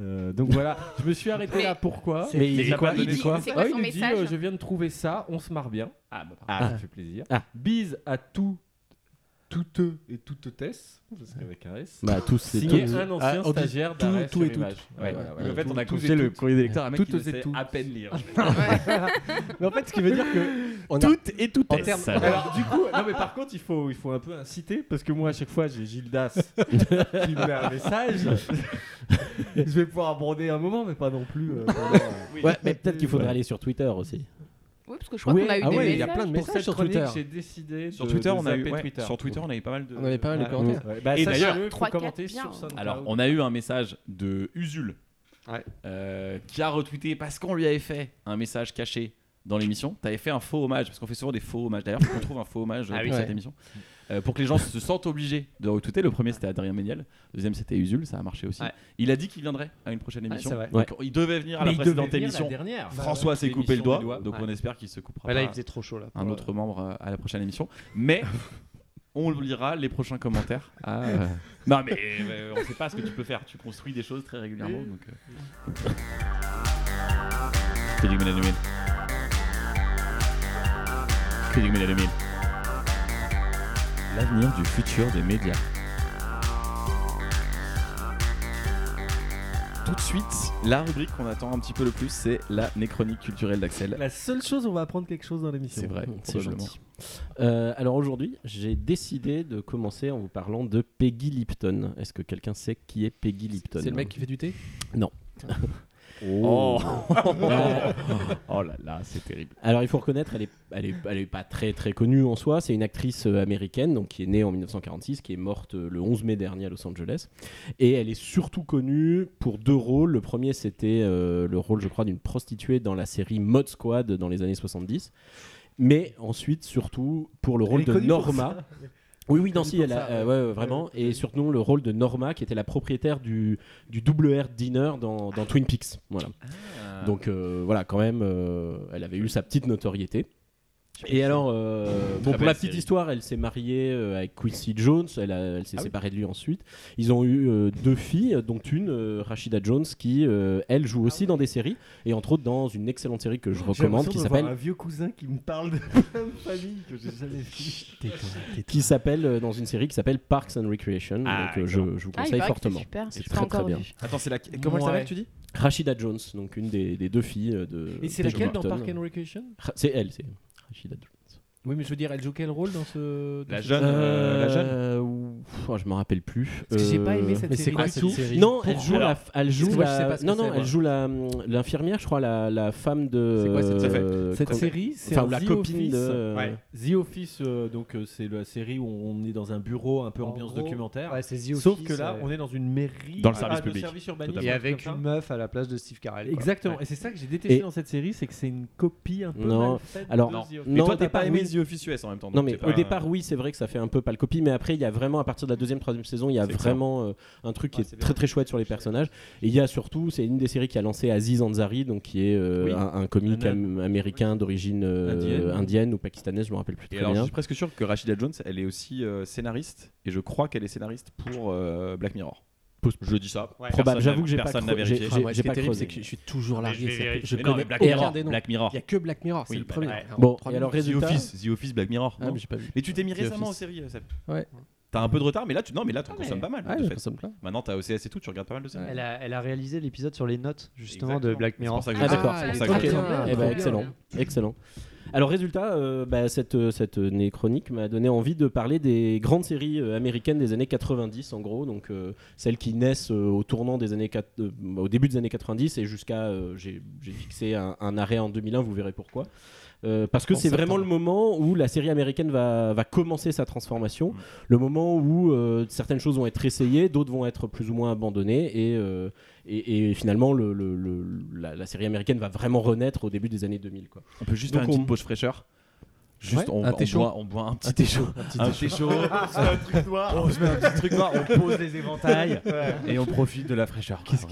S4: Euh, donc voilà, je me suis arrêté là. Pourquoi
S9: Mais il dit quoi Il dit quoi
S4: Ah,
S9: C'est
S4: Il
S9: quoi son
S4: nous dit
S9: message
S4: euh, Je viens de trouver ça, on se marre bien. Ah, bah,
S9: Ah.
S4: ça fait plaisir.
S9: Ah.
S4: Bise à tout, toutes et toutes tesses. Parce qu'avec un S.
S9: Bah, tous, c'est
S4: Signé
S9: tous.
S4: un ancien
S9: Ah, on dit
S4: stagiaire
S9: tout,
S4: d'arrêt
S9: tout
S4: sur
S9: et toutes.
S4: image.
S9: Ouais.
S2: Mais en fait,
S4: Tout-
S2: on a
S4: tous et
S2: confié le
S4: toutes.
S2: courrier des lecteurs à un mec qui
S4: Toutes
S2: ne
S4: et
S2: sait
S4: tous.
S2: à peine lire.
S4: mais en fait, ce qui veut dire que.
S2: on a- Toutes et toutes
S4: En
S2: est
S4: termes-
S2: sale.
S4: Alors, du coup, non, mais par contre, il faut, il faut un peu inciter parce que moi, à chaque fois, j'ai Gildas qui me met un message. Je vais pouvoir aborder un moment, mais pas non plus. euh, pendant, euh,
S8: Ouais, mais peut-être qu'il faudrait
S4: Ouais.
S8: aller sur Twitter aussi.
S7: Oui, parce que je crois qu'on a eu
S8: ah
S7: des
S8: ouais,
S7: messages.
S8: il y a plein de
S4: Pour
S8: messages
S4: cette
S8: sur
S4: chronique,
S8: Twitter.
S4: J'ai décidé.
S2: Sur
S4: de-
S2: Twitter,
S4: de
S2: on a eu-
S4: zapper
S2: ouais,
S4: Twitter.
S2: sur Twitter, on avait pas mal de-
S8: On avait pas mal de
S4: Ouais.
S8: commentaires.
S4: Ouais. Bah,
S2: Et
S4: sachez-le,
S2: d'ailleurs-
S4: faut
S2: Trois, quatre,
S4: commenter
S2: bien.
S4: sur SoundCloud.
S2: Alors, on a eu un message de Usul euh, qui a retweeté parce qu'on lui avait fait un message caché dans l'émission. T'avais fait un faux hommage parce qu'on fait souvent des faux hommages. D'ailleurs, on trouve un faux hommage
S8: Ah
S2: pour
S8: oui.
S2: cette
S8: Ouais.
S2: émission Euh, pour que les gens se sentent obligés de retweeter. Le premier c'était Adrien Méniel, le deuxième c'était Usul, ça a marché aussi. Il a dit qu'il viendrait à une prochaine émission.
S8: c'est vrai.
S2: Donc,
S8: Ouais.
S2: Il devait venir à
S8: Mais
S2: la
S8: il devait
S2: précédente
S8: venir la
S2: émission.
S8: dernière.
S2: François
S8: Bah,
S2: s'est
S8: ouais.
S2: coupé le
S8: L'émission
S2: doigt,
S8: du doigt.
S2: donc
S8: Ouais.
S2: on espère qu'il se coupera.
S5: Ouais, là,
S2: pas
S5: il faisait trop chaud, là, pour,
S2: Un
S5: euh,
S2: autre membre euh, à la prochaine émission, mais on lira les prochains commentaires.
S4: Ah.
S2: à, euh, Non mais euh, on sait pas ce que tu peux faire. Tu construis des choses très régulièrement. Donc, euh. Que du bien à 2000. Que du bien à 2000. L'avenir du futur des médias. Tout de suite, la rubrique qu'on attend un petit peu le plus, c'est la néchronique culturelle d'Axel.
S4: La seule chose, on va apprendre quelque chose dans l'émission.
S2: C'est
S6: Mmh,
S2: vrai,
S8: C'est
S2: probablement.
S8: gentil. Euh, alors aujourd'hui, j'ai décidé de commencer en vous parlant de Peggy Lipton. Est-ce que quelqu'un sait qui est Peggy Lipton
S9: C'est le mec qui fait du thé
S8: Non.
S2: Oh.
S8: Euh,
S2: Oh là là, c'est terrible.
S8: Alors il faut reconnaître, elle est, elle est- elle est pas très très connue en soi. C'est une actrice euh, américaine, donc qui est née en 1946, qui est morte euh, le 11 mai dernier à Los Angeles. Et elle est surtout connue pour deux rôles. Le premier, c'était euh, le rôle, je crois, d'une prostituée dans la série Mod Squad dans les années 70. Mais ensuite, surtout, pour le rôle
S6: est
S8: de
S6: connue pour
S8: Norma.
S6: ça.
S8: Oui, oui, non,
S6: connue
S8: si,
S6: pour
S8: elle a-
S6: ça,
S8: euh,
S6: ouais.
S8: ouais, ouais, vraiment. Et surtout, le rôle de Norma, qui était la propriétaire du, du double R Dinner dans,
S6: Ah.
S8: dans Twin Peaks. Voilà. Donc, euh, voilà, quand même, euh, elle avait eu sa petite notoriété. Et alors, euh, bon,
S6: Très
S8: pour la
S6: belle
S8: petite
S6: série.
S8: histoire, elle s'est mariée euh, avec Quincy Jones, elle, a- elle s'est
S6: Ah oui.
S8: séparée de lui ensuite. Ils ont eu euh, deux filles, dont une, euh, Rashida Jones, qui, euh, elle,
S6: Ah
S8: joue aussi dans des séries, et entre autres dans une excellente série que je recommande, qui s'appelle
S4: Un vieux cousin qui me parle de plein de familles que j'ai jamais vu.
S8: qui s'appelle euh, dans une série qui s'appelle Parks and Recreation.
S2: Ah,
S8: donc euh, je, je vous
S2: Ah, il
S8: conseille
S2: paraît que c'est
S8: fortement.
S2: super,
S8: C'est
S2: j'ai
S8: très
S2: pas
S8: très
S2: encore
S8: bien.
S2: vu. Attends, c'est la- comment elle s'appelle, tu dis
S8: Rashida Jones, donc une des, des deux filles euh, de.
S6: Et c'est
S8: de
S6: laquelle
S8: Tim
S6: dans
S8: Burton.
S6: Parks and Recreation
S8: Ra- C'est elle, c'est Rashida Jones.
S6: Oui, mais je veux dire, elle joue quel rôle dans ce. dans ce-
S8: Euh, ou- pff, oh, je m'en rappelle plus. Euh,
S6: Parce que j'ai pas aimé cette
S8: mais
S6: série Ah,
S8: c'est quoi
S6: du
S8: cette
S6: tout.
S8: série Non, elle
S6: Pourquoi
S8: joue la,
S6: Alors,
S8: elle
S6: parce
S8: joue
S6: que moi, je
S8: la-
S6: sais pas ce que
S8: non non,
S6: c'est,
S8: elle
S6: moi.
S8: joue la l'infirmière, je crois la, la femme de.
S6: C'est quoi cette série
S8: euh,
S6: Cette
S8: com-
S6: série, c'est
S8: enfin
S6: un
S8: la
S6: The
S8: copine
S6: Office.
S8: de.
S4: Ouais. The Office, euh, donc euh, c'est la série où on est dans un bureau un peu ambiance
S5: gros,
S4: documentaire.
S5: ouais, c'est The
S4: Sauf
S5: Office,
S4: que là,
S5: euh,
S4: on est dans une mairie
S5: Dans le
S4: ah,
S5: service
S4: de
S5: public,
S4: service urbanisme,
S5: Et avec
S4: comme
S5: une
S4: ça.
S5: meuf à la place de Steve Carell. quoi.
S4: Exactement.
S5: Ouais.
S4: Et c'est ça que j'ai détesté dans cette série, c'est que c'est une copie un peu mal faite de
S8: non,
S4: The Office.
S8: non, au départ, oui. Non, mais au départ, oui, c'est vrai que ça fait un peu pas le copie, mais après, il y a vraiment, à partir de la deuxième, troisième saison, il y a vraiment euh, un truc qui est très très chouette sur les personnages. Et il y a surtout, c'est une des séries qui a lancé Aziz Ansari, donc qui est euh,
S2: Oui.
S8: un, un comique
S2: Un
S8: am- américain d'origine euh,
S2: Indienne.
S8: indienne. ou pakistanaise, je me rappelle plus
S2: Et
S8: très
S2: alors, je
S8: bien.
S2: suis presque sûr que Rashida Jones, elle est aussi euh, scénariste, et je crois qu'elle est scénariste pour euh, Black Mirror. Je dis ça.
S8: Ouais.
S2: Personne
S8: Probable.
S2: n'a-
S8: J'avoue que j'ai pas
S2: personne
S8: creu-
S2: n'a
S8: j'ai-
S2: vérifié.
S8: j'ai- Ah, moi, ce j'ai qui est pas
S6: terrible,
S8: creusé.
S6: c'est que je suis toujours
S2: Mais
S6: largué.
S2: je vais
S6: c'est-
S2: vérifier.
S6: Je
S2: Mais non,
S6: connais
S2: mais Black
S6: aucun
S2: Mirror,
S6: des noms.
S2: Black Mirror.
S6: Il y a que Black Mirror, c'est
S2: Oui,
S6: le
S2: bah,
S6: premier. Ah,
S2: ouais.
S6: Alors,
S8: Bon,
S6: trois
S2: et
S6: minutes.
S2: alors, résultat. The Office, The Office, Black Mirror.
S6: Ah,
S2: non
S6: mais j'ai pas vu.
S2: Mais tu t'es mis
S6: The
S2: récemment
S6: Office.
S2: aux séries, euh, Seb.
S6: Ouais.
S2: T'as un peu de retard, mais là, tu, non, mais là, t'en consommes pas mal.
S6: Ouais,
S2: de
S6: je
S2: fait.
S6: consomme plein.
S2: Maintenant, t'as OCS et tout, tu regardes pas mal de séries.
S5: Elle a, elle a réalisé l'épisode sur les notes justement de Black Mirror.
S2: C'est pour ça que je
S8: Ah, d'accord.
S2: sais.
S8: Ok. Eh ben, excellent, excellent. Alors résultat, euh, bah, cette euh, cette année chronique m'a donné envie de parler des grandes séries euh, américaines des années 90 en gros, donc euh, celles qui naissent euh, au tournant des années quat- euh, au début des années 90 et jusqu'à euh, j'ai j'ai fixé un, un arrêt en 2001, vous verrez pourquoi. Euh, parce que
S6: En
S8: c'est vraiment
S6: septembre.
S8: le moment où la série américaine va, va commencer sa transformation, le moment où euh, certaines choses vont être essayées, d'autres vont être plus ou moins abandonnées, et, euh, et, et finalement le- le- le- la, la série américaine va vraiment renaître au début des années 2000. Quoi.
S2: On peut juste faire une petite pause fraîcheur. Juste, on,
S8: un
S2: on
S8: thé chaud.
S2: boit, on boit un petit thé chaud. Un thé chaud.
S4: Un truc noir.
S2: On se met un petit truc noir, on pose les éventails
S8: Ouais.
S2: et on profite de la fraîcheur. Ah, Qu'est-ce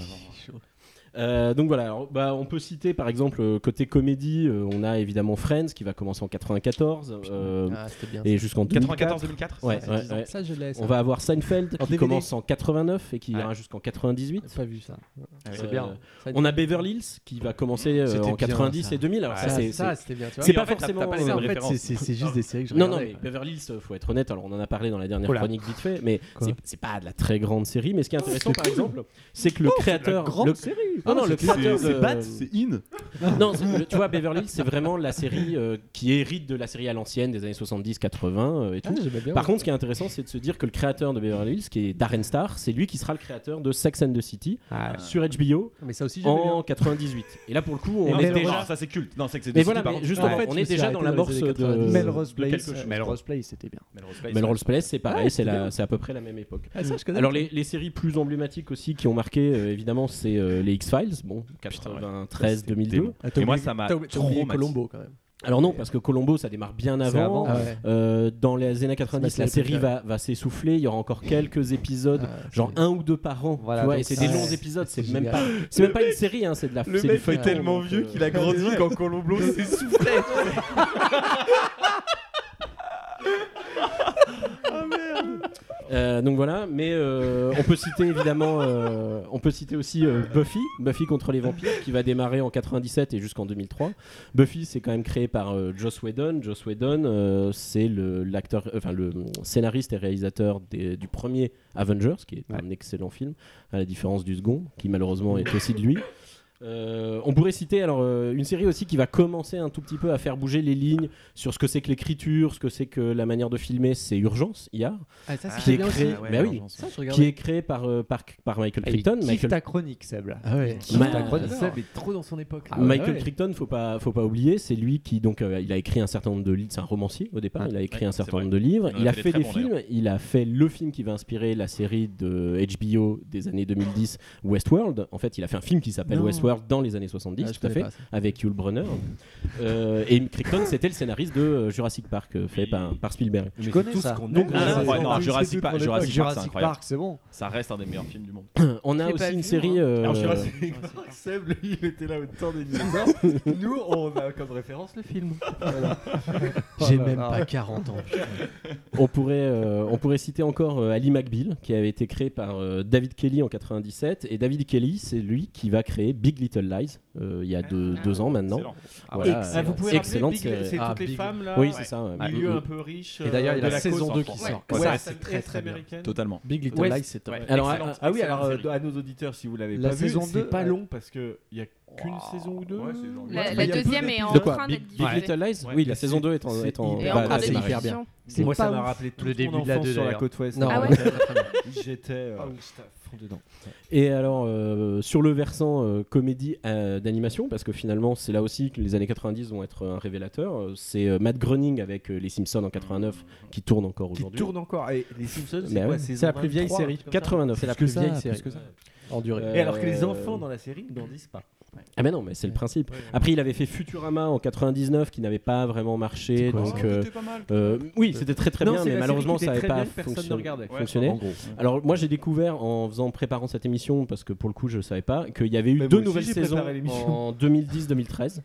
S8: Euh, donc voilà, alors, bah, on peut citer par exemple euh, côté comédie, euh, on a évidemment Friends qui va commencer en 94 euh,
S6: Ah, c'était bien,
S8: et
S6: ça.
S8: jusqu'en
S6: 94,
S8: 2004.
S6: 2004,
S8: Ouais,
S6: ça,
S8: ouais,
S6: c'est dix ans.
S8: ouais.
S6: Ça, je l'ai, ça.
S8: On va avoir Seinfeld
S6: En
S8: qui
S6: DVD.
S8: commence en 89 et qui ira jusqu'en 98.
S6: Pas vu ça.
S8: Euh,
S6: C'est bien.
S8: On a Beverly Hills qui va commencer euh,
S6: C'était
S8: en
S6: bien,
S8: 90
S6: ça.
S8: et 2000. Alors
S6: Ouais,
S8: ça,
S6: ça,
S8: c'est-
S6: ça,
S8: c'est-
S6: c'était bien, tu vois.
S8: C'est
S6: Mais en
S8: pas
S6: fait, t'as
S8: forcément.
S6: pas les mêmes En fait, références. c'est- c'est juste des séries que je
S8: Non, non, mais
S6: regardais.
S8: Beverly Hills, euh, faut être honnête. Alors on en a parlé dans la dernière
S6: Oula.
S8: chronique vite fait, mais
S6: Quoi
S8: c'est- c'est pas de la très grande série. Mais ce qui est intéressant,
S6: c'est
S8: par
S6: cool.
S8: exemple, c'est que le
S6: Oh, c'est de la
S8: créateur,
S6: grande
S8: le-
S6: série.
S8: Ah non,
S6: Oh,
S8: le
S6: c'est-
S8: créateur
S6: c'est- c'est
S8: de-
S6: bad, c'est in.
S8: Non, c'est- le- tu vois, Beverly Hills, c'est vraiment la série euh, qui hérite de la série à l'ancienne des années 70-80 et tout.
S6: Ah, j'aimais bien,
S8: Par
S6: ouais.
S8: contre, ce qui est intéressant, c'est de se dire que le créateur de Beverly Hills, qui est Darren Star, c'est lui qui sera le créateur de Sex and the City sur HBO
S6: Ah. Mais ça aussi, j'aimais
S8: en
S6: bien.
S8: 98. Et là, pour le coup,
S2: Et
S8: on est
S2: Melrose-
S8: déjà.
S2: Non, ça, c'est culte. Non, Sex and the
S8: Mais
S2: City,
S8: voilà,
S2: par
S8: mais
S2: contre,
S8: justement,
S2: en fait,
S8: on
S2: je
S8: est
S2: me suis
S8: déjà
S2: arrêté
S8: dans
S2: dans
S8: l'amorce
S2: les
S8: de,
S2: années 90.
S5: Melrose
S8: de quelque
S5: Place,
S8: chose.
S5: Melrose Place, c'était bien.
S2: Melrose
S8: Melrose Place, c'est pareil,
S5: Ouais,
S8: c'est la-
S5: c'était bien.
S8: c'est à peu près la même époque.
S6: Ah, ça, je connais.
S8: Alors les, les séries plus emblématiques aussi qui ont marqué, euh, évidemment, c'est euh, les X-Files, bon, 93, 2002.
S6: Ah, t'as Et moi, oublié- ça m'a t'as oublié- t'as oublié traumatisé. Columbo, quand même.
S8: Alors non, parce que Colombo, ça démarre bien
S6: C'est
S8: avant.
S6: avant, ouais.
S8: Euh, dans les années 90,
S6: C'est ma
S8: la
S6: série
S8: série va, va s'essouffler. Il y aura encore quelques épisodes, genre un ou deux par an.
S6: Ah, Voilà,
S8: tu vois,
S6: donc
S8: et c'est des
S6: c'est-
S8: longs
S6: c'est
S8: épisodes. C'est
S6: génial.
S8: même pas, c'est même pas une série, hein, c'est de la.
S6: Le
S8: c'est
S6: mec
S8: du
S6: est
S8: feuilleton,
S6: tellement
S8: donc,
S6: vieux
S8: euh,
S6: qu'il a grandi quand
S2: Colombo
S4: s'essoufflait.
S3: Ah merde
S8: Euh, donc voilà, mais euh, on peut citer évidemment, euh, on peut citer aussi euh, Buffy, Buffy contre les vampires, qui va démarrer en 97 et jusqu'en 2003. Buffy, c'est quand même créé par euh, Joss Whedon. Joss Whedon, euh, c'est le l'acteur, euh, enfin le scénariste et réalisateur des- du premier Avengers, qui est un excellent film, à la différence du second, qui malheureusement est aussi de lui. Euh, on pourrait citer alors euh, une série aussi qui va commencer un tout petit peu à faire bouger les lignes sur ce que c'est que l'écriture, ce que c'est que la manière de filmer, c'est Urgence, IAR,
S6: Ah, ça, c'est
S8: qui est
S6: bien aussi.
S8: créé,
S6: Ah ouais,
S8: bah oui,
S6: Urgence, ouais. Ça, je
S8: qui
S6: regardais.
S8: est créé par euh, par, par Michael
S5: Ah, il
S8: Crichton.
S5: kiffe
S8: Michael...
S5: ta chronique, Seb, là.
S6: Ah ouais.
S5: Il kiffe ta chronique.
S6: Seb est trop dans son époque. là.
S8: Ah, Michael
S6: Ouais.
S8: Crichton, faut pas, faut pas oublier, c'est lui qui donc euh, il a écrit un certain nombre de livres. C'est un romancier au départ.
S6: Ouais.
S8: Il a écrit
S6: Ouais,
S8: un
S6: c'est
S8: certain
S6: vrai.
S8: nombre de livres.
S6: Il en a
S8: Il a
S6: fait
S8: fait,
S6: des très
S8: des
S6: bons,
S8: films. Il a fait le film qui va inspirer la série de HBO des années 2010, Westworld. En fait, il a fait un film qui s'appelle
S6: Non.
S8: Work dans les années 70,
S6: Ah, je
S8: tout à
S6: connais
S8: fait,
S6: pas ça.
S8: avec Yul Brunner. Euh, et Crichton, c'était le scénariste de euh, Jurassic Park, euh, fait par, par Spielberg.
S2: Je connais tout ça. ce qu'on aime. Ah,
S8: euh,
S2: non, ouais, non, Jurassic Park- Jurassic Park, c'est incroyable. Ça reste un des meilleurs films du monde.
S8: On a
S2: Je l'ai pas
S8: aussi une
S2: vu,
S8: série.
S2: moi.
S8: euh,
S2: Alors,
S4: Jurassic Park, Seb, lui, il était là au temps des dinosaures. Nous, on a comme référence le film. Voilà.
S6: J'ai
S4: Voilà.
S6: même pas 40 ans. putain.
S8: on pourrait, euh, on pourrait citer encore euh, Ali McBeal, qui avait été créé par euh, David Kelly en 97. Et David Kelly, c'est lui qui va créer Big Little Lies euh, il y a deux, deux ans maintenant.
S3: excellent. Ah,
S8: Voilà,
S3: excellent.
S8: euh,
S3: Vous pouvez rappeler
S8: excellente
S3: Big-
S8: série.
S3: c'est toutes les femmes, là,
S8: Ah, Oui, c'est ça.
S3: ouais.
S8: ouais.
S3: Milieu
S8: Mm,
S3: un
S8: mm.
S3: peu riche,
S8: Et d'ailleurs, il
S3: euh,
S8: y
S3: de
S8: a
S3: la
S8: la
S3: cause
S8: saison
S3: en
S8: 2
S3: France.
S8: qui
S3: Ouais.
S8: sort.
S3: Ouais,
S8: Ça,
S3: ouais,
S8: c'est
S3: c'est
S8: très, très
S3: américaine.
S8: bien. Totalement. Big Little
S4: West.
S8: Lies, c'est top.
S4: Ouais.
S8: Alors,
S4: Excellente,
S8: ah oui,
S4: excellente
S8: alors,
S4: série.
S8: euh,
S4: à nos auditeurs, si vous l'avez
S8: La
S4: pas vu,
S8: saison euh,
S4: c'est
S8: 2,
S4: pas
S8: ouais.
S4: long parce que il y a qu'une saison ou deux.
S7: La- la deuxième est en
S8: De quoi
S7: train
S8: Big,
S7: d'être
S8: Big
S7: diffusée.
S8: Little Lies
S4: Ouais.
S8: Oui, la saison 2 est en.
S4: C'est
S8: est en-
S4: hyper
S8: bah,
S4: bien.
S8: bah,
S4: C'est
S8: c'est
S4: hyper
S8: hyper
S4: bien.
S8: bien.
S4: C'est Moi, ça pas m'a ouf. rappelé toute mon enfance sur la côte ouest.
S8: Non.
S4: Ah ouais. J'étais, euh,
S8: Ah oui.
S4: à fond dedans.
S8: Et alors, euh, sur le versant euh, comédie euh, d'animation, parce que finalement, c'est là aussi que les années 90 vont être un révélateur, euh, c'est euh, Matt Groening avec euh, Les Simpsons en 89 qui tourne encore
S4: Qui
S8: aujourd'hui.
S4: tourne encore. Et les Simpsons,
S8: Mais
S4: c'est quoi
S8: Bah ouais.
S4: saison
S8: C'est la plus vieille
S4: 23,
S8: série.
S4: comme ça
S8: 89, c'est la plus
S4: ça,
S8: vieille
S4: plus
S8: série.
S4: que ça.
S8: En durée.
S4: Et alors que les
S8: Euh,
S4: enfants dans la série ne grandissent pas.
S8: Ah mais non, mais c'est le principe. Après, il avait fait Futurama en 99, qui n'avait pas vraiment marché.
S4: quoi,
S8: donc,
S4: ça
S8: euh,
S4: C'était pas mal.
S8: euh, oui, c'était très très
S4: Non,
S8: bien,
S4: c'est
S8: mais
S4: la
S8: malheureusement,
S4: série qui
S8: ça n'avait pas
S4: était très bien, personne ne
S8: fonction-
S4: regardait. Ouais,
S8: fonctionné.
S4: en gros.
S8: Alors, moi, j'ai découvert en faisant préparant cette émission, parce que pour le coup, je ne savais pas qu'il y avait eu deux
S4: moi aussi,
S8: nouvelles
S4: j'ai
S8: saisons
S4: préparé l'émission.
S8: en 2010-2013,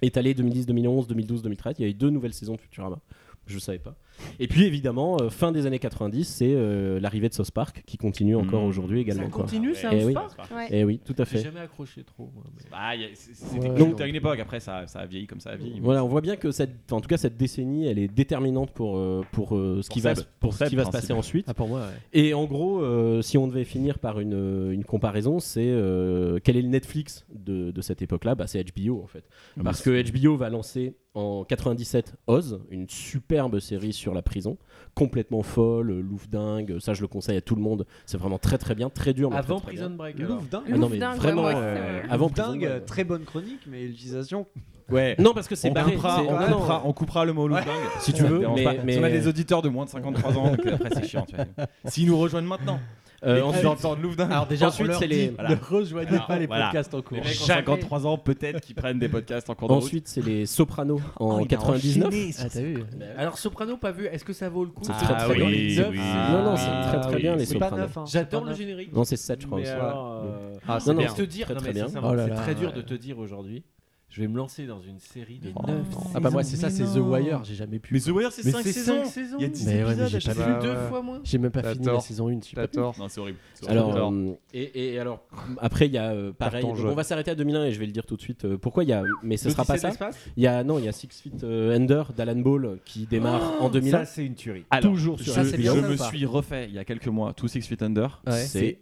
S8: étalées 2010, 2011, 2012, 2013. Il y avait deux nouvelles saisons de Futurama. Je ne savais pas. Et puis évidemment, euh, fin des années 90, c'est euh, l'arrivée de South Park qui continue
S4: Mmh.
S8: encore aujourd'hui également. quoi.
S2: continue, ça,
S8: Eh
S2: South
S8: oui.
S2: Park Ouais.
S8: Eh oui, tout à fait.
S6: J'ai jamais accroché trop. moi, mais-
S2: Bah, y a- c'est- c'était
S8: Ouais.
S2: cool
S8: Donc-
S2: à une époque, après ça, ça a vieilli comme ça a vieilli. mais
S8: Voilà, on voit bien que cette, en tout cas cette décennie, elle est déterminante pour euh, pour euh, ce
S2: Pour
S8: qui va
S2: Seb.
S8: se- pour
S2: Pour
S8: ce qui
S2: Seb,
S8: va se
S2: principe.
S8: passer ensuite.
S6: Ah, pour moi, ouais.
S8: Et en gros, euh, si on devait finir par une, euh, une comparaison, c'est euh, quel est le Netflix de, de cette époque-là Bah, c'est HBO en fait,
S2: Ah,
S8: parce que
S2: mais
S8: HBO va lancer en 97 Oz, une superbe série sur la prison, complètement folle, euh, louf dingue. Ça, je le conseille à tout le monde. C'est vraiment très très bien, très dur. mais
S4: Avant
S8: très, très
S4: Prison
S8: bien.
S4: Break, alors. Louf dingue.
S8: Ah, non mais
S4: Louf dingue,
S8: vraiment.
S4: ouais, ouais,
S8: euh,
S4: c'est vrai.
S8: avant
S5: Avant
S8: Prison
S5: dingue,
S8: Break, ouais.
S5: très bonne chronique, mais l'utilisation.
S8: Ouais. Non, parce que c'est
S2: on
S8: barré,
S2: coupera,
S8: c'est-
S2: on,
S8: non, non.
S2: coupera, on coupera le mot loup
S8: Ouais.
S2: dingue
S8: Si tu veux,
S2: Ça me dérange
S8: mais-
S2: pas.
S8: mais-
S2: on a des auditeurs de moins de 53 ans, donc après c'est chiant. tu vois. S'ils nous rejoignent maintenant,
S8: Euh,
S2: et
S8: ensuite-
S2: qu'ils entendent loup dingue.
S8: Alors déjà, on leur dit, ne rejoignez
S2: Alors,
S8: pas les podcasts en cours.
S2: Les mecs ont
S8: Jamais.
S2: 53 ans, peut-être qu'ils prennent des podcasts en cours de route.
S8: Ensuite, c'est les Sopranos
S4: Ah,
S8: en
S2: Oh, il a
S8: 99.
S2: enchaîné sur Ah, t'as
S6: vu Alors Soprano pas vu, est-ce que ça vaut le coup
S8: C'est très, très bien.
S6: Ah,
S8: non, non, c'est très très bien les
S6: Sopranos.
S8: Sopranos.
S6: J'adore le générique.
S8: Non, c'est 7, je crois.
S6: Mais
S8: aussi.
S6: alors,
S8: Ouais.
S6: euh,
S8: Ah, c'est
S6: non, mais
S8: bien.
S6: je te dire,
S8: très,
S6: non,
S8: très
S6: mais
S8: bien.
S6: sincèrement,
S8: Oh là
S6: c'est
S8: là.
S6: très dur de te dire aujourd'hui. Je vais me lancer dans une série de 9
S8: Ah, bah, moi, c'est ça, c'est The Wire, j'ai jamais pu.
S6: Mais The Wire,
S8: c'est
S6: Mais
S8: cinq
S6: c'est
S8: saisons.
S6: cinq
S8: Il y a dix
S6: Mais ouais,
S8: épisodes
S6: mais
S8: à
S6: j'ai
S8: chaque
S6: pas
S8: fois.
S6: vu
S8: Ouais, ouais. J'ai même pas
S9: Bah,
S8: T'as fini la tort. saison une, j'ai T'as pas tort. pu.
S2: Non, c'est horrible. C'est horrible.
S8: Alors, euh, et, et alors, après, il y a euh, pareil.
S2: Carton
S8: donc
S2: jaune.
S8: on va s'arrêter à 2001 et je vais le dire tout de suite. euh, pourquoi il y a. Mais ce sera pas
S4: L'Odyssée
S8: ça.
S4: de l'espace
S8: Il y a non, il y a Six Feet euh, Under d'Alan Ball qui démarre
S4: Oh,
S8: en 2001.
S4: ça, c'est une tuerie.
S2: Alors,
S8: toujours sur
S2: je,
S8: HBO.
S2: je me suis refait il y a quelques mois tout Six Feet Under.
S8: Ouais.
S2: C'est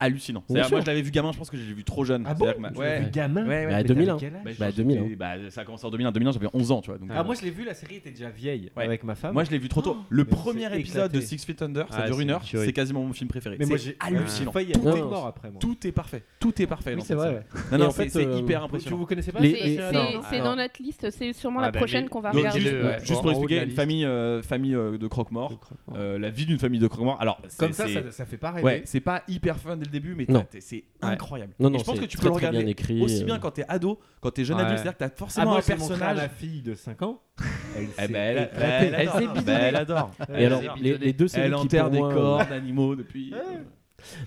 S2: hallucinant.
S8: Bien
S2: C'est-à-dire,
S8: sûr.
S2: moi, je l'avais vu gamin, je pense que je l'ai vu trop jeune.
S4: Ah bon
S2: C'est-à-dire que ma-
S4: Tu l'as vu gamin
S2: Ouais, ouais.
S8: Bah,
S2: Mais
S8: 2001.
S2: t'avais quel âge
S8: Bah,
S2: J'étais-
S8: 2001.
S2: bah, ça a commencé en 2001. 2001, j'avais 11 ans, tu vois. donc,
S4: Ah,
S2: euh,
S4: moi je l'ai vu, la série était déjà vieille avec ma femme.
S2: Moi, je l'ai vu trop tôt.
S4: Oh,
S2: Le
S4: mais c'est
S2: premier épisode
S4: éclaté.
S2: de Six Feet Under, ça
S4: Ah,
S2: dure une
S4: c'est
S2: heure.
S4: tuerie.
S2: C'est quasiment mon film préféré.
S4: Mais moi,
S2: C'est
S4: j'ai-
S2: hallucinant.
S4: j'ai failli
S2: Tout
S4: être
S2: est-
S4: mort après, moi.
S2: Tout est parfait. Tout est parfait.
S4: Oui,
S2: dans
S4: c'est
S2: cette
S4: vrai,
S2: série.
S4: ouais.
S2: Non,
S4: Et
S2: non,
S4: en
S2: c'est
S4: fait,
S2: c'est
S4: euh,
S2: hyper
S4: vous-
S2: impressionnant.
S4: vous connaissez pas hein
S7: C'est- c'est- C'est dans notre liste, c'est sûrement la prochaine qu'on va
S2: Ah, bah, Donc, euh,
S7: regarder.
S2: Juste,
S4: Ouais.
S2: juste
S4: En haut
S2: pour
S4: de
S2: expliquer,
S4: la
S2: une
S4: liste.
S2: famille, euh, famille euh, de croque-morts, euh, la vie d'une famille de croque-morts. Alors, c'est-
S4: Comme ça,
S2: c'est-
S4: ça- ça fait pas rêver.
S2: Ouais, c'est pas hyper fun dès le début, mais t'as-
S8: Non.
S2: t'es- c'est
S8: Ouais.
S2: incroyable.
S8: Non, non,
S2: Et je pense
S8: c'est
S2: que tu
S8: très,
S2: peux le
S8: très bien
S2: regarder
S8: écrit,
S2: aussi
S8: euh.
S2: bien quand t'es ado, quand t'es jeune
S4: Ouais.
S2: adulte, c'est-à-dire que t'as
S4: Ah,
S2: forcément
S4: moi,
S2: un
S4: je l'ai montré
S2: personnage.
S4: à ma fille de 5 ans. Elle
S2: Eh
S4: s'est
S2: ben, elle,
S4: éclatée.
S2: elle
S4: Elle
S2: adore.
S4: s'est
S2: Ben, elle
S4: bidonnée.
S2: adore.
S4: Et
S2: Elle
S8: alors,
S2: adore.
S8: les- les deux séries
S2: Elle
S8: qui,
S2: enterre
S8: pour
S2: des
S8: moi,
S2: corps
S8: euh,
S2: d'animaux depuis. euh,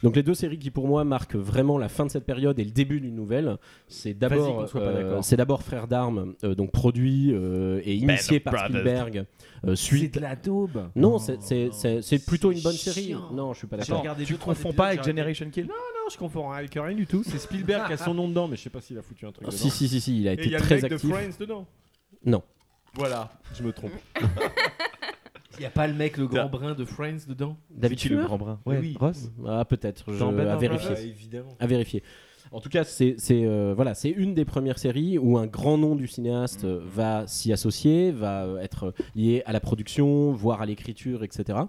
S8: Donc les deux séries qui pour moi marquent vraiment la fin de cette période et le début d'une nouvelle, c'est
S4: Vas-y, qu'on
S8: d'abord
S4: soit pas
S8: euh,
S4: d'accord.
S8: c'est d'abord Frères d'armes, euh, donc produit euh, et initié
S4: Band of
S8: par
S4: Brothers.
S8: Spielberg. euh, suite.
S4: C'est de la daube. Oh,
S8: Non, c'est- c'est- c'est c'est plutôt une bonne série.
S4: chiant.
S8: Non, je suis pas
S4: J'ai
S8: d'accord.
S4: regardé
S8: Tu
S4: deux, trois
S8: confonds
S4: épisodes,
S8: pas avec
S4: j'ai arrêté.
S8: Generation Kill.
S4: Non, non, je confonds rien avec rien du tout. C'est Spielberg qui a son nom dedans, mais je sais pas s'il a foutu un truc.
S8: Ah,
S4: dedans.
S8: si, si, si, si, il a
S4: Et
S8: été
S4: il y a
S8: très
S4: le mec
S8: actif.
S4: de Friends dedans.
S8: Non.
S4: Voilà, je me trompe.
S6: Il y a pas le mec le grand brun de Friends dedans
S8: David
S6: Schwimmer
S8: le grand brun Ouais,
S6: Oui.
S8: Ross Eh Ah, peut-être. Je...
S6: Dans Band
S8: À
S6: of
S8: vérifier.
S6: Brothers, évidemment.
S8: À vérifier. En tout cas, c'est c'est, euh, voilà, c'est une des premières séries où un grand nom du cinéaste euh, va s'y associer, va euh, être lié à la production, voire à l'écriture, etc.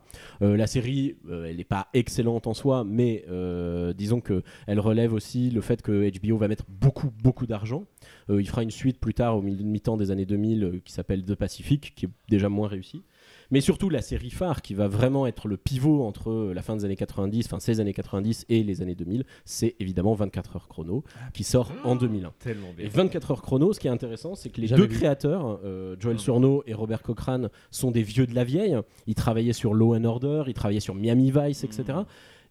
S8: Euh, la série, euh, elle n'est pas excellente en soi, mais euh, disons que elle relève aussi le fait que HBO va mettre beaucoup, beaucoup d'argent. Euh, il fera une suite plus tard, au milieu de mi-temps des années 2000, euh, qui s'appelle The Pacific, qui est déjà moins réussie. mais surtout la série phare qui va vraiment être le pivot entre euh, la fin des années 90, enfin ces années 90 et les années 2000, c'est évidemment 24 heures chrono qui sort en 2001.
S19: Ah, tellement bien.
S8: Et 24 heures chrono, ce qui est intéressant, c'est que les
S19: Jamais
S8: deux
S19: vu.
S8: créateurs, euh, Joel Surnaud et Robert Cochrane, sont des vieux de la vieille. Ils travaillaient sur Law and Order, ils travaillaient sur Miami Vice, etc.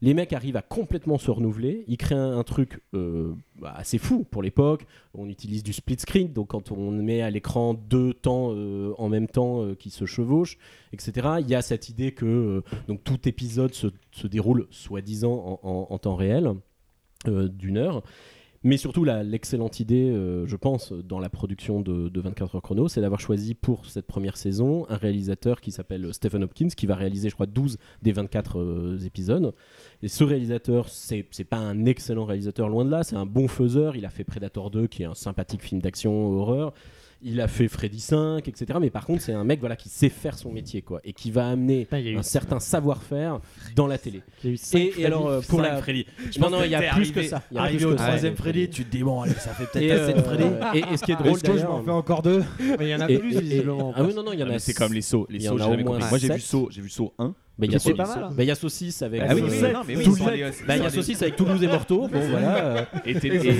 S8: Les mecs arrivent à complètement se renouveler. Ils créent un, un truc euh, bah, assez fou pour l'époque. On utilise du split screen, donc quand on met à l'écran deux temps euh, en même temps euh, qui se chevauchent, etc. Il y a cette idée que euh, donc tout épisode se, se déroule soi-disant en, en- en temps réel euh, d'une heure. Mais surtout, la- l'excellente idée, euh, je pense, dans la production de, de 24 heures chrono, c'est d'avoir choisi pour cette première saison un réalisateur qui s'appelle Stephen Hopkins, qui va réaliser, je crois, 12 des 24 euh, épisodes. Et ce réalisateur, c'est c'est pas un excellent réalisateur, loin de là, c'est un bon faiseur. Il a fait Predator 2, qui est un sympathique film d'action, horreur. Il a fait Freddy 5, etc. Mais par contre, c'est un mec voilà, qui sait faire son métier, quoi, et qui va amener un certain savoir-faire dans la télé.
S2: cinq
S8: et, et alors, euh,
S2: Freddy.
S8: pour
S2: Cinq
S8: la.
S2: Freddy. Je
S8: non,
S2: pense
S8: non,
S2: que
S8: il y a
S2: t'es
S8: plus que
S2: arrivé-
S8: ça. Il y a
S2: arrivé
S8: plus
S2: au
S8: que ça.
S2: troisième
S8: Ouais.
S2: Freddy, tu te dis, bon, allez, ça fait peut-être
S8: Et,
S2: assez de
S8: euh,
S2: Freddy.
S8: Et, et ce qui est drôle,
S2: Est-ce que je
S8: d'ailleurs-
S2: m'en fais encore deux Mais il y en a
S8: Et-
S2: plus,
S8: et- et-
S2: visiblement,
S8: Ah oui, non, non, il y en
S2: Ah, mais
S8: a.
S2: c'est comme les sauts. Les
S8: il y
S2: sauts,
S8: en a
S2: j'ai
S8: au
S2: jamais
S8: moins
S2: compris. Moi, j'ai vu
S8: sept.
S2: saut, j'ai vu saut 1.
S8: Mais il y
S2: J'ai
S8: a
S2: vu saut
S8: saucisse.
S2: deux.
S8: Bah, il y a saucisse avec.
S2: Ah oui,
S8: euh,
S2: oui, non, mais oui,
S8: Toulouse.
S2: ils sont allés, ouais, c'est-
S8: Bah, il y
S2: ils
S8: a
S2: sont
S8: saucisse
S2: allés.
S8: avec Toulouse et Morteau. Bon, voilà. euh.
S2: Et t'es- et-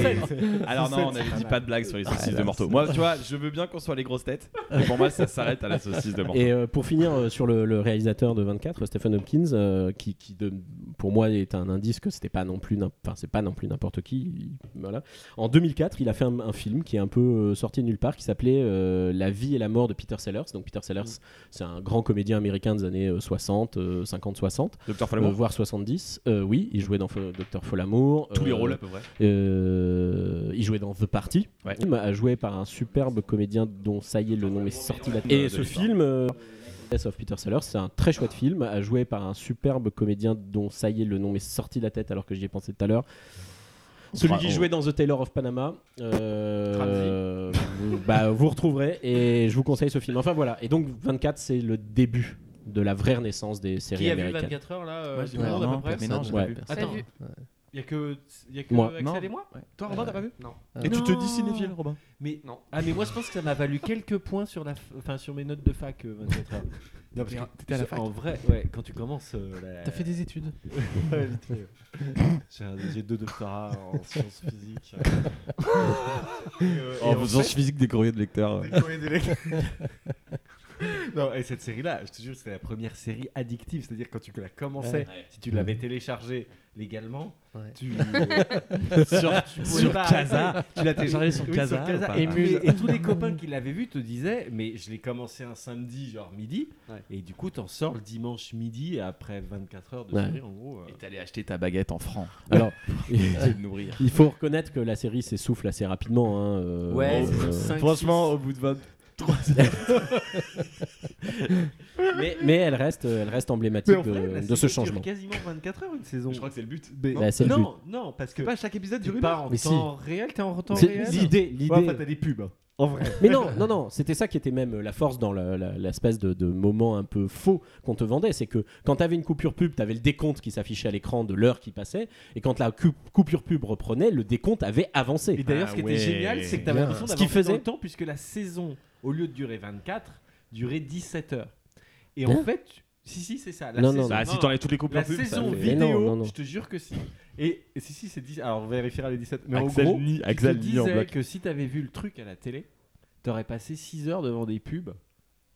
S2: Alors non, on avait dit pas de blague sur les
S8: Ah,
S2: saucisses de morteau. Moi, tu vois, je veux bien qu'on soit les grosses têtes, mais pour moi, ça s'arrête à la saucisse de morteau.
S8: Et euh, pour finir euh, sur le, le réalisateur de 24, Stephen Hopkins, euh, qui, qui de- pour moi est un indice que c'était pas non plus, n'im- enfin c'est pas non plus n'importe qui. il- voilà. En 2004, il a fait un, un film qui est un peu euh, sorti de nulle part, qui s'appelait euh, La vie et la mort de Peter Sellers. Donc Peter
S2: Mm.
S8: Sellers, c'est un grand comédien américain des années euh, 60, euh, 50, 60,
S2: Dr. Folamour.
S8: Euh, voire 70. Euh, oui, il jouait dans Fo- Dr. Folamour.
S2: Tous les
S8: Euh,
S2: rôles, à peu près.
S8: euh, il jouait dans The Party. Le film a joué par un superbe comédien dont ça y est le nom est sorti là.
S2: de
S8: Et ce
S2: l'histoire.
S8: film, euh, Death of Peter Sellers, c'est un très chouette film a joué par un superbe comédien dont ça y est le nom m'est sorti de la tête alors que j'y ai pensé tout à l'heure. Celui
S2: fera-
S8: qui
S2: on-
S8: jouait dans The Taylor of Panama, euh, vous, bah, vous retrouverez et je vous conseille ce film. Enfin voilà, et donc 24 c'est le début de la vraie renaissance des séries
S4: Qui a vu
S8: américaines.
S4: 24 heures là euh,
S19: Moi,
S4: tout
S19: j'ai
S4: le monde,
S19: pas.
S4: à peu
S19: Non,
S4: près
S8: mais non, j'ai pas vu.
S4: Attends,
S19: Ouais.
S4: il y a que, y a que
S8: Moi.
S4: Axel et moi Toi, Robin, t'as pas vu
S19: Non.
S2: Et tu te dis cinéphile, Robin
S4: Mais
S19: Non.
S4: Ah, mais moi je pense que ça m'a valu quelques points sur, la f- enfin, sur mes notes de fac euh, 24 heures.
S19: Non, parce que
S4: Mais
S19: t'étais à la fac.
S4: En vrai, ouais, quand tu commences. euh, la-
S19: T'as fait des études.
S4: Ouais, vite fait. J'ai un- J'ai deux doctorats en sciences physiques. Et, euh, et
S2: En faisant
S4: fait-
S2: physique des courriers de lecteurs.
S4: Des courriers de lecteurs. non, et cette série-là, je te jure, c'était la première série addictive. C'est-à-dire, quand tu la commençais,
S19: Ouais.
S4: si tu l'avais téléchargée légalement, tu.
S19: Sur-
S4: tu pouvais
S19: sur
S4: pas
S19: Casa.
S4: arrêter.
S19: Tu l'as téléchargée sur
S4: Oui,
S19: Casa ou pas
S4: Et,
S19: Muse.
S4: et tous les copains qui l'avaient vu te disaient, mais je l'ai commencé un samedi, genre midi, et du coup, t'en sors le dimanche midi après 24 heures de
S8: Ouais.
S4: série, en gros. euh.
S2: Et t'allais acheter ta baguette en francs.
S8: Alors,
S2: Tu vas te nourrir.
S8: il faut reconnaître que la série s'essouffle assez rapidement. hein, euh,
S2: Ouais,
S8: euh,
S2: c'est cinq,
S8: franchement,
S2: au bout de 23
S8: mais, mais elle reste, euh, elle reste
S4: Mais
S8: emblématique
S4: en vrai,
S8: de-
S4: la
S8: de
S4: série
S8: ce
S4: dure
S8: changement.
S4: quasiment 24 heures une saison. Je crois que c'est le but.
S8: Bah, c'est le
S4: non, non, parce que pas chaque épisode dure une heure. en temps réel, t'es en temps réel.
S8: L'idée,
S4: Ouais,
S8: l'idée.
S4: enfin, t'as des pubs. hein, En vrai.
S8: Mais non, non, non, c'était ça qui était même euh, la force dans la- la- l'espèce de, de moment un peu faux qu'on te vendait. C'est que quand t'avais une coupure pub, t'avais le décompte qui s'affichait à l'écran de l'heure qui passait. Et quand la coup- coupure pub reprenait, le décompte avait avancé.
S4: Et d'ailleurs,
S2: Ah
S4: ce qui était génial, c'est que t'avais l'impression
S8: Ah. Ce qui
S4: d'avoir faisait...
S8: faisait.
S4: le temps, puisque la saison, au lieu de durer 24, durait 17 heures. Et en
S8: Hein
S4: fait, si, si, c'est ça. La
S8: Non, non,
S4: saison,
S8: non. Bah, si t'enlèves toutes les coupures
S4: La
S8: pubs, ça
S4: saison
S8: fait-
S4: vidéo,
S8: Mais non, non, non.
S4: je te jure que si. Et, et si, si, c'est 10. Alors, on vérifiera les 17. Mais
S2: Axel
S4: en gros,
S2: nie-
S4: je
S2: Axel
S4: te
S2: nie en
S4: disais
S2: blague.
S4: que si t'avais vu le truc à la télé, t'aurais passé 6 heures devant des pubs.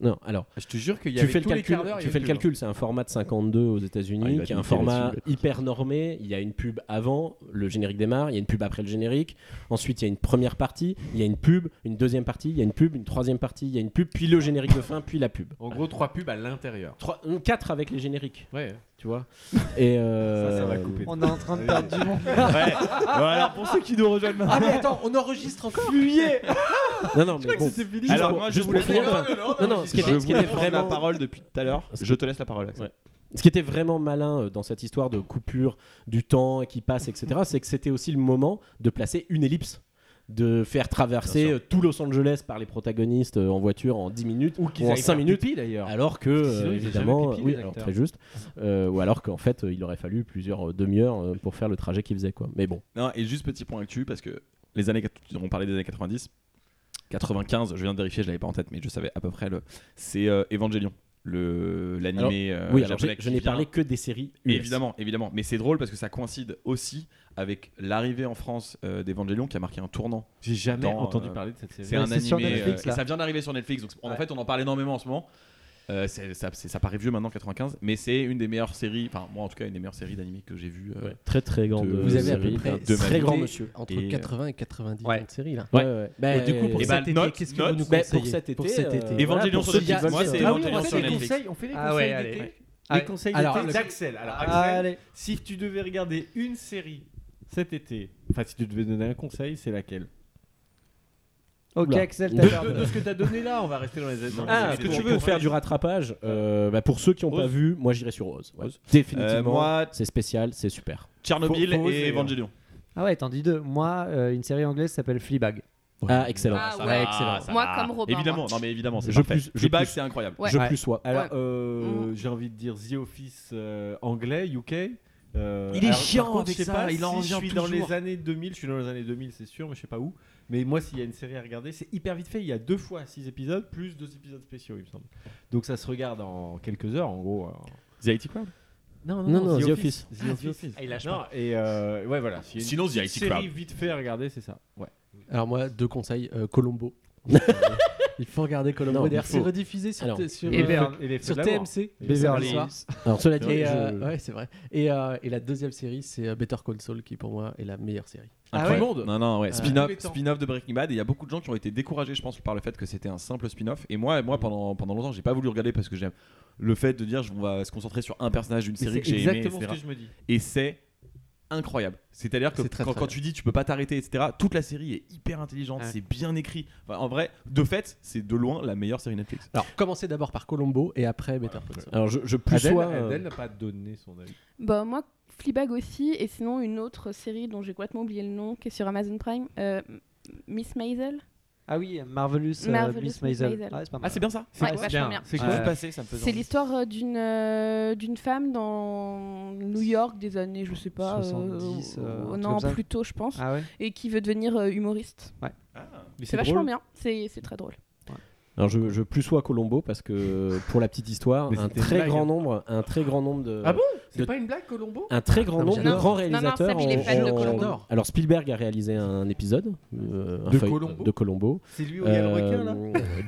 S8: Non, alors.
S4: Je te jure qu'il y
S8: tu
S4: avait
S8: fais le
S4: tous les
S8: calcul,
S4: quarts d'heure, il y
S8: Tu
S4: avait
S8: fais le
S4: plus, hein.
S8: calcul, c'est un format de 52 aux
S2: Ah, il
S8: États-Unis,
S2: va
S8: qui est
S2: te
S8: un
S2: niquer
S8: format
S2: là-dessus.
S8: hyper normé. Il y a une pub avant, le générique démarre, il y a une pub après le générique. Ensuite, il y a une première partie, il y a une pub, une deuxième partie, il y a une pub, une troisième partie, il y a une pub, puis le générique de fin, puis la pub.
S4: En gros, 3 pubs à l'intérieur.
S8: 4 avec les génériques.
S4: Ouais.
S8: Tu vois Et euh,
S4: Ah, Ça, ça va couper. Ah
S20: On est en train de
S8: Oui.
S20: perdre du monde.
S8: Ouais. Voilà, pour ceux qui nous rejoignent maintenant.
S20: Ah, mais attends, on enregistre encore.
S4: Fuyez
S8: Non, non,
S20: Je crois
S8: mais
S20: que
S8: bon.
S20: c'était fini.
S8: Juste
S2: Alors,
S8: pour-
S2: moi, je
S8: juste pour
S2: voulais
S8: finir.
S2: faire-
S8: enfin,
S2: Non, non,
S8: Non,
S2: non,
S8: non, ce qui
S2: je
S8: était, ce qui
S2: voulais
S8: était
S2: prendre la
S8: vraiment.
S2: parole depuis tout à l'heure. Je te laisse la parole, Axel.
S8: Ouais. Ce qui était vraiment malin euh, dans cette histoire de coupure du temps qui passe, etc., c'est que c'était aussi le moment de placer une ellipse de faire traverser euh, tout Los Angeles par les protagonistes euh, en voiture en 10 minutes ou,
S4: qu'ils
S8: en
S4: aillent
S8: 5
S4: faire
S8: minutes
S4: pipi, d'ailleurs.
S8: alors que
S4: Parce que sinon,
S8: euh,
S4: ils faisaient
S8: évidemment
S4: jamais pipi,
S8: oui
S4: les
S8: alors,
S4: acteurs.
S8: très juste Euh, ou alors qu'en fait euh, il aurait fallu plusieurs euh, demi-heures euh, pour faire le trajet qu'ils faisaient quoi mais bon
S2: Non, et juste petit point actuel parce que les années, quat- on parlait des années 90, 95, je viens de vérifier, je l'avais pas en tête, mais je savais à peu près le. C'est euh, Evangelion. le
S8: Alors,
S2: l'animé euh,
S8: oui, alors,
S2: japonais
S8: j'ai- je
S2: qui
S8: n'ai
S2: vient.
S8: parlé que des séries US.
S2: évidemment évidemment mais c'est drôle parce que ça coïncide aussi avec l'arrivée en France euh, d'Evangelion qui a marqué un tournant
S4: j'ai jamais
S2: dans, euh,
S4: entendu parler de cette série.
S2: c'est
S4: Ouais,
S2: un
S4: c'est sur
S2: animé
S4: Netflix,
S2: euh, et
S4: là.
S2: ça vient d'arriver sur Netflix donc en
S4: Ouais.
S2: fait on en parle énormément en ce moment Euh, c'est- ça, c'est- ça paraît vieux maintenant 95 mais c'est une des meilleures séries enfin moi en tout cas une des meilleures séries d'animé que j'ai vu euh,
S8: Très, très grande,
S2: de-
S8: euh, Vous avez à peu
S2: série,
S4: hein,
S8: près
S2: de ma
S8: très
S2: vie.
S8: grand monsieur.
S9: Entre
S2: Et, euh,
S9: 80 et 90
S8: Ouais.
S9: ans de série là.
S8: Ouais. Et du coup, pour
S9: et
S8: cet
S9: bah,
S8: été,
S9: note,
S8: qu'est-ce que vous
S9: note.
S8: nous
S9: Bah,
S8: conseillez pour cet été
S9: Voilà,
S8: Évangélion
S9: pour
S8: sur
S9: ceux
S8: Netflix,
S9: qui-
S8: moi, c'est
S9: Ah oui,
S8: Évangélion
S9: on fait
S8: sur
S9: les
S8: Netflix.
S9: conseils, on fait les
S8: Ah
S9: conseils
S8: ouais, allez.
S9: d'été.
S8: Ouais.
S9: Les
S8: Allez.
S9: conseils
S8: Alors,
S9: d'été
S8: le-
S9: d'Axel. Alors,
S4: Axel,
S9: Axel,
S4: si tu devais regarder une série cet été, enfin si tu devais donner un conseil, c'est laquelle
S5: Ok,
S4: Oula.
S5: Axel,
S4: de,
S5: t'as perdu.
S4: de- de ce que t'as donné là, on va rester dans les dans les-
S8: Ah, ce
S4: dans les-
S8: que
S4: dans
S8: tu
S4: les-
S8: veux faire du rattrapage, euh, bah, pour ceux qui n'ont pas
S4: Ose.
S8: vu, moi j'irai sur Oz. Ouais.
S2: Ose.
S8: Définitivement,
S2: Euh, moi-
S8: c'est spécial, c'est super.
S2: Tchernobyl
S5: Faut- faut oser,
S2: et Evangelion
S5: Ah ouais, t'en dis deux. Moi, euh, une série anglaise s'appelle Fleabag.
S8: Ah, excellent.
S2: Ah, ça Ouais, va, excellent. ça Moi, va. comme Robin, Évidemment, moi. non, mais évidemment, c'est
S8: Je
S2: parfait.
S8: plus- je
S2: Fleabag,
S8: plus-
S2: c'est incroyable.
S8: Je plus sois.
S4: Alors, euh, j'ai envie de dire The Office euh, anglais, UK. euh,
S2: Il est
S4: alors, par
S2: chiant
S4: contre,
S2: avec
S4: je sais
S2: ça,
S4: pas
S2: il en
S4: si
S2: revient
S4: Je suis dans
S2: toujours.
S4: les années 2000, je suis dans les années 2000, c'est sûr, mais je sais pas où. Mais moi, s'il y a une série à regarder, c'est hyper vite fait. Il y a deux fois six épisodes, plus deux épisodes spéciaux, il me semble. Donc ça se regarde en quelques heures, en gros. en-
S2: The IT Crowd
S4: non,
S8: Non, non, The Office.
S4: The
S8: Ah,
S4: Office.
S8: The Office. Ah, il lâche
S4: Non,
S8: pas.
S4: Et euh, ouais, voilà. s'il y a une
S8: Sinon, The IT
S4: série
S8: Crowd.
S4: vite fait à regarder, c'est ça. Ouais.
S9: Alors moi, deux conseils. euh, Colombo. il faut regarder Colombo.
S8: Non,
S9: D'ailleurs,
S8: il
S9: c'est
S8: faut.
S9: rediffusé sur,
S8: Alors,
S9: t- sur,
S8: Et
S9: euh,
S8: Berne.
S9: sur
S8: Et les feux de l'amour.
S9: TMC.
S8: Et Beverly
S9: le soir.
S8: Hills. Alors, cela dit-
S9: Et, euh,
S8: Je-
S9: ouais, c'est vrai. Et, euh, et la deuxième série, c'est euh, Better Call Saul, qui pour moi est la meilleure série.
S4: Ah
S2: Incroyable. Non, non, Ah ouais.
S9: Euh,
S2: Spin-off spin-off de Breaking Bad. Et il y a beaucoup de gens qui ont été découragés, je pense, par le fait que c'était un simple spin-off. Et moi,
S4: Mm.
S2: moi pendant, pendant longtemps, j'ai pas voulu regarder parce que j'aime le fait de dire je- on va se concentrer sur un personnage d'une
S4: Mais
S2: série que
S4: c'est
S2: j'ai aimé.
S4: exactement ce
S2: etc..
S4: que je me dis.
S2: Et c'est incroyable. C'est-à-dire que
S4: C'est très,
S2: quand,
S4: très
S2: quand
S4: bien.
S2: tu dis tu peux pas t'arrêter, etc., toute la série est hyper intelligente,
S9: Ouais.
S2: c'est bien écrit. Enfin, en vrai, de fait, c'est de loin la meilleure série Netflix.
S9: Alors, commencez d'abord par Colombo et après Better Call Saul.
S8: Alors, je, je plus
S4: Adèle,
S8: sois. euh,
S4: Adèle n'a pas donné son avis.
S7: Bah moi, Fleabag aussi, et sinon une autre série dont j'ai complètement oublié le nom, qui est sur Amazon Prime, euh, Miss Maisel.
S5: Ah oui, Marvelous, euh,
S7: Marvelous
S5: Miss Maisel.
S7: Ah,
S5: c'est pas mal.
S2: Ah, c'est bien ça
S7: Ouais, vachement bien.
S2: C'est quoi
S5: Ouais.
S2: se passer ça me faisait
S7: C'est
S2: envie.
S7: l'histoire euh, d'une euh, d'une femme dans New York des années, je sais pas, euh,
S5: 70, euh, un truc
S7: non
S5: comme ça.
S7: plus tôt je pense,
S5: Ah ouais
S7: et qui veut devenir euh, humoriste.
S5: Ouais.
S2: Ah.
S8: Mais
S7: c'est
S8: c'est
S7: vachement
S8: drôle.
S7: bien, c'est c'est très drôle.
S8: Alors je, je plus sois Colombo parce que pour la petite histoire,
S4: Mais
S8: un
S4: c'était une
S8: très
S4: blague,
S8: grand
S4: hein.
S8: nombre, un très grand nombre de
S4: Ah bon C'est
S8: de-
S4: pas une blague, Colombo
S8: Un très grand
S4: Non,
S8: nombre de
S4: Ah, j'adore.
S8: grands
S4: Non, non,
S8: réalisateurs.
S4: Seb, il est
S8: ont-
S4: fan de
S8: ont-
S4: Colombo.
S8: Alors Spielberg a réalisé un épisode euh, un
S4: De
S8: feuille-
S4: Colombo
S8: de Colombo. Euh,
S4: C'est lui où il y a le requin, là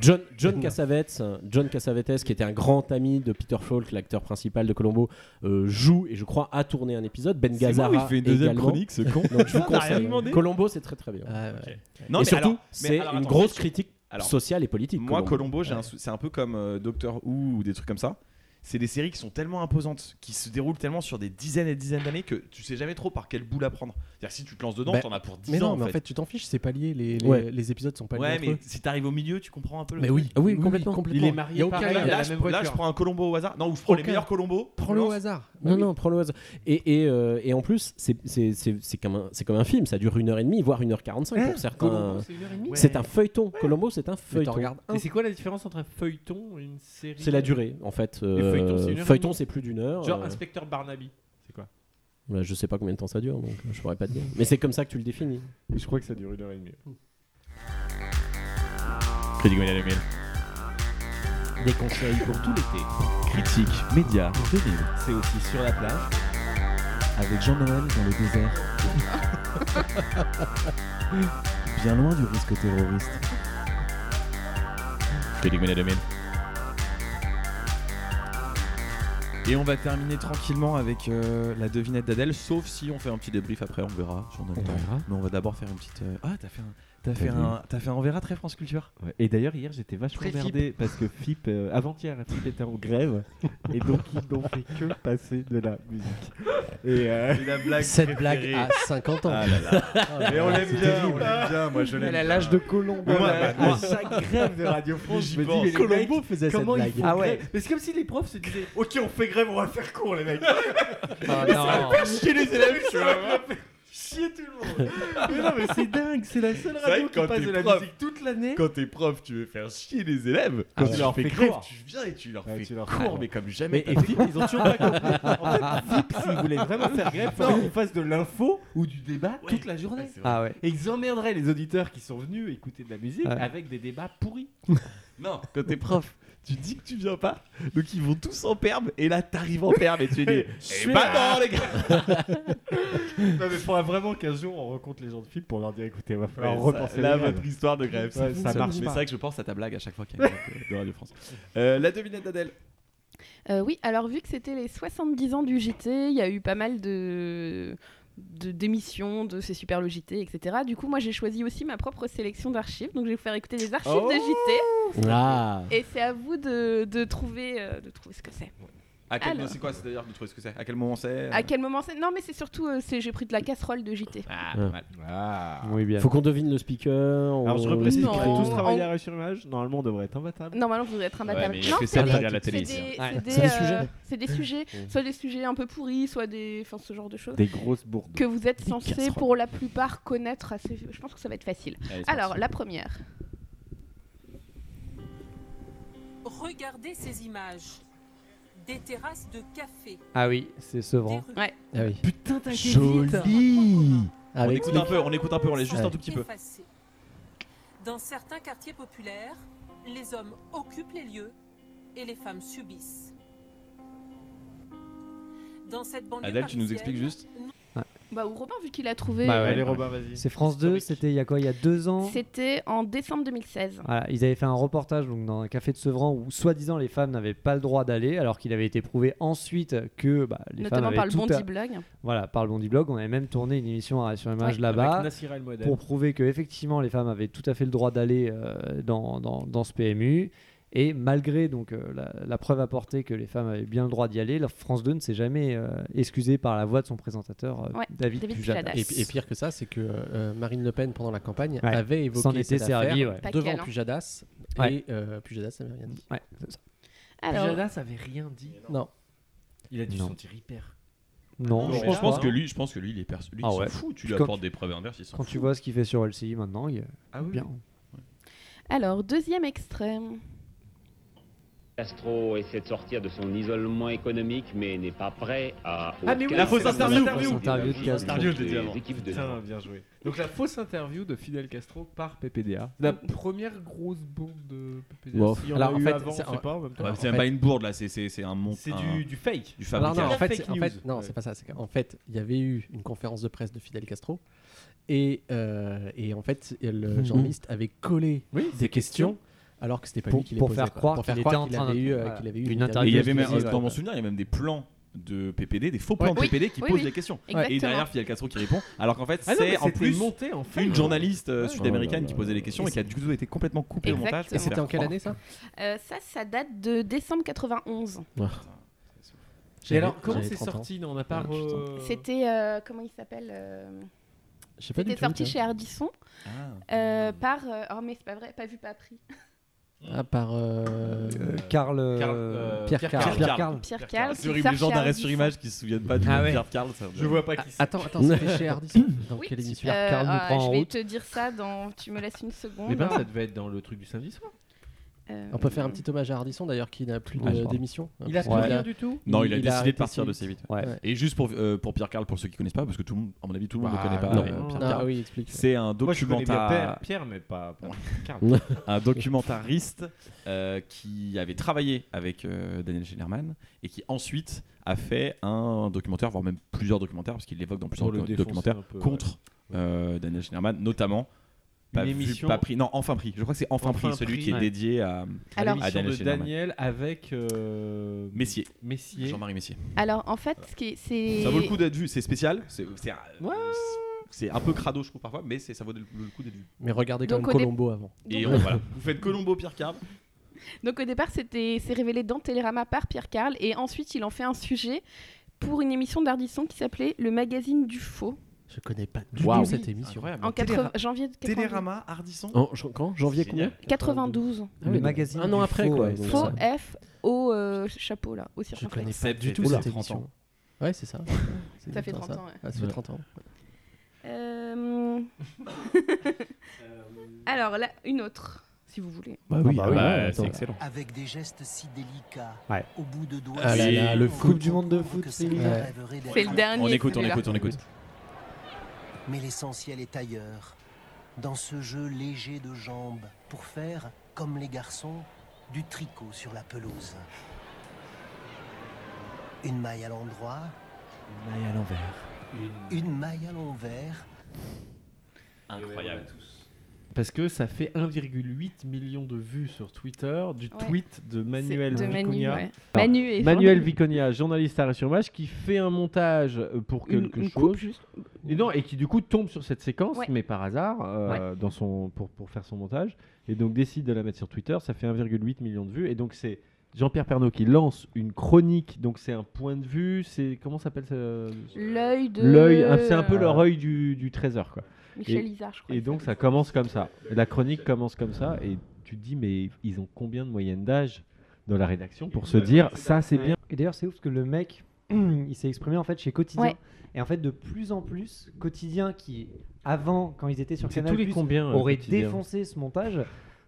S8: John John Cassavetes, John Cassavetes qui était un grand ami de Peter Falk, l'acteur principal de Colombo, euh, joue et je crois a tourné un épisode. Ben
S2: C'est
S8: Gazzara
S2: moi, il fait une deuxième
S8: également.
S2: chronique, ce con.
S8: Donc je vous
S2: On n'a rien
S8: conseille.
S2: demandé.
S8: Colombo, c'est très très bien.
S2: Ah Euh, Non,
S8: et
S2: mais
S8: surtout,
S2: alors- mais
S8: c'est
S2: alors,
S8: une
S2: attends,
S8: grosse
S2: je-
S8: critique
S2: alors,
S8: sociale et politique.
S2: Moi, Colombo, j'ai un sou- c'est un peu comme euh, Doctor Who ou des trucs comme ça. C'est des séries qui sont tellement imposantes, qui se déroulent tellement sur des dizaines et dizaines d'années que tu sais jamais trop par quelle boule à prendre. C'est-à-dire si tu te lances dedans,
S9: Bah,
S2: t'en as pour 10
S9: mais
S2: ans.
S9: non, mais en fait, tu t'en fiches, c'est pas lié. Les, les,
S2: Ouais.
S9: les épisodes sont pas liés.
S2: Ouais,
S9: entre
S2: mais
S9: eux.
S2: si t'arrives au milieu, tu comprends un peu le.
S9: Mais
S2: truc.
S9: oui, Ah oui, complètement, complètement. Il y a aucun
S2: Là,
S9: lien, il y a
S2: là,
S9: la
S2: je-
S9: même
S2: là, je
S9: voiture.
S2: prends un Colombo au hasard. Non, ou je prends les
S9: Aucun.
S2: meilleurs Colombo.
S9: Prends-le au hasard.
S4: Bah
S8: Non, non, prends le hasard. Et, et, euh, et en plus, c'est- c'est c'est- c'est comme, un- c'est comme un film, ça dure 1h30, voire 1h45
S4: Hein
S8: pour certains.
S4: Colombo, c'est 1h30?
S8: C'est un feuilleton. Colombo, c'est un feuilleton.
S4: Mais c'est quoi la différence entre un feuilleton et une série
S8: C'est la durée, en fait. Euh,
S4: Et feuilleton, c'est une heure et
S8: feuilleton,
S4: demie
S8: c'est plus d'une heure.
S4: Genre
S8: Euh,
S4: Inspecteur Barnaby, c'est quoi
S8: bah, je sais pas combien de temps ça dure, donc je pourrais pas te dire. Mais c'est comme ça que tu le définis.
S4: Je crois que ça dure une heure et demie.
S2: Critique Média 2000.
S8: Des conseils pour tout l'été.
S2: Critique Média 2000.
S4: C'est aussi sur la plage.
S2: Avec Jean-Noël dans le désert. Bien loin du risque terroriste. Critique Média 2000. Et on va terminer tranquillement avec euh, la devinette d'Adèle, sauf si on fait un petit débrief après, on verra. j'en ai le temps. Mais on va d'abord faire une petite. euh, Ah, t'as fait un. T'as fait un. T'as fait un. On verra très France Culture.
S4: Et d'ailleurs, hier, j'étais vachement
S2: Très
S4: emmerdé parce que FIP, euh, avant-hier, FIP était en grève et donc ils n'ont fait que passer de la musique. Et, euh,
S2: Et la blague
S9: Cette blague à 50 ans.
S4: Ah là là.
S9: Ah
S4: Mais on
S9: là là,
S4: l'aime
S9: c'est
S4: bien,
S9: terrible.
S4: on l'aime bien, moi je l'aime.
S9: Elle a l'âge de Colombo.
S4: Mais moi, bah,
S9: Ouais.
S4: moi, chaque grève de Radio France,
S9: J'y
S4: je me dis,
S9: pense.
S4: mais les
S9: Colombo
S4: mecs,
S9: faisait cette
S4: comment ils
S9: blague.
S4: font
S9: Ah ouais.
S4: grève Mais c'est comme si les profs se disaient Ok, on fait grève, on va faire court, les mecs.
S9: Ah
S4: mais ça va
S9: non.
S4: faire chier les élèves, ça va
S9: Ouais.
S4: faire chier tout le monde. mais non, mais c'est dingue, c'est la seule
S2: C'est vrai
S4: radio
S2: que quand
S4: qui passe
S2: t'es
S4: de la
S2: prof-
S4: musique toute l'année.
S2: Quand t'es prof, tu veux faire chier les élèves. Quand
S4: Ah ouais.
S2: tu
S4: Tu
S2: leur
S4: leur
S2: fais
S4: fais
S2: grève,
S4: cours.
S2: tu viens et tu leur
S4: Ouais,
S2: fais
S4: tu leur fais
S2: cours,
S4: cours.
S2: mais comme jamais.
S4: Mais
S2: t'as
S4: et Philippe,
S2: fait.
S4: ils ont toujours pas compris. En fait, Philippe, s'ils voulaient vraiment faire grève, il fallait qu'on fasse de l'info ou du débat toute la journée.
S2: vrai. Ah ouais.
S4: Et ils emmerderaient les auditeurs qui sont venus écouter de la musique
S2: Ouais.
S4: avec des débats pourris.
S2: Non, quand t'es prof, tu dis que tu viens pas, donc ils vont tous en perme, et là t'arrives en perme et tu dis Eh
S4: suis
S2: bah
S4: là.
S2: non les gars
S4: non, mais faudra vraiment qu'un jour on rencontre les gens de film pour leur dire écoutez, va falloir
S2: Ouais, ça-
S4: repenser
S2: Là,
S4: les règles.
S2: votre histoire de grève, c'est
S4: Ouais,
S2: fou,
S4: ça marche
S2: Mais
S4: pas.
S2: c'est vrai que je pense à ta blague à chaque fois qu'il y a une blague de de Radio France. Euh, la devinette d'Adèle.
S7: Euh, oui, alors vu que c'était les 70 ans du JT, il y a eu pas mal de de- d'émissions, de ces super le JT, etc. Du coup, moi, j'ai choisi aussi ma propre sélection d'archives. Donc, je vais vous faire écouter les archives
S8: Oh
S7: de JT.
S8: Ah.
S7: Et c'est à vous de, de trouver, euh, de trouver ce que c'est.
S2: À quel
S7: Alors.
S2: c'est quoi C'est-à-dire que tu trouves ce que c'est À quel moment c'est
S7: À quel moment c'est Non, mais c'est surtout, euh, c'est j'ai pris de la casserole de JT.
S2: Ah,
S8: Ouais.
S2: pas mal.
S5: Oui, bien.
S8: Faut qu'on devine le speaker.
S4: Ah. Alors je reprécise
S7: Non.
S4: qu'on a tous
S7: Non.
S4: travaillé à la sur image. Normalement, on devrait être imbattable.
S7: Normalement, vous devez être imbattable.
S4: mais il
S7: non,
S4: fait
S7: c'est
S4: ça,
S7: des-
S4: il regarde la
S7: c'est
S4: télé,
S7: des-
S4: ici, hein.
S7: c'est
S4: Ouais.
S7: des,
S4: C'est des
S7: euh,
S4: sujets.
S7: c'est des sujets, soit des sujets un peu pourris, soit des, enfin ce genre de choses.
S4: Des grosses bourdes.
S7: que vous êtes
S4: Des
S7: censé
S4: casseroles.
S7: pour la plupart connaître. Assez... Je pense que ça va être facile.
S4: Allez, c'est
S7: Alors
S4: parti.
S7: la première.
S11: Regardez ces images. Des terrasses de café.
S5: Ah oui, c'est Sevran.
S7: Ouais.
S5: Ah oui.
S11: Putain,
S5: t'as
S11: t'as été
S5: Joli
S2: On écoute un peu, on écoute un peu, on laisse juste
S5: Ouais.
S2: un tout petit peu.
S11: Effacées. Dans certains quartiers populaires, les hommes occupent les lieux et les femmes subissent. Dans cette banlieue
S2: Adèle, tu nous
S11: parisienne,
S2: expliques juste
S7: Bah, ou Robin, vu qu'il a trouvé.
S5: Bah ouais.
S7: euh,
S5: C'est France 2, c'était il y a quoi Il y a deux ans
S7: C'était en décembre 2016.
S5: Voilà, ils avaient fait un reportage donc, dans un café de Sevran où soi-disant les femmes n'avaient pas le droit d'aller alors qu'il avait été prouvé ensuite que bah, les
S7: Notamment
S5: femmes avaient
S7: par le
S5: tout
S7: Bondi
S5: à-
S7: Blog.
S5: Voilà, par le Bondi Blog, on avait même tourné une émission à- sur image
S3: Ouais.
S5: là-bas
S3: Avec Nassira El Moedel.
S5: pour prouver que effectivement les femmes avaient tout à fait le droit d'aller euh, dans, dans- dans ce PMU. Et malgré donc euh, la, la preuve apportée que les femmes avaient bien le droit d'y aller, la France 2 ne s'est jamais euh, excusée par la voix de son présentateur euh,
S9: Ouais,
S5: David, Pujadas.
S9: Et, et pire que ça, c'est que euh, Marine Le Pen, pendant la campagne,
S5: Ouais.
S9: avait
S5: S'en
S9: évoqué
S5: était
S9: cette affaire
S5: servi, ouais. Pas
S9: devant
S5: qu'elle, hein.
S9: Pujadas.
S5: Ouais.
S9: Et euh, Pujadas n'avait rien dit.
S5: Ouais, c'est ça.
S7: Alors-
S4: Pujadas avait rien dit.
S9: Non.
S4: Il a dû
S9: Non.
S4: se sentir hyper.
S5: Non,
S4: Non,
S5: je
S4: mais
S5: pense
S4: je
S5: pas.
S4: pense que lui-
S2: je pense que lui, il est perso-
S9: Ah
S2: lui, il s'en fout, tu lui
S5: Puis quand-
S2: apportes des preuves inverses, il s'en
S5: Quand tu
S2: fout.
S5: vois ce qu'il fait sur LCI maintenant, il
S4: ah oui.
S5: bien.
S7: Alors, deuxième extrême.
S18: Castro essaie de sortir de son isolement économique, mais n'est pas prêt à.
S4: Ah, mais oui, la fausse interview.
S18: Interview de Castro.
S4: Interview des diamants.
S18: équipes de-
S4: Putain, bien joué. Donc la fausse interview de Fidel Castro par PPDA. La première grosse bombe de PPDA.
S2: Wow.
S4: S'il y en
S2: Alors,
S4: a
S2: en
S4: eu
S2: fait,
S4: avant,
S2: c'est-
S4: on sait pas en même temps.
S2: Ouais, c'est même pas une bourde là, c'est- c'est c'est un mont.
S4: C'est
S2: un-
S4: du- du fake.
S2: Du
S9: Alors non,
S2: fabricage.
S9: en fait,
S4: Fake
S9: en fait,
S4: news.
S9: non,
S4: Ouais.
S9: c'est pas ça. c'est qu'en- En fait, il y avait eu une conférence de presse de Fidel Castro. Et, euh, et en fait, le
S5: Mhm.
S9: journaliste avait collé
S5: Oui,
S9: des questions. Alors que c'était pas
S5: Pour-
S9: lui qui les
S5: pour
S9: posait,
S5: faire
S9: quoi.
S5: croire
S9: pour faire
S5: qu'il
S9: croire qu'il
S5: était en train
S9: avait,
S5: de-
S9: eu, euh,
S5: voilà.
S9: qu'il avait eu une,
S5: Une
S2: Et il y
S9: interview
S2: avait même,
S9: exclusive,
S2: dans
S9: ouais.
S2: mon souvenir, il y a même des plans de PPD, des faux
S9: Oui.
S2: plans de PPD qui
S9: Oui,
S2: posent
S9: oui.
S2: des questions. Et
S9: Exactement.
S2: derrière, Fidel Castro qui répond. Alors qu'en fait,
S4: Ah non, mais
S2: c'est en
S4: c'était
S2: plus
S4: monté, en fait.
S2: une journaliste euh,
S4: Ouais.
S2: sud-américaine
S4: Oh là là
S2: qui posait des
S4: là.
S2: questions
S4: Et
S2: et qui a du coup été complètement coupée au montage. pour
S7: Exactement.
S2: faire croire.
S7: Euh, Ça, ça date de décembre 91.
S4: Et
S9: J'avais-
S4: alors, comment
S9: j'avais
S4: c'est
S9: 30 ans.
S4: sorti Non, On n'a pas. re-
S7: C'était euh, comment il s'appelle euh,
S9: Je sais pas
S7: C'était
S9: du tout,
S7: sorti
S9: tiens.
S7: chez Ardisson euh, par euh, oh mais c'est pas vrai, pas vu pas pris.
S9: Ah, par. euh,
S5: Karl. euh,
S9: Karl, euh,
S5: Pierre
S9: Pierre
S5: Karl.
S9: Karl. Pierre
S5: Karl.
S7: Pierre Karl.
S2: C'est horrible, les gens d'arrêt sur image qui se souviennent pas de
S5: Ah ouais.
S2: Pierre Carl. ça-
S4: Je vois pas qui c'est.
S9: Attends, attends, c'était chez Ardisson. Dans
S7: Oui.
S9: quelle émission
S7: Euh,
S4: Karl nous
S7: ah,
S4: prend en
S7: Je vais
S4: route.
S7: te dire ça dans. Tu me laisses une seconde.
S4: Eh ben, ça devait être dans le truc du samedi soir.
S7: Euh,
S9: On peut faire un petit hommage à Ardisson d'ailleurs qui n'a plus de-
S2: Ouais, je crois.
S9: d'émission. hein,
S4: Il a
S9: Parce qu'il
S4: plus rien du tout
S2: Non, il, a décidé de
S9: arrêté
S2: partir
S9: ses-
S2: de ses vite.
S9: Ouais.
S2: Et juste pour, euh, pour Pierre Carl, pour ceux qui connaissent pas, parce que tout le monde, à mon avis, tout le monde
S4: Bah,
S2: ne
S5: Ah,
S2: connaît pas.
S4: non.
S2: euh, Pierre
S4: Non,
S2: Karl.
S4: oui, explique.
S2: C'est un
S4: Moi, je connais bien
S2: documentaire.
S4: Pierre- Pierre, mais pas- pas Karl.
S2: un documentariste euh, qui avait travaillé avec euh, Daniel Schneiderman et qui ensuite a fait un documentaire, voire même plusieurs documentaires, parce qu'il l'évoque dans plusieurs
S4: Pour le
S2: docu-
S4: défoncer
S2: documentaires
S4: un peu, ouais.
S2: contre euh, Daniel Schneiderman, notamment.
S4: Une
S2: Pas vu,
S4: émission-
S2: pas pris. Non, enfin pris. Je crois que c'est enfin,
S4: Enfin
S2: pris, celui
S4: Pris,
S2: qui est
S4: ouais.
S2: dédié à,
S4: À
S2: à
S4: l'émission
S2: Daniel
S4: de
S2: Schneiderman.
S4: Daniel avec euh,
S2: Messier.
S4: Messier.
S2: Jean-Marie Messier.
S7: Alors en fait, ce qui est- c'est.
S2: Ça vaut le coup d'être vu, c'est spécial, c'est c'est un- c'est un peu crado je trouve parfois, mais c'est- ça vaut le le coup d'être vu.
S9: Mais regardez quand
S7: Donc,
S9: même
S7: au dé-
S9: Colombo avant.
S2: Et on- voilà, vous faites Colombo Pierre Carl.
S7: Donc au départ, c'était c'est révélé dans Télérama par Pierre Carl et ensuite il en fait un sujet pour une émission d'Ardisson qui s'appelait Le Magazine du Faux.
S9: Je connais pas du
S7: Waouh.
S9: tout cette émission.
S7: En 80 janvier 92.
S2: Télérama, Ardisson.
S9: En- je- quand Janvier combien
S7: 92.
S9: Ah oui, donc Un an après quoi. donc
S7: Faux
S9: ça-
S7: F au euh, chapeau là, au circonflexe.
S9: connais pas du
S2: fait
S9: tout
S2: oula,
S9: cette
S2: 30 ans.
S9: émission. Ouais, c'est ça. C'est
S7: Ça fait
S9: exactement
S7: 30 ans, ouais.
S9: Ah, ça fait
S2: Ouais.
S9: 30 ans.
S7: Euh, Alors là, une autre, si vous voulez.
S9: Bah oui, Ah bah oui, ah bah,
S2: Euh,
S9: ouais, c'est attends. excellent.
S21: Avec des gestes si délicats,
S5: Ouais.
S21: au bout de doigts.
S9: Ah là là, le foot.
S5: Coupe du monde de foot, c'est
S21: Ouais.
S5: ouais.
S7: C'est le dernier.
S2: On écoute, on
S7: celui-là.
S2: écoute, on écoute.
S21: Mais l'essentiel est ailleurs, dans ce jeu léger de jambes, pour faire, comme les garçons, du tricot sur la pelouse. Une maille à l'endroit. Une maille à l'envers. Une maille à l'envers.
S2: Incroyable.
S4: Parce que ça fait 1,8 million de vues sur Twitter du tweet de Manuel
S7: de Manu,
S4: Viconia.
S7: ouais. Manu est
S4: Manuel
S7: formidable.
S4: Viconia, journaliste à sur Match, qui fait un montage euh, pour
S7: Une-
S4: quelque
S7: une
S4: chose.
S7: coupe, juste.
S4: Et non, et qui du coup tombe sur cette séquence,
S7: Ouais.
S4: mais par hasard, euh, dans son, pour, pour faire son montage, et donc décide de la mettre sur Twitter. Ça fait 1,8 million de vues, et donc c'est Jean-Pierre Pernaut qui lance une chronique. Donc c'est un point de vue. C'est comment s'appelle ça
S7: L'œil de. Euh,
S4: L'œil, ah, c'est un peu leur œil du, du trésor, quoi.
S7: Michel
S4: et,
S7: Izard, je crois
S4: Et donc ça commence comme ça. La chronique commence comme ça, et tu te dis, mais ils ont combien de moyenne d'âge dans la rédaction pour se dire, ça c'est bien.
S5: Et d'ailleurs, c'est ouf parce que le mec, il s'est exprimé en fait chez Quotidien.
S4: Ouais.
S5: Et en fait, de plus en plus, Quotidien qui, avant, quand ils étaient sur
S4: C'est
S5: Canal+,
S4: tous les combien, euh,
S5: aurait
S4: Quotidien
S5: défoncé ce montage.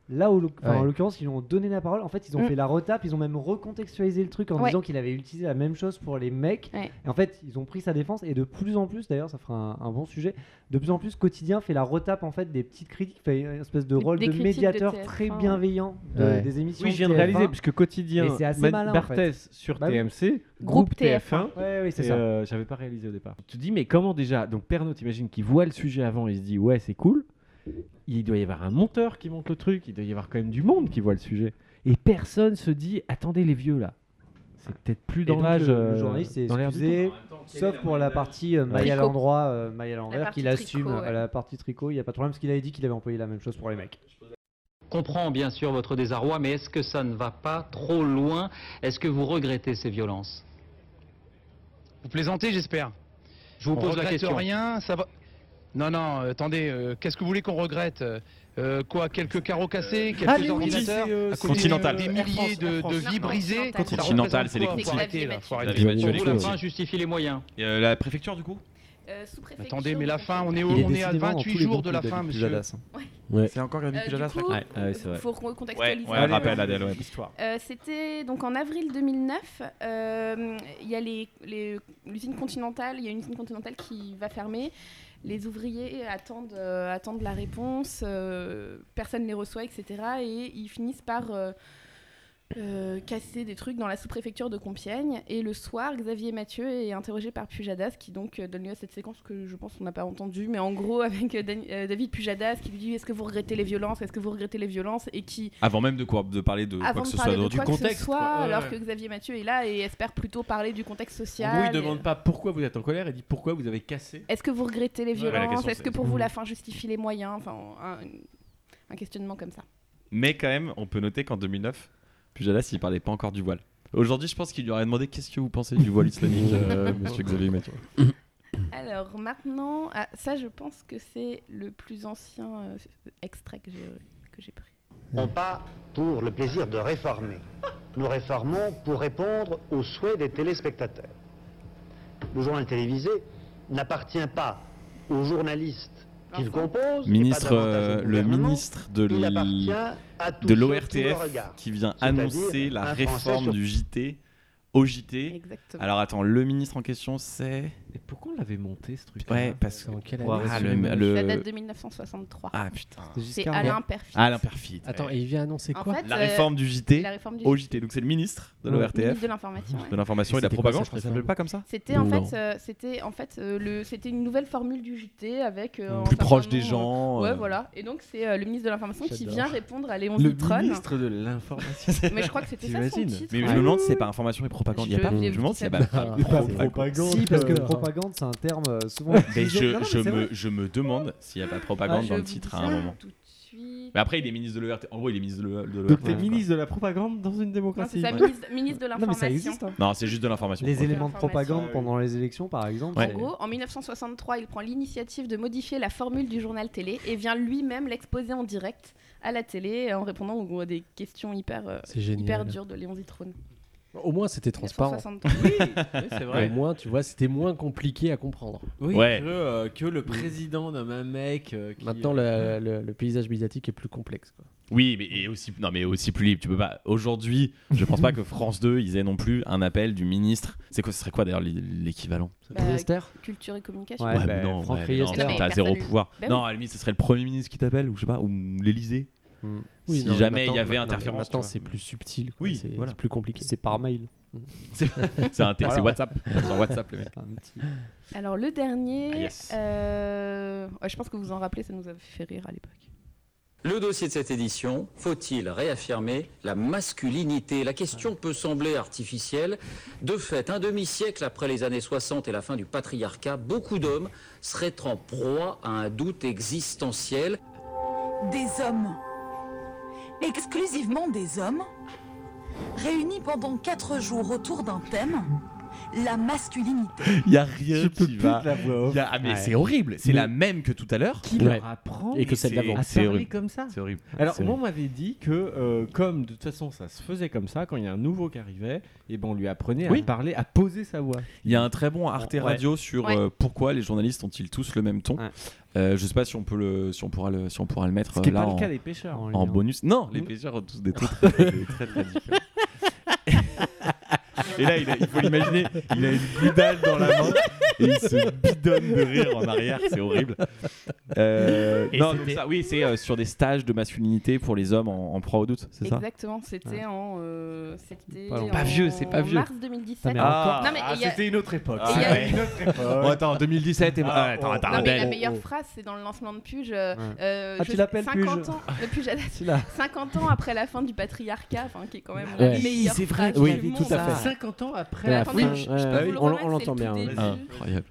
S5: Là, au loc- enfin,
S4: Ouais.
S5: en l'occurrence, ils lui ont donné la parole. En fait, ils ont
S4: Mm.
S5: fait la retape. Ils ont même recontextualisé le truc en
S7: Ouais.
S5: disant qu'il avait utilisé la même chose pour les mecs.
S7: Ouais.
S5: Et en fait, ils ont pris sa défense. Et de plus en plus, d'ailleurs, ça fera un, un bon sujet. De plus en plus, Quotidien fait la retape en fait des petites critiques, fait une espèce de rôle
S4: des
S5: de
S4: critiques de
S5: médiateur
S4: TF1,
S5: très
S4: ouais.
S5: bienveillant de-
S4: Ouais.
S5: Euh, des émissions.
S4: Oui, je viens de
S5: TF1.
S4: réaliser, puisque Quotidien,
S5: Et c'est assez
S4: Man-
S5: malin, en
S4: Barthès
S5: fait.
S4: sur
S5: Bah oui.
S4: TMC,
S5: Groupe
S4: groupe TF1.
S5: Ouais, oui, c'est
S4: et,
S5: ça.
S4: euh, J'avais pas réalisé au départ. Tu te dis, mais comment déjà Donc Pernaut, t'imagines qu'il voit le sujet avant, il se dit, ouais, c'est cool. Il doit y avoir un monteur qui monte le truc, il doit y avoir quand même du monde qui voit le sujet. Et personne se dit, attendez les vieux là. C'est peut-être plus
S5: Et
S4: dans
S5: donc,
S4: l'âge.
S5: Le,
S4: euh,
S5: le journaliste s'est
S4: dans l'air du
S5: excusé,
S4: temps.
S5: sauf pour la partie euh, maille à
S4: Tricot.
S5: l'endroit, euh, maille à l'envers,
S4: partie
S5: qu'il assume.
S4: tricot, ouais.
S5: à La partie tricot, il n'y a pas de problème, parce qu'il avait dit qu'il avait employé la même chose pour les mecs.
S1: comprend bien sûr votre désarroi, mais est-ce que ça ne va pas trop loin Est-ce que vous regrettez ces violences
S18: Vous plaisantez, j'espère.
S1: Je vous
S18: On
S1: pose la
S18: regrette
S1: question.
S18: rien, ça va. Non, non, euh, attendez, euh, qu'est-ce que vous voulez qu'on regrette Euh, Quoi Quelques carreaux cassés Quelques
S2: Ah, les
S18: ordinateurs
S2: Woodies, c'est, euh,
S18: À côté,
S2: Continental.
S18: euh, Des
S2: Air
S18: milliers
S2: France,
S18: de,
S2: Air France.
S18: de
S2: Non,
S18: vies
S2: non,
S18: brisées
S2: Continental.
S18: Ça
S2: Continental,
S18: représente
S2: c'est les
S18: quoi Faut
S2: critiques.
S18: arrêter, là, faut arrêter.
S2: David Mathieu, les
S18: Pour la
S2: critiques.
S18: fin,
S1: justifie les moyens.
S2: Et, euh, la préfecture, du coup Euh,
S18: Attendez, mais la fin, on est, au-
S2: Il est
S18: on est à
S2: décidément dans
S18: 28
S2: tous les
S18: jours
S2: groupes,
S18: de la
S2: David
S18: fin, monsieur.
S2: Pujadas, hein. C'est encore Gabi
S7: Euh, du
S2: Pujadas,
S7: coup,
S2: la craque. Ouais, ouais, c'est vrai.
S7: faut recontextualiser.
S2: Ouais, ouais, Allez, rappel, ouais. Adèle, ouais.
S7: L'histoire. Euh, C'était donc en avril 2009. euh, Il y a les- les- l'usine continentale. Il y a une usine continentale qui va fermer. Les ouvriers attendent, euh, attendent la réponse. euh, personne ne les reçoit, etc. Et ils finissent par euh, euh, casser des trucs dans la sous-préfecture de Compiègne. Et le soir, Xavier Mathieu est interrogé par Pujadas, qui donc euh, donne lieu à cette séquence que je pense qu'on n'a pas entendue, mais en gros avec euh, Dan- euh, David Pujadas qui lui dit Est-ce que vous regrettez les violences Est-ce que vous regrettez les violences Et qui.
S2: Avant même de quoi de parler de quoi
S7: avant
S2: que
S7: de
S2: ce soit
S7: parler de
S2: d'autre.
S7: quoi que ce soit, alors
S4: ouais.
S7: que Xavier Mathieu est là et espère plutôt parler du contexte social.
S4: En gros, il
S7: et-
S4: demande pas pourquoi vous êtes en colère, il dit pourquoi vous avez cassé.
S7: Est-ce que vous regrettez les
S4: Ouais, la
S7: violences
S4: question,
S7: Est-ce que
S4: c'est-
S7: pour
S2: Mm.
S7: vous la fin justifie les moyens Enfin, un, un questionnement comme ça.
S2: Mais quand même, on peut noter qu'en 2009, Pujadas, il parlait pas encore du voile. Aujourd'hui, je pense qu'il lui aurait demandé qu'est-ce que vous pensez du voile islamique, euh, monsieur Xavier Mathieu.
S7: Alors maintenant, ah, ça je pense que c'est le plus ancien euh, extrait que j'ai- euh, que j'ai pris.
S22: Non pas pour le plaisir de réformer. Nous réformons pour répondre aux souhaits des téléspectateurs. Le journal télévisé n'appartient pas aux journalistes qu'il compose. et
S2: Ministre,
S22: pas davantage
S2: euh,
S22: au
S2: le
S22: gouvernement.
S2: ministre de
S22: Il
S2: l-
S22: appartient à
S2: de
S22: tous ceux qui le
S2: l'ORTF
S22: regardent.
S2: qui vient
S22: C'est-à-dire
S2: annoncer la
S22: un Français
S2: réforme
S22: sur-
S2: du JT au JT. Alors attends, le ministre en question c'est.
S4: Et pourquoi on l'avait monté ce truc
S2: Ouais, parce que.
S4: quelle
S2: Ah,
S4: année
S2: le- le-
S7: Ça date de 1963.
S2: Ah putain.
S7: C'est Alain Perfit.
S2: Alain Perfit.
S9: Attends,
S2: ouais.
S9: et il vient annoncer
S7: En
S9: quoi
S7: fait,
S2: La
S7: euh,
S2: réforme du JT
S7: la réforme du
S2: au
S7: JT.
S2: JT. Donc c'est le ministre de
S7: Ouais.
S2: l'ORTF.
S7: Ministre de l'information, ouais.
S2: De
S9: Et
S2: l'information et de la
S9: c'était quoi,
S2: propagande, je
S9: cette
S2: crois que ça
S9: réforme
S2: s'appelle pas comme ça
S7: C'était en,
S2: Non.
S7: fait, euh, c'était en fait euh, le, c'était une nouvelle formule du JT avec euh, un
S2: Plus
S7: certain
S2: proche des
S7: nombre-
S2: gens,
S7: Ouais,
S2: euh.
S7: voilà. Et donc c'est euh, le ministre de l'information qui
S2: J'adore.
S7: vient répondre à Léon
S4: Le
S7: Zitrone.
S4: ministre de l'information.
S7: Mais je crois que c'était ça son
S4: T'imagines
S7: titre. hein
S2: Mais je
S7: ouais.
S2: me demande si c'est pas information et propagande.
S7: Je
S2: Il y a pas. Je
S7: vais-
S2: me demande s'il y a
S5: Non,
S2: pas.
S5: il y a pas propagande. Si, parce
S7: euh,
S5: que propagande, c'est un terme euh, souvent
S2: Mais
S5: utilisé.
S2: je,
S5: Non, non, mais
S2: je
S5: c'est vrai.
S2: me, je me demande s'il n'y a pas propagande
S7: Bah,
S5: Ah, je
S2: dans le
S5: vous
S2: titre hein,
S5: dis
S2: à un
S5: ça
S2: moment.
S7: tout
S2: Mais après, il est ministre de l'ORT. En gros, il est ministre de l'ORT.
S4: Donc t'es ministre de la propagande dans une démocratie.
S7: Non, c'est ça, ministre- ministre de
S5: mais ça
S7: l'information.
S5: existe. hein.
S2: Non, c'est juste de l'information.
S5: Les
S2: Ok.
S5: éléments de
S7: Information.
S5: propagande pendant les élections, par exemple.
S2: Ouais.
S5: c'est-
S7: En gros, en 1963, il prend l'initiative de modifier la formule du journal télé et vient lui-même l'exposer en direct à la télé euh, en répondant aux, à des questions hyper, euh,
S9: C'est génial.
S7: hyper dures de Léon Zitrone.
S9: Au moins, c'était transparent.
S7: 1963. Oui,
S4: oui, c'est vrai.
S9: Au moins, tu vois, c'était moins compliqué à comprendre.
S4: Oui, que, euh, que le président d'un même mec. euh, qui,
S9: Maintenant,
S4: euh,
S9: le, le- le paysage médiatique est plus complexe. quoi.
S2: Oui, mais et aussi, non, mais aussi plus libre. Tu peux pas. Aujourd'hui, je pense pas que France 2, ils aient non plus un appel du ministre. C'est quoi, ce serait quoi d'ailleurs l'é- l'équivalent
S7: Bah, Culture et communication.
S2: Ouais, bah, mais non, ouais, mais non,
S7: Non, mais
S2: t'as
S7: personne
S2: zéro
S7: lui-
S2: pouvoir.
S7: Bah oui.
S2: non, à la limite, ce serait le premier ministre qui t'appelle, ou je sais pas, ou l'Elysée.
S8: Hmm. Oui,
S2: si
S8: non, mais
S2: jamais il
S8: maintenant-
S2: y avait
S8: non, mais
S2: interférence.
S8: maintenant,
S2: tu
S8: c'est
S2: vois.
S8: plus subtil, quoi.
S2: Oui,
S8: C'est-
S2: voilà.
S8: c'est plus compliqué.
S5: C'est par mail.
S2: C'est c'est un t- c'est
S5: Voilà.
S2: WhatsApp. C'est un WhatsApp, le mec.
S7: Alors le dernier,
S2: Ah, yes.
S7: euh, ouais, je pense que vous en rappelez, ça nous avait fait rire à l'époque.
S1: Le dossier de cette édition, faut-il réaffirmer la masculinité La question peut sembler artificielle. De fait, un demi-siècle après les années 60 et la fin du patriarcat, beaucoup d'hommes seraient en proie à un doute existentiel.
S10: Des hommes. Exclusivement des hommes. Réunis pendant quatre jours autour d'un thème. La masculinité.
S2: Il y a rien qui
S8: plus
S2: va.
S8: de la voix off.
S2: Il y a- Ah mais
S8: Ouais.
S2: c'est horrible, c'est
S8: Mais-
S2: la même que tout à l'heure.
S3: Qui leur apprend
S2: Et que
S3: c'est
S2: celle d'avant.
S4: Ah,
S3: à
S2: C'est
S3: parler
S2: horrible.
S3: comme ça
S2: C'est horrible.
S3: Alors
S2: C'est
S3: moi on
S2: horrible.
S3: m'avait dit que euh, comme de toute façon ça se faisait comme ça quand il y a un nouveau qui arrivait et ben on lui apprenait
S2: Oui.
S3: à parler à poser sa voix.
S2: Il y a un très bon Arte
S3: Ouais.
S2: Radio sur
S3: Ouais.
S2: euh, pourquoi les journalistes ont-ils tous le même ton. Euh, je sais pas si on peut le, si on pourra le, si on pourra le mettre
S3: Ce qui
S2: euh,
S3: est
S2: là
S3: pas le
S2: en,
S3: cas des pêcheurs, en
S2: en,
S3: lui, hein.
S2: bonus. Non, les
S3: Mm.
S2: pêcheurs ont tous des tons très, très, très, très différents. Et là, il, a- il faut l'imaginer, il a une goudale dans la main et il se bidonne de rire en arrière, c'est horrible. Euh,
S7: Et
S2: non, donc
S7: c'était-
S2: ça, oui, c'est euh, sur des stages de masculinité pour les hommes en, en proie au doute, c'est ça
S7: Exactement, c'était
S2: Ouais.
S7: en, euh, c'était
S2: Pas long.
S7: en
S2: Pas vieux, c'est pas vieux.
S7: mars
S2: Ah,
S7: 2017.
S2: mais encore-
S7: Non, mais
S2: ah,
S7: il y a-
S2: c'était une autre époque,
S7: Et
S4: Ah,
S7: il y a-
S2: c'est vrai. Une autre époque. Bon, attends, 2017 et- Ah, attends, attends,
S7: Non, mais la
S2: Adèle.
S7: meilleure
S2: Oh, oh.
S7: phrase, c'est dans le lancement de Puge. euh,
S2: Ouais.
S7: euh,
S2: Ah,
S7: je
S2: tu
S7: sais-
S2: l'appelles
S7: 50
S2: Puge.
S7: Ans, le Puge à la-
S2: Tu l'as.
S7: 50 ans après la fin du patriarcat, enfin, qui est quand même
S8: Ouais.
S7: la
S8: Mais
S7: meilleure
S8: c'est vrai
S7: phrase
S8: qu'il
S7: du
S8: y avait tout
S7: monde.
S8: à fait.
S7: 50 ans après
S8: Ouais,
S7: la fin du
S8: ouais, ouais, ouais. On- on l'entend bien,
S1: ouais.
S7: Ah.
S2: Incroyable.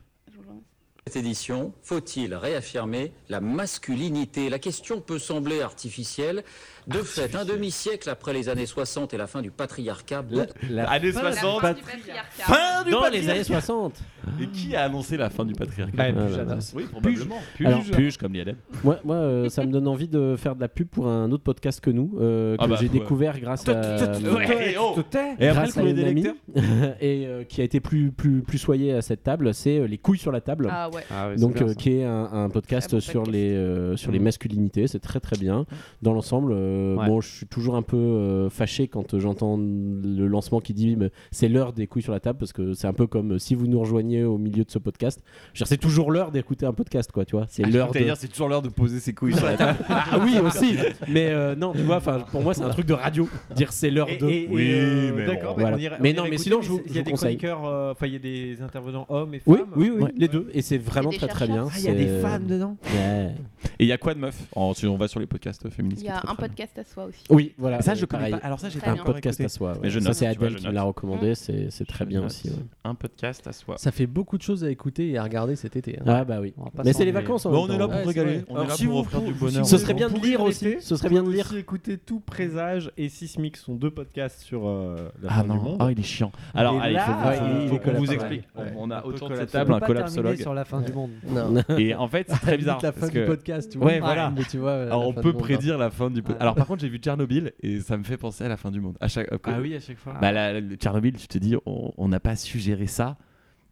S1: Cette édition, faut-il réaffirmer la masculinité La question peut sembler artificielle. De fait, un demi-siècle après les années 60 et la fin du patriarcat,
S2: La- la Années fin du 60. patriarcat. Fin du
S1: Dans
S2: patriarcat.
S1: les années 60.
S2: Et qui a annoncé la fin du patriarcat
S8: Ouais, Puge, Adam.
S2: Oui, probablement. Ah, Puge,
S8: Alors-
S2: Ah, Puge, comme dit Adèle.
S8: Moi, moi, euh, ça me donne envie de faire de la pub pour un autre podcast que nous, euh, que
S2: Ah bah,
S8: j'ai
S2: ouais.
S8: découvert grâce à.
S2: Ouais, oh. Et après,
S8: grâce
S2: le
S8: à
S2: courrier
S8: une
S2: des
S8: amie,
S2: lecteurs
S8: et euh, qui a été plus plus plus soyé à cette table, c'est euh, les couilles sur la table.
S7: Ah ouais.
S2: Ah ouais, c'est
S8: Donc
S2: bien,
S8: euh,
S2: ça. Mm.
S8: qui est un, un podcast sur les euh, sur les masculinités, c'est très très bien. Dans l'ensemble, euh, bon, je suis toujours un peu euh, fâché quand euh, j'entends le lancement qui dit mais c'est l'heure des couilles sur la table parce que c'est un peu comme euh, si vous nous rejoignez au milieu de ce podcast. Je veux dire, C'est toujours l'heure d'écouter un podcast, quoi, tu vois. C'est
S2: Ah,
S8: l'heure. de-
S2: C'est-à-dire, c'est toujours l'heure de poser ses couilles sur la table.
S8: ah oui aussi mais euh, non tu vois enfin pour moi c'est un truc de radio dire c'est l'heure
S4: Et-
S8: de
S4: et- et,
S8: Oui,
S4: euh,
S8: mais
S4: d'accord,
S8: bon,
S4: mais
S8: voilà.
S4: on irait- on
S8: mais
S4: irait
S8: non mais
S4: écouter,
S8: sinon je vous,
S4: Il y a
S8: je vous
S4: des
S8: conseille
S4: chroniqueurs, euh, enfin il y a des intervenants hommes et femmes.
S8: oui oui oui les deux et c'est vraiment
S4: des
S8: très très bien
S4: chercheurs. Ah, il y a des
S8: c'est-
S4: femmes dedans
S8: Ouais.
S2: Et il y a quoi de meuf En- si On va sur les podcasts féministes.
S7: Il y a un podcast à soi aussi.
S8: oui voilà
S2: Ça,
S8: euh,
S2: je connais
S8: pareil.
S2: pas. Alors ça, j'ai
S7: Très
S2: pas
S8: un
S2: encore
S8: podcast
S2: écouté.
S8: à soi ouais.
S2: Mais je
S8: ça
S2: note,
S8: c'est
S2: tu vois,
S8: Adèle
S2: je
S8: qui
S2: note.
S8: me l'a recommandé c'est c'est très bien aussi ouais.
S2: Un podcast à soi.
S6: Ça fait beaucoup de choses à écouter et à regarder cet été. hein.
S8: Ah bah oui.
S6: On va pas
S8: Mais
S6: s'en
S8: c'est les
S6: ennuyer.
S8: vacances en même temps. hein. Ouais, c'est vrai.
S6: Alors, si vous pouvez- si
S8: Ce
S6: vous
S8: serait bien de
S6: pouvez-
S8: lire aussi. Ce serait bien de lire.
S4: Écouter tout présage et sismique sont deux podcasts sur euh, la
S2: Ah
S4: fin du
S2: non,
S4: monde.
S2: ah, il est chiant. Alors,
S4: Et
S2: allez,
S4: là,
S2: faut, faut-
S4: euh,
S2: faut-
S4: il
S2: faut
S4: est
S2: qu'on vous
S4: collapsable.
S2: explique.
S4: Ouais.
S2: On a
S4: Un peu
S2: autour de la
S4: collapsable.
S2: table
S4: On
S2: un
S4: peut pas terminer
S2: collapsologue.
S4: sur la fin du monde.
S2: Non. Et en fait, c'est très bizarre.
S6: La fin
S2: parce
S6: du
S2: que-
S6: podcast, tu vois.
S2: Ouais,
S4: Ah,
S2: voilà.
S6: Mais tu vois, euh,
S2: Alors,
S6: la
S2: on
S6: fin
S2: peut
S6: du monde,
S2: prédire
S6: hein.
S2: la fin du. po-
S6: Ouais.
S2: Alors, par contre, j'ai vu Tchernobyl et ça me fait penser à la fin du monde. À chaque. euh,
S3: Ah oui, à chaque fois.
S2: Bah, la- le Tchernobyl, tu te dis, on on n'a pas suggéré ça,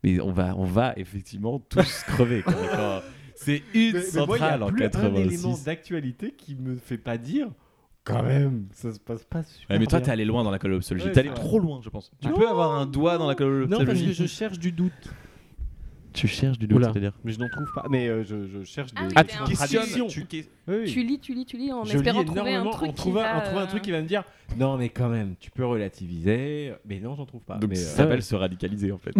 S2: mais on va, on va effectivement tous crever. quoi, d'accord C'est une
S4: Mais- mais moi, il y a
S2: centrale en
S4: plus Un élément
S2: 86.
S4: d'actualité qui me fait pas dire quand même ça se passe pas super
S2: Ouais, mais toi,
S4: bien.
S2: t'es allé loin dans la colopsologie.
S4: Ouais,
S2: t'es allé
S4: c'est vrai.
S2: trop loin, je pense. Tu peux avoir un doigt dans la
S4: Non,
S2: colopsologie.
S4: parce que je cherche du doute.
S2: Tu cherches du doute, c'est-à-dire.
S4: Mais je n'en trouve pas. Mais euh, je, je cherche
S7: Ah
S4: des des
S7: oui, mais un-
S4: contradictions.
S7: Tu-
S2: Oui,
S4: oui.
S7: Tu lis, tu lis, tu lis en
S4: Je
S7: espérant
S4: lis
S7: trouver un
S4: énormément
S7: truc
S4: en
S7: qui
S4: trouvant-
S7: va,
S4: en trouvant un
S7: euh,
S4: truc qui va me dire
S3: Non mais quand même, tu peux
S4: euh,
S3: relativiser, mais non j'en trouve pas.
S2: Donc
S3: mais,
S2: ça
S3: euh,
S2: s'appelle se radicaliser en fait.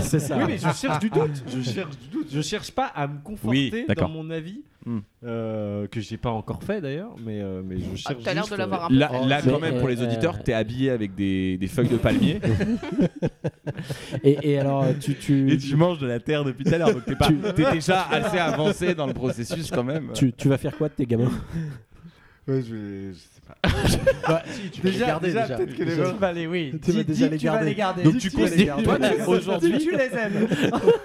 S3: C'est ça.
S4: Oui, mais je cherche du doute. Je cherche du doute. Je cherche pas à me
S2: Oui,
S4: conforter dans
S2: d'accord.
S4: mon avis
S2: Hmm.
S4: euh, que j'ai pas encore fait d'ailleurs, mais euh, mais
S7: Ah,
S4: je cherche.
S7: t'as l'air de
S4: juste,
S7: l'avoir
S4: euh,
S7: un peu Euh,
S2: Là, là, quand même, pour les auditeurs, t'es habillé avec des, des feuilles de palmier.
S8: et, et
S6: Oh,
S8: alors tu tu
S2: Et tu manges de la terre depuis tout à l'heure, donc t'es pas- t'es déjà assez avancé dans le processus quand même.
S8: tu tu vas faire quoi de tes gamins
S4: Ouais, je, vais- je sais pas.
S8: Bah,
S4: si, tu
S8: vas
S4: déjà,
S8: les garder,
S4: déjà,
S8: déjà.
S4: peut-être que les
S8: Déjà.
S4: gens vont aller, oui.
S8: Tu vas
S4: Dis-
S8: déjà les
S4: dis que tu vas
S8: garder.
S4: garder.
S2: Donc
S4: Dis
S2: tu
S4: que vas les
S2: conseilles-
S4: garder.
S2: toi, tu-
S4: Dis que
S2: aujourd'hui-
S4: tu les aimes.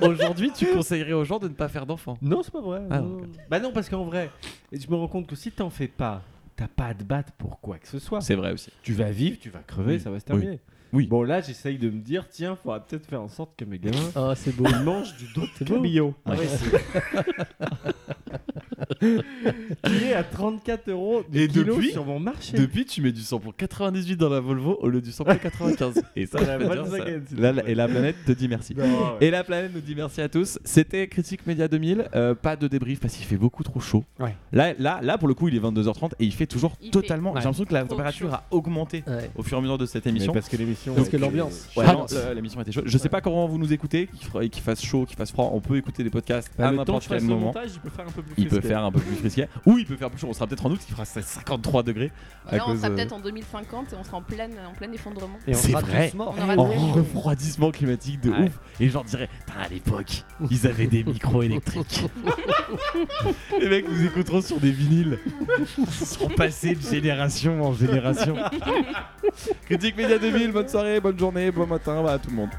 S2: Aujourd'hui, tu conseillerais aux gens de ne pas faire d'enfants.
S4: Non, c'est pas vrai.
S2: Ah,
S4: non. Bah non, parce qu'en vrai, je me rends compte que si t'en fais pas, t'as pas à te battre pour quoi que ce soit.
S2: C'est vrai aussi.
S4: Tu vas vivre, tu vas crever,
S2: Oui.
S4: ça va se
S2: Oui.
S4: terminer.
S2: Oui.
S4: Bon là, j'essaye de me dire, tiens, faudra peut-être faire en sorte que mes gamins
S6: Ah, c'est beau.
S4: ils mangent du dos de Ah
S6: beau.
S4: cabillaud.
S6: Ouais.
S4: Ah ouais, c'est- qui est à 34 euros du
S2: Et
S4: kilo
S2: depuis,
S4: sur mon marché.
S2: depuis, tu mets du sang pour 98 dans la Volvo au lieu du sang pour 95. Et ça,
S4: Dans
S2: je
S4: la
S2: peux dire ça.
S4: Volkswagen, s'il te
S2: La-
S4: plaît.
S2: et la planète te dit merci.
S4: Non, ouais.
S2: Et la planète nous dit merci à tous. C'était Critique Média 2000. Euh, pas de débrief parce qu'il fait beaucoup trop chaud.
S5: Ouais.
S2: Là, là, là, pour le coup, il est 22h30 et il fait toujours
S5: Il fait
S2: totalement.
S5: Ouais.
S2: J'ai l'impression que la
S5: trop
S2: température
S5: chaud.
S2: a augmenté
S6: Ah.
S2: au fur et à mesure de cette émission.
S8: Mais parce que l'émission
S2: Donc,
S8: Parce que
S2: euh,
S8: l'ambiance.
S2: ouais,
S8: Ah,
S2: non,
S8: l'ambiance.
S2: euh, l'émission était chaude. Je sais pas comment vous nous écoutez, qu'il fera- qu'il fasse chaud, qu'il fasse froid. On peut écouter des podcasts
S4: Bah,
S2: à
S4: le temps
S2: n'importe
S4: que je
S2: quel
S4: fasse le
S2: moment.
S4: montage, il peut faire un peu plus
S2: Il peut
S4: frisquet.
S2: faire un peu plus frisquet. Ou il peut faire plus chaud. On sera peut-être en août qui fera 53 degrés. à
S7: Là, on
S2: cause,
S7: sera
S2: euh,
S7: peut-être en 2050 et on sera en pleine- en plein effondrement.
S2: c'est vrai,
S7: On aura
S2: en
S7: très chaud.
S2: refroidissement climatique de ouf. Et les gens diraient, Putain, à l'époque, ils avaient des micros électriques. les mecs nous écouteront sur des vinyles. Ils seront passés de génération en génération. Critique Média 2000, bonne soirée, bonne journée, bon matin bah, à tout le monde.